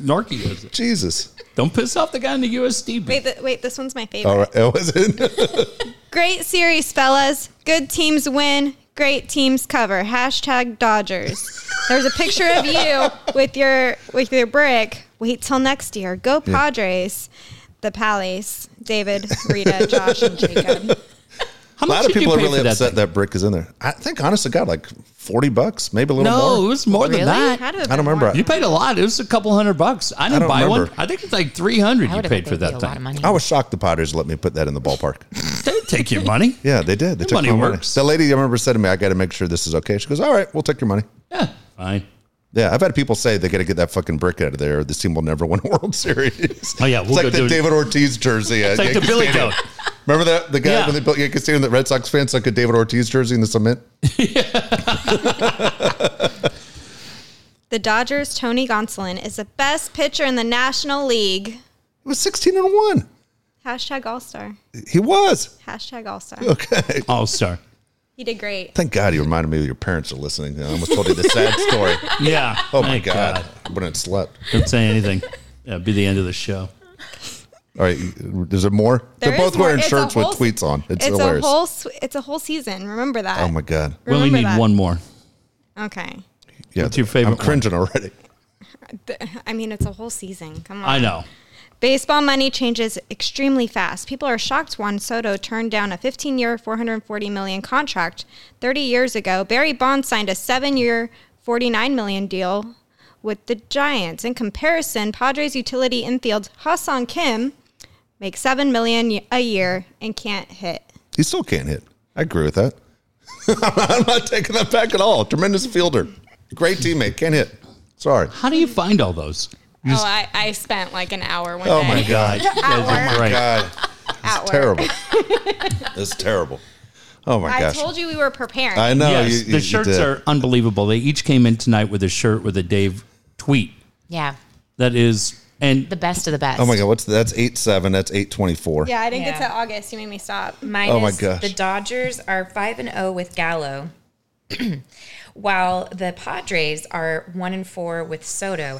Speaker 2: Norky does it.
Speaker 1: Jesus.
Speaker 2: Don't piss off the guy in the USD.
Speaker 4: wait, th- wait, this one's my favorite.
Speaker 1: All right. Oh, was it?
Speaker 4: Great series, fellas. Good teams win. Great teams cover. Hashtag Dodgers. There's a picture of you with your with your brick. Wait till next year. Go Padres. The Pallies. David, Rita, Josh, and Jacob.
Speaker 2: How
Speaker 1: A
Speaker 2: much
Speaker 1: lot of
Speaker 2: did you
Speaker 1: people are
Speaker 2: pay
Speaker 1: really
Speaker 2: for that
Speaker 1: upset
Speaker 2: thing?
Speaker 1: that, brick is in there. I think, honest to God, like 40 bucks, maybe a little
Speaker 2: No, it
Speaker 1: more.
Speaker 2: was more
Speaker 3: Really?
Speaker 2: than that.
Speaker 4: Had to have
Speaker 1: I don't
Speaker 4: been
Speaker 1: remember.
Speaker 4: more.
Speaker 2: You paid a lot. It was a couple hundred bucks. I didn't
Speaker 1: don't
Speaker 2: buy one.
Speaker 1: remember.
Speaker 2: I think it's like three hundred.
Speaker 3: I
Speaker 2: You
Speaker 3: would have
Speaker 2: paid for that Oh.
Speaker 3: a lot of
Speaker 2: thing.
Speaker 3: money.
Speaker 1: I was shocked the Potters let me put that in the ballpark.
Speaker 2: They take your money.
Speaker 1: Yeah, they did. They
Speaker 2: That
Speaker 1: took
Speaker 2: money
Speaker 1: my
Speaker 2: works.
Speaker 1: money. The lady I remember said to me, I got to make sure this is okay. She goes, All right, we'll take your money.
Speaker 2: Yeah, fine.
Speaker 1: Yeah, I've had people say they got to get that fucking brick out of there. or This team will never win a World Series.
Speaker 2: Oh, yeah,
Speaker 1: it's
Speaker 2: we'll
Speaker 1: like
Speaker 2: go
Speaker 1: the
Speaker 2: do it.
Speaker 1: David Ortiz jersey. It's
Speaker 2: like the Billy Goat.
Speaker 1: Remember that the guy
Speaker 2: Yeah.
Speaker 1: when they built Yankee Stadium, that Red Sox fans like a David Ortiz jersey in the cement.
Speaker 4: The Dodgers' Tony Gonsolin is the best pitcher in the National League.
Speaker 1: It was sixteen and one.
Speaker 4: Hashtag All Star.
Speaker 1: He was
Speaker 4: Hashtag All Star.
Speaker 1: okay.
Speaker 2: All star.
Speaker 4: He did great.
Speaker 1: Thank God you reminded me that your parents are listening. I almost told you the sad story.
Speaker 2: Yeah.
Speaker 1: Oh my
Speaker 2: Thank
Speaker 1: God. I wouldn't have slept.
Speaker 2: Don't say anything. That'd be the end of the show.
Speaker 1: All right, there's there more?
Speaker 4: There
Speaker 1: They're both
Speaker 4: is more.
Speaker 1: wearing
Speaker 4: It's a
Speaker 1: shirts with
Speaker 4: whole-
Speaker 1: tweets on. It's,
Speaker 4: It's a
Speaker 1: hilarious.
Speaker 4: whole. s- It's a whole season. Remember that.
Speaker 1: oh my God.
Speaker 2: We only
Speaker 4: Remember
Speaker 2: need
Speaker 4: that.
Speaker 2: one more.
Speaker 4: Okay.
Speaker 1: Yeah,
Speaker 2: What's your favorite
Speaker 1: I'm cringing already.
Speaker 4: Th- I mean, it's a whole season. Come on.
Speaker 2: I know.
Speaker 4: Baseball money changes extremely fast. People are shocked Juan Soto turned down a 15-year, 440 million contract 30 years ago. Barry Bonds signed a 7-year, 49 million deal with the Giants. In comparison, Padres utility infield Hassan Kim makes 7 million y- a year and can't hit.
Speaker 1: He still can't hit. I agree with that. I'm not taking that back at all. Tremendous fielder. Great teammate. Can't hit. Sorry.
Speaker 2: How do you find all those?
Speaker 4: oh, I, I spent like an hour one
Speaker 1: Oh my God.
Speaker 2: You guys are great.
Speaker 1: God.
Speaker 4: at work.
Speaker 1: Terrible. It's terrible. Oh my
Speaker 4: I
Speaker 1: gosh.
Speaker 4: told you we were prepared.
Speaker 1: I know.
Speaker 2: yes,
Speaker 1: you- you-
Speaker 2: the
Speaker 1: you
Speaker 2: shirts
Speaker 1: did.
Speaker 2: are unbelievable. They each came in tonight with a shirt with a Dave tweet
Speaker 3: yeah,
Speaker 2: that is, and
Speaker 3: the best of the best.
Speaker 1: Oh my God. What's the, that's 8 7. That's 824.
Speaker 4: yeah, I didn't
Speaker 3: Yeah.
Speaker 4: get to August. You made me stop.
Speaker 3: Minus
Speaker 1: Oh my gosh.
Speaker 3: The Dodgers are 5 and 0 with Gallo. While the Padres are one and four with Soto,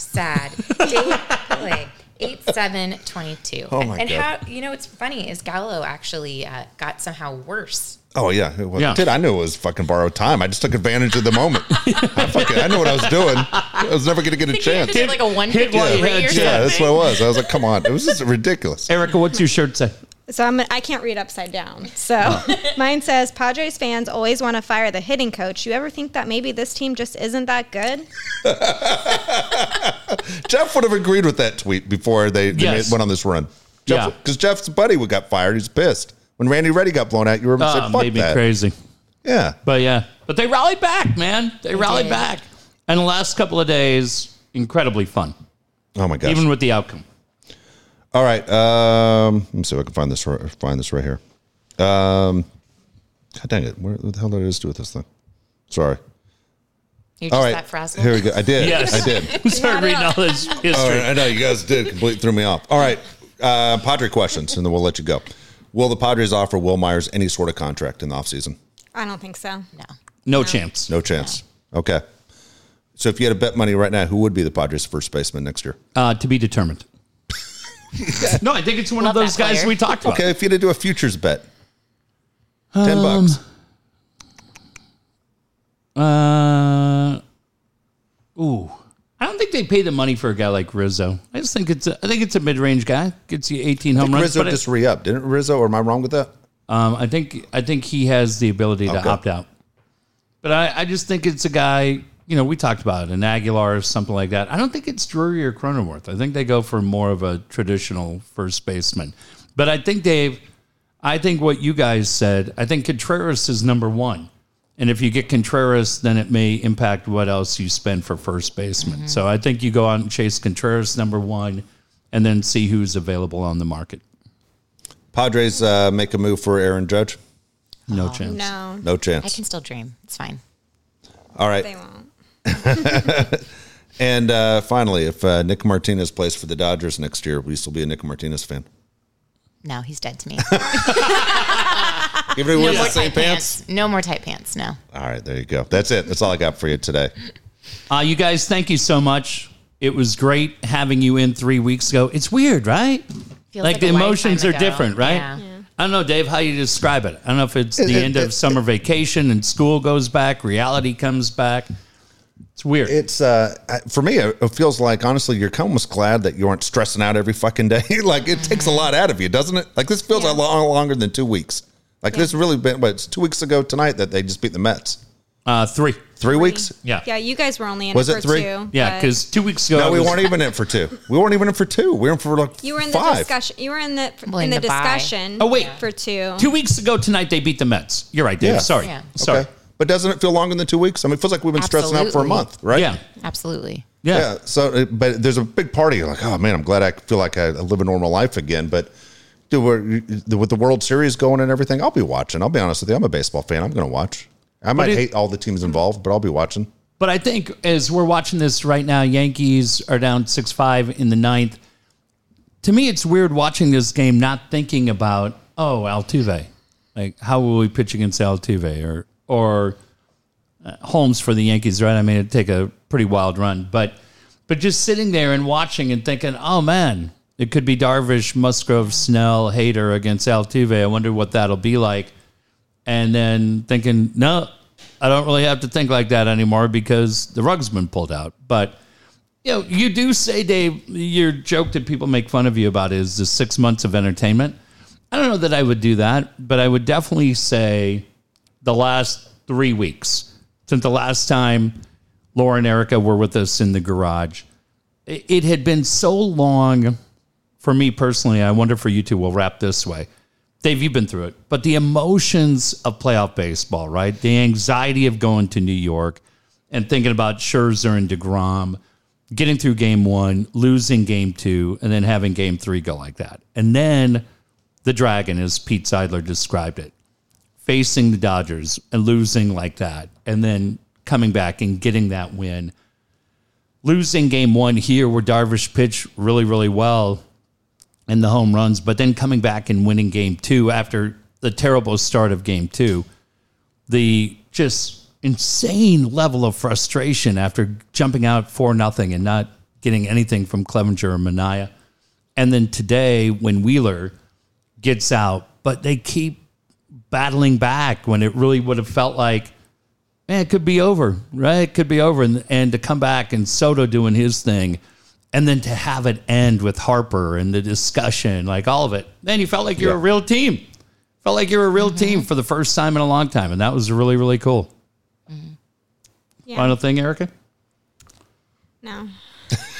Speaker 3: sad. Dave Pele, eight seven twenty two.
Speaker 1: Oh my
Speaker 3: and
Speaker 1: God.
Speaker 3: how you know it's funny is Gallo actually uh, got somehow worse.
Speaker 1: Oh yeah. It was-
Speaker 2: Yeah.
Speaker 1: Dude, I knew it was fucking borrowed time. I just took advantage of the moment. I fucking, I knew what I was doing. I was never going to get a
Speaker 3: He had
Speaker 1: chance.
Speaker 3: to do like a one
Speaker 2: Hit
Speaker 3: fifty
Speaker 2: while you
Speaker 3: rate
Speaker 2: had
Speaker 3: or
Speaker 2: a
Speaker 3: something.
Speaker 2: chance.
Speaker 1: Yeah, that's what it was. I was like, come on. It was just ridiculous.
Speaker 2: Erica, what's your shirt say?
Speaker 4: So I'm, I can't read upside down. So mine says Padres fans always want to fire the hitting coach. You ever think that maybe this team just isn't that good?
Speaker 1: Jeff would have agreed with that tweet before they, they
Speaker 2: Yes.
Speaker 1: made- went on this run. Jeff,
Speaker 2: Yeah.
Speaker 1: because Jeff's buddy would got fired. He's pissed when Randy Reddy got blown out. You were
Speaker 2: Uh,
Speaker 1: said, "Fuck
Speaker 2: made me
Speaker 1: that."
Speaker 2: crazy.
Speaker 1: Yeah,
Speaker 2: But yeah, but they rallied back, man. They rallied
Speaker 3: did.
Speaker 2: back. And the last couple of days, incredibly fun,
Speaker 1: Oh my gosh.
Speaker 2: even with the outcome.
Speaker 1: All right. Um, let me see if I can find this. right- Find this right here. Um, God dang it! Where, what the hell did I just do with this thing? Sorry.
Speaker 3: You're just
Speaker 1: All right.
Speaker 3: that frazzled.
Speaker 1: Here we go. I did.
Speaker 2: Yes.
Speaker 1: I did.
Speaker 2: Started reading all this history.
Speaker 1: All right. I know you guys did. Completely threw me off. All right. Uh, Padre questions, and then we'll let you go. Will the Padres offer Will Myers any sort of contract in the offseason?
Speaker 4: I don't think so.
Speaker 3: No.
Speaker 2: No chance.
Speaker 1: No chance. Okay. So if you had to bet money right now, who would be the Padres' first baseman next year?
Speaker 2: Uh, to be determined. No, I think it's one
Speaker 3: Love
Speaker 2: of those
Speaker 3: that
Speaker 2: guys
Speaker 3: player.
Speaker 2: we talked about.
Speaker 1: Okay, if you had to do a futures bet, ten
Speaker 3: Um,
Speaker 2: Um,
Speaker 1: bucks.
Speaker 2: Uh, ooh, I don't don't think they pay the money for a guy like Rizzo. I just think it's a, I think it's a mid range guy. Gets you 18 home runs.
Speaker 1: Rizzo
Speaker 2: but I-
Speaker 1: just re upped, didn't Rizzo? Or am I wrong with that?
Speaker 2: Um, I think I think he has the ability to
Speaker 1: Okay.
Speaker 2: opt out, but I, I just think it's a guy. You know, we talked about an Aguilar or something like that. I don't think it's Drury or Cronenworth. I think they go for more of a traditional first baseman. But I think Dave, I think what you guys said. I think Contreras is number one, and if you get Contreras, then it may impact what else you spend for first baseman. So I think you go out and chase Contreras number one, and then see who's available on the market.
Speaker 1: Padres uh, make a move for Aaron Judge.
Speaker 2: No chance.
Speaker 4: No,
Speaker 1: No
Speaker 3: I
Speaker 1: chance.
Speaker 3: can still dream. It's fine.
Speaker 1: All right.
Speaker 4: they won't.
Speaker 1: And uh, finally, if uh, Nick Martinez plays for the Dodgers next year, will you still be a Nick Martinez fan?
Speaker 3: No, he's dead to me.
Speaker 1: Even if he
Speaker 3: No
Speaker 1: wears
Speaker 3: more
Speaker 1: the same
Speaker 3: tight pants. No more tight pants. No.
Speaker 1: All right, there you go. That's it. That's all I got for you today.
Speaker 2: Uh, you guys, thank you so much. It was great having you in three weeks ago. It's weird, right?
Speaker 3: Feels
Speaker 2: like,
Speaker 3: like
Speaker 2: the
Speaker 3: a
Speaker 2: emotions are
Speaker 3: lifetime ago.
Speaker 2: different, right?
Speaker 3: Yeah. Yeah.
Speaker 2: I don't know, Dave, how you describe it. I don't know if it's the
Speaker 1: it-
Speaker 2: end of
Speaker 1: it-
Speaker 2: summer vacation and school goes back, reality comes back. It's weird.
Speaker 1: It's uh I- for me. It it feels like honestly, you're kind of almost glad that you aren't stressing out every fucking day. like it takes a lot out of you, doesn't it? Like this feels a lot longer than two weeks. Like this really been. But it's two weeks ago tonight that they just beat the Mets.
Speaker 2: uh, three.
Speaker 1: Three weeks?
Speaker 2: Yeah.
Speaker 4: Yeah, you guys were only in
Speaker 1: Was
Speaker 4: it
Speaker 1: it
Speaker 4: for
Speaker 1: three?
Speaker 4: two.
Speaker 2: Yeah,
Speaker 4: but
Speaker 2: because two weeks ago,
Speaker 1: No,
Speaker 2: I
Speaker 1: we
Speaker 2: was-
Speaker 1: weren't even in for two. We weren't even in for two. We were in for like
Speaker 4: you were in the
Speaker 1: five.
Speaker 4: discussion. You were in the
Speaker 3: Well,
Speaker 4: in
Speaker 3: in
Speaker 4: the,
Speaker 3: the bye.
Speaker 4: discussion.
Speaker 2: Oh, wait.
Speaker 4: for two.
Speaker 2: two weeks ago tonight, they beat the Mets. You're right, Dave.
Speaker 1: Yeah.
Speaker 2: Sorry.
Speaker 3: Yeah.
Speaker 2: Sorry.
Speaker 1: But doesn't it feel longer than two weeks? I mean, it feels like we've been stressing out for a
Speaker 3: Absolutely.
Speaker 1: month, right?
Speaker 2: Yeah.
Speaker 3: Absolutely.
Speaker 2: Yeah.
Speaker 1: Yeah. So, uh, but there's a big party. You're like, oh man, I'm glad I feel like I live a normal life again. But dude, we're, with the World Series going and everything, I'll be watching. I'll be honest with you. I'm a baseball fan. I'm going to watch. I might
Speaker 2: it-
Speaker 1: hate all the teams involved, but I'll be watching.
Speaker 2: But I think as we're watching this right now, Yankees are down six five in the ninth. To me, it's weird watching this game, not thinking about oh Altuve, like how will we pitch against Altuve or or uh, Holmes for the Yankees, right? I mean, it'd take a pretty wild run, but but just sitting there and watching and thinking, oh man, it could be Darvish, Musgrove, Snell, Hader against Altuve. I wonder what that'll be like and then thinking, no, I don't really have to think like that anymore because the rug's been pulled out. But you know, you do say, Dave, your joke that people make fun of you about is the six months of entertainment. I don't know that I would do that, but I would definitely say the last three weeks since the last time Laura and Erica were with us in the garage. It it had been so long for me personally. I wonder for you two. We'll wrap this way. Dave, you've been through it, but the emotions of playoff baseball, right? The anxiety of going to New York and thinking about Scherzer and DeGrom, getting through game one, losing game two, and then having game three go like that. And then the Dragon, as Pete Seidler described it, facing the Dodgers and losing like that, and then coming back and getting that win. Losing game one here, where Darvish pitched really, really well, and the home runs, but then coming back and winning game two after the terrible start of game two, the just insane level of frustration after jumping out for nothing and not getting anything from Clevenger or Mania. And then today when Wheeler gets out, but they keep battling back when it really would have felt like, man, it could be over, right? It could be over. And, and to come back and Soto doing his thing, and then to have it end with Harper and the discussion, like all of it, then you felt like you're a
Speaker 1: Yeah.
Speaker 2: real team. Felt like you're a real team for the first time in a long time. And that was really, really cool.
Speaker 4: Yeah.
Speaker 2: Final thing, Erica?
Speaker 4: No,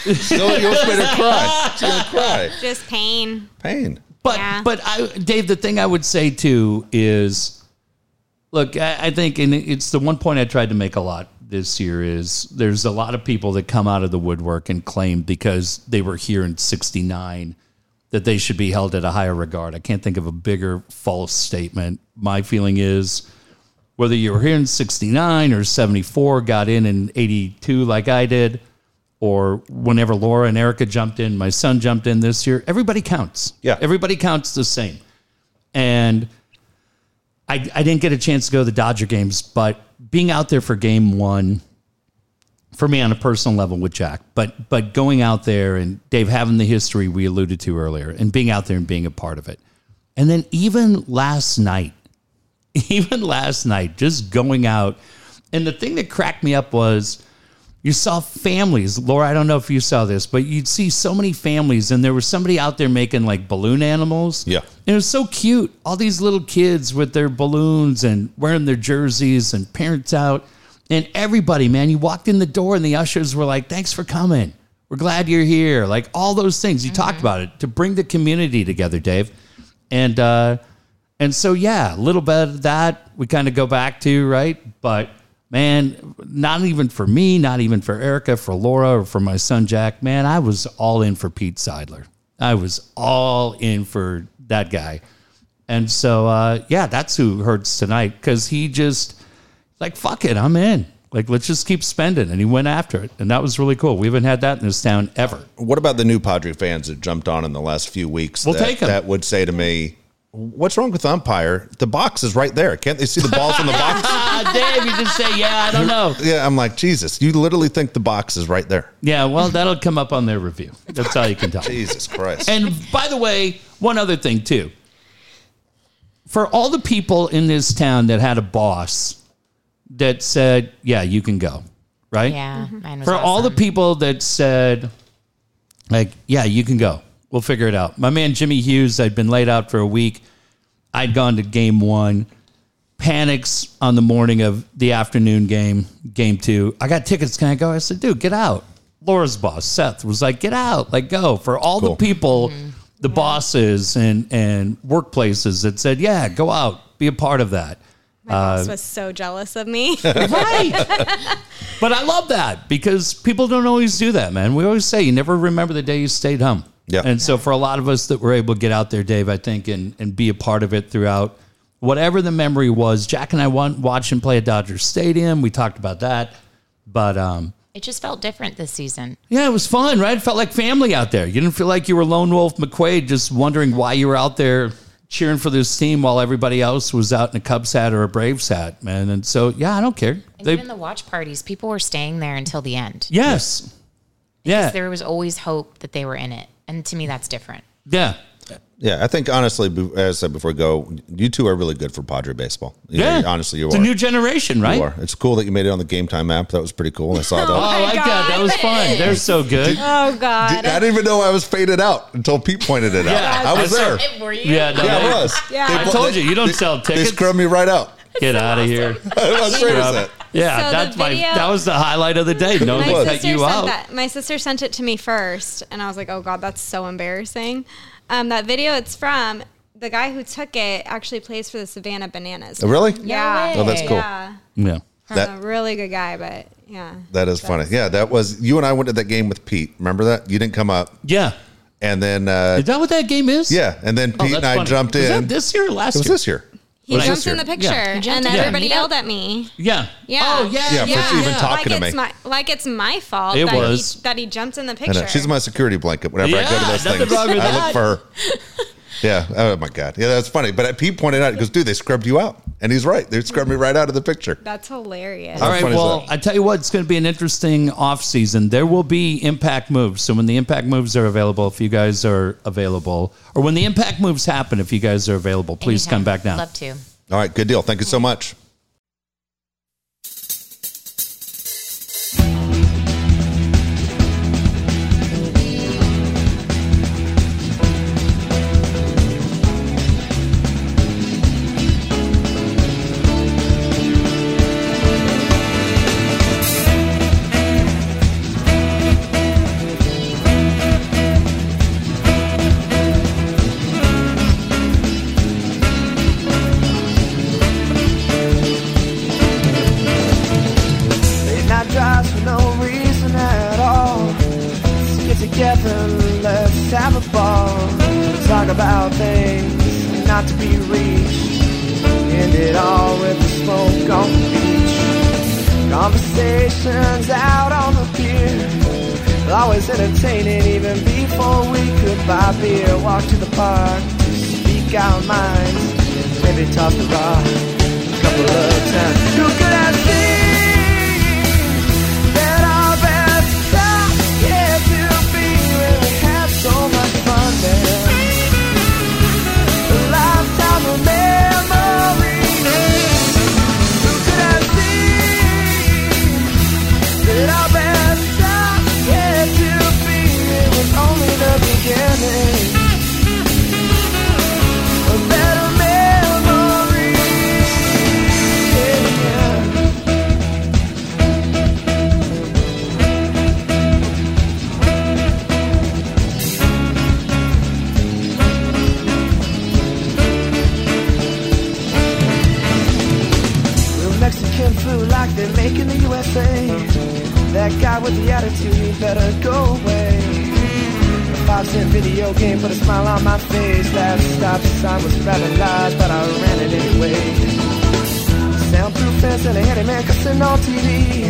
Speaker 1: So you almost made her cry. She's going to cry.
Speaker 4: just pain.
Speaker 1: Pain.
Speaker 2: But
Speaker 4: Yeah.
Speaker 2: but I Dave, the thing I would say too is, look, I, I think, and it's the one point I tried to make a lot this year is there's a lot of people that come out of the woodwork and claim because they were here in '69 that they should be held at a higher regard. I can't think of a bigger false statement. My feeling is. Whether you were here in 69 or 74, got in in 82 like I did, or whenever Laura and Erica jumped in, my son jumped in this year, everybody counts.
Speaker 1: Yeah.
Speaker 2: Everybody counts the same. And I, I didn't get a chance to go to the Dodger games, but being out there for game one, for me on a personal level with Jack, but but going out there and Dave having the history we alluded to earlier and being out there and being a part of it. And then even last night, even last night, just going out. And the thing that cracked me up was, You saw families, Laura. I don't know if you saw this, but you'd see so many families, and there was somebody out there making like balloon animals.
Speaker 1: Yeah.
Speaker 2: and it was so cute. All these little kids with their balloons and wearing their jerseys, and parents out, and everybody. Man, you walked in the door, and the ushers were like, "Thanks for coming. We're glad you're here." Like all those things you talked about it to bring the community together, Dave, and uh, and so, yeah, a little bit of that we kind of go back to, right? But man, not even for me, not even for Erica, for Laura, or for my son Jack, man, I was all in for Pete Seidler. I was all in for that guy. And so, uh, yeah, that's who hurts tonight because he just, like, fuck it, I'm in. Like, let's just keep spending. And he went after it. And that was really cool. We haven't had that in this town ever.
Speaker 1: What about the new Padre fans that jumped on in the last few weeks?
Speaker 2: We'll
Speaker 1: that,
Speaker 2: take 'em.
Speaker 1: that would say to me, "What's wrong with the umpire? The box is right there. Can't they see the balls in the box?"
Speaker 2: Ah, Dave, you just say, yeah, I don't know.
Speaker 1: Yeah, I'm like Jesus. You literally think the box is right there?
Speaker 2: Yeah, well, that'll come up on their review. That's all you can tell.
Speaker 1: Jesus Christ!
Speaker 2: And by the way, one other thing too. For all the people in this town that had a boss that said, "Yeah, you can go," right?
Speaker 3: Yeah, mine was
Speaker 2: Mm-hmm. For all the
Speaker 3: awesome.
Speaker 2: people that said, "Like, yeah, you can go. We'll figure it out." My man Jimmy Hughes, I'd been laid out for a week. I'd gone to game one. Panics on the morning of the afternoon game, game two. I got tickets. Can I go? I said, dude, get out. Laura's boss, Seth, was like, get out, like go. For all the
Speaker 1: Cool.
Speaker 2: people, the bosses and and workplaces that said, yeah, go out, be a part of that.
Speaker 4: My boss was so jealous of me.
Speaker 2: Right. but I love that because people don't always do that, man. We always say you never remember the day you stayed home.
Speaker 1: Yeah.
Speaker 2: And so for a lot of us that were able to get out there, Dave, I think, and, and be a part of it throughout whatever the memory was, Jack and I won, watched him play at Dodger Stadium. We talked about that. But um,
Speaker 3: It just felt different this season.
Speaker 2: yeah, it was fun, right? It felt like family out there. You didn't feel like you were lone wolf McQuaid just wondering why you were out there cheering for this team while everybody else was out in a Cubs hat or a Braves hat, man. And so, yeah, I don't care.
Speaker 3: And even the watch parties, people were staying there until the end.
Speaker 2: Yes. Yeah.
Speaker 3: There was always hope that they were in it, and to me, that's different.
Speaker 2: yeah.
Speaker 1: Yeah, I think honestly, be- as I said before, we go. You two are really good for Padre baseball. You know,
Speaker 2: Yeah.
Speaker 1: honestly, you
Speaker 2: It's
Speaker 1: are.
Speaker 2: a new generation, right?
Speaker 1: you are. It's cool that you made it on the game time app. That was pretty cool. I saw that.
Speaker 2: Oh, I like that. That was fun. They're so good.
Speaker 4: oh God.
Speaker 1: I didn't even know I was faded out until Pete pointed it out.
Speaker 2: Yeah.
Speaker 1: I was there.
Speaker 3: Were you?
Speaker 2: Yeah, no,
Speaker 1: Yeah,
Speaker 2: they-
Speaker 1: I was.
Speaker 4: Yeah. I
Speaker 1: put-
Speaker 2: told you, you don't sell
Speaker 1: They
Speaker 2: tickets.
Speaker 1: scrubbed me right out.
Speaker 2: Get out of here.
Speaker 1: How straight is that?
Speaker 2: Yeah,
Speaker 4: So the
Speaker 2: that's my.
Speaker 4: video-
Speaker 2: That was the highlight of the day. No
Speaker 4: My
Speaker 2: one cut
Speaker 4: sister
Speaker 2: you
Speaker 4: sent
Speaker 2: out.
Speaker 4: that. My sister sent it to me first, and I was like, "Oh God, that's so embarrassing." Um, that video it's from the guy who took it actually plays for the Savannah Bananas.
Speaker 1: Really?
Speaker 4: Yeah,
Speaker 3: No way. Oh,
Speaker 1: that's cool.
Speaker 4: Yeah,
Speaker 2: Yeah.
Speaker 4: a
Speaker 1: That
Speaker 4: really good guy, but yeah,
Speaker 1: that is funny. Yeah, that was you and I went to that game with Pete. Remember that? You didn't come up,
Speaker 2: Yeah.
Speaker 1: and then uh,
Speaker 2: Is that what that game is?
Speaker 1: yeah, and then
Speaker 2: Oh,
Speaker 1: Pete
Speaker 2: that's
Speaker 1: and I
Speaker 2: funny.
Speaker 1: jumped
Speaker 2: Was
Speaker 1: in.
Speaker 2: that this year or last
Speaker 1: it was
Speaker 2: year?
Speaker 1: this year.
Speaker 4: he
Speaker 1: was
Speaker 4: jumps
Speaker 1: this
Speaker 4: in the
Speaker 1: year.
Speaker 4: picture,
Speaker 2: Yeah.
Speaker 3: He jumped
Speaker 4: and
Speaker 3: in the
Speaker 4: everybody
Speaker 3: meetup?
Speaker 4: yelled at me.
Speaker 2: Yeah.
Speaker 4: Yeah.
Speaker 2: Oh, yeah.
Speaker 1: Yeah, for even
Speaker 4: like
Speaker 1: talking to me.
Speaker 4: it's my like it's my fault
Speaker 2: It
Speaker 4: that,
Speaker 2: was.
Speaker 4: He, that he jumped in the
Speaker 1: And,
Speaker 4: picture.
Speaker 1: uh, she's my security blanket whenever I go to
Speaker 2: Yeah,
Speaker 1: those
Speaker 2: nothing
Speaker 1: things.
Speaker 2: wrong with
Speaker 1: I
Speaker 2: that.
Speaker 1: look for her. Yeah. Oh my god. Yeah, that's funny. But Pete pointed out, he goes, "Dude, they scrubbed you out," and he's right. They scrubbed me right out of the picture.
Speaker 4: that's hilarious.
Speaker 2: All
Speaker 1: How
Speaker 2: right.
Speaker 1: fun is
Speaker 2: Well,
Speaker 1: that?
Speaker 2: I tell you what, it's going to be an interesting off season. There will be impact moves. So when the impact moves are available, if you guys are available, or when the impact moves happen, if you guys are available, please
Speaker 3: Anytime.
Speaker 2: come back down.
Speaker 3: Love to.
Speaker 1: All right. Good deal. Thank you so much.
Speaker 5: Late night drives for no reason at all. Let's get together, let's have a ball. Talk about things not to be reached. End it all with a smoke on the beach. Conversations out on the pier. Always entertaining even before we could buy beer. Walk to the park, speak our minds, and maybe toss the rock a couple of times. You could have seen that our best stuff yet to be when we had so much fun then. A lifetime of memories. You could have seen that our best That guy with the attitude, he better go away. A five cent video game put a smile on my face. That stop sign was rather large, but I ran it anyway. Soundproof fence and a handyman cussing on TV.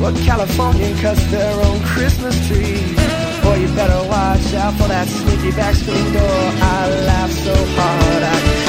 Speaker 5: What Californian cuss their own Christmas tree? Boy, you better watch out for that sneaky back screen door. I laughed so hard I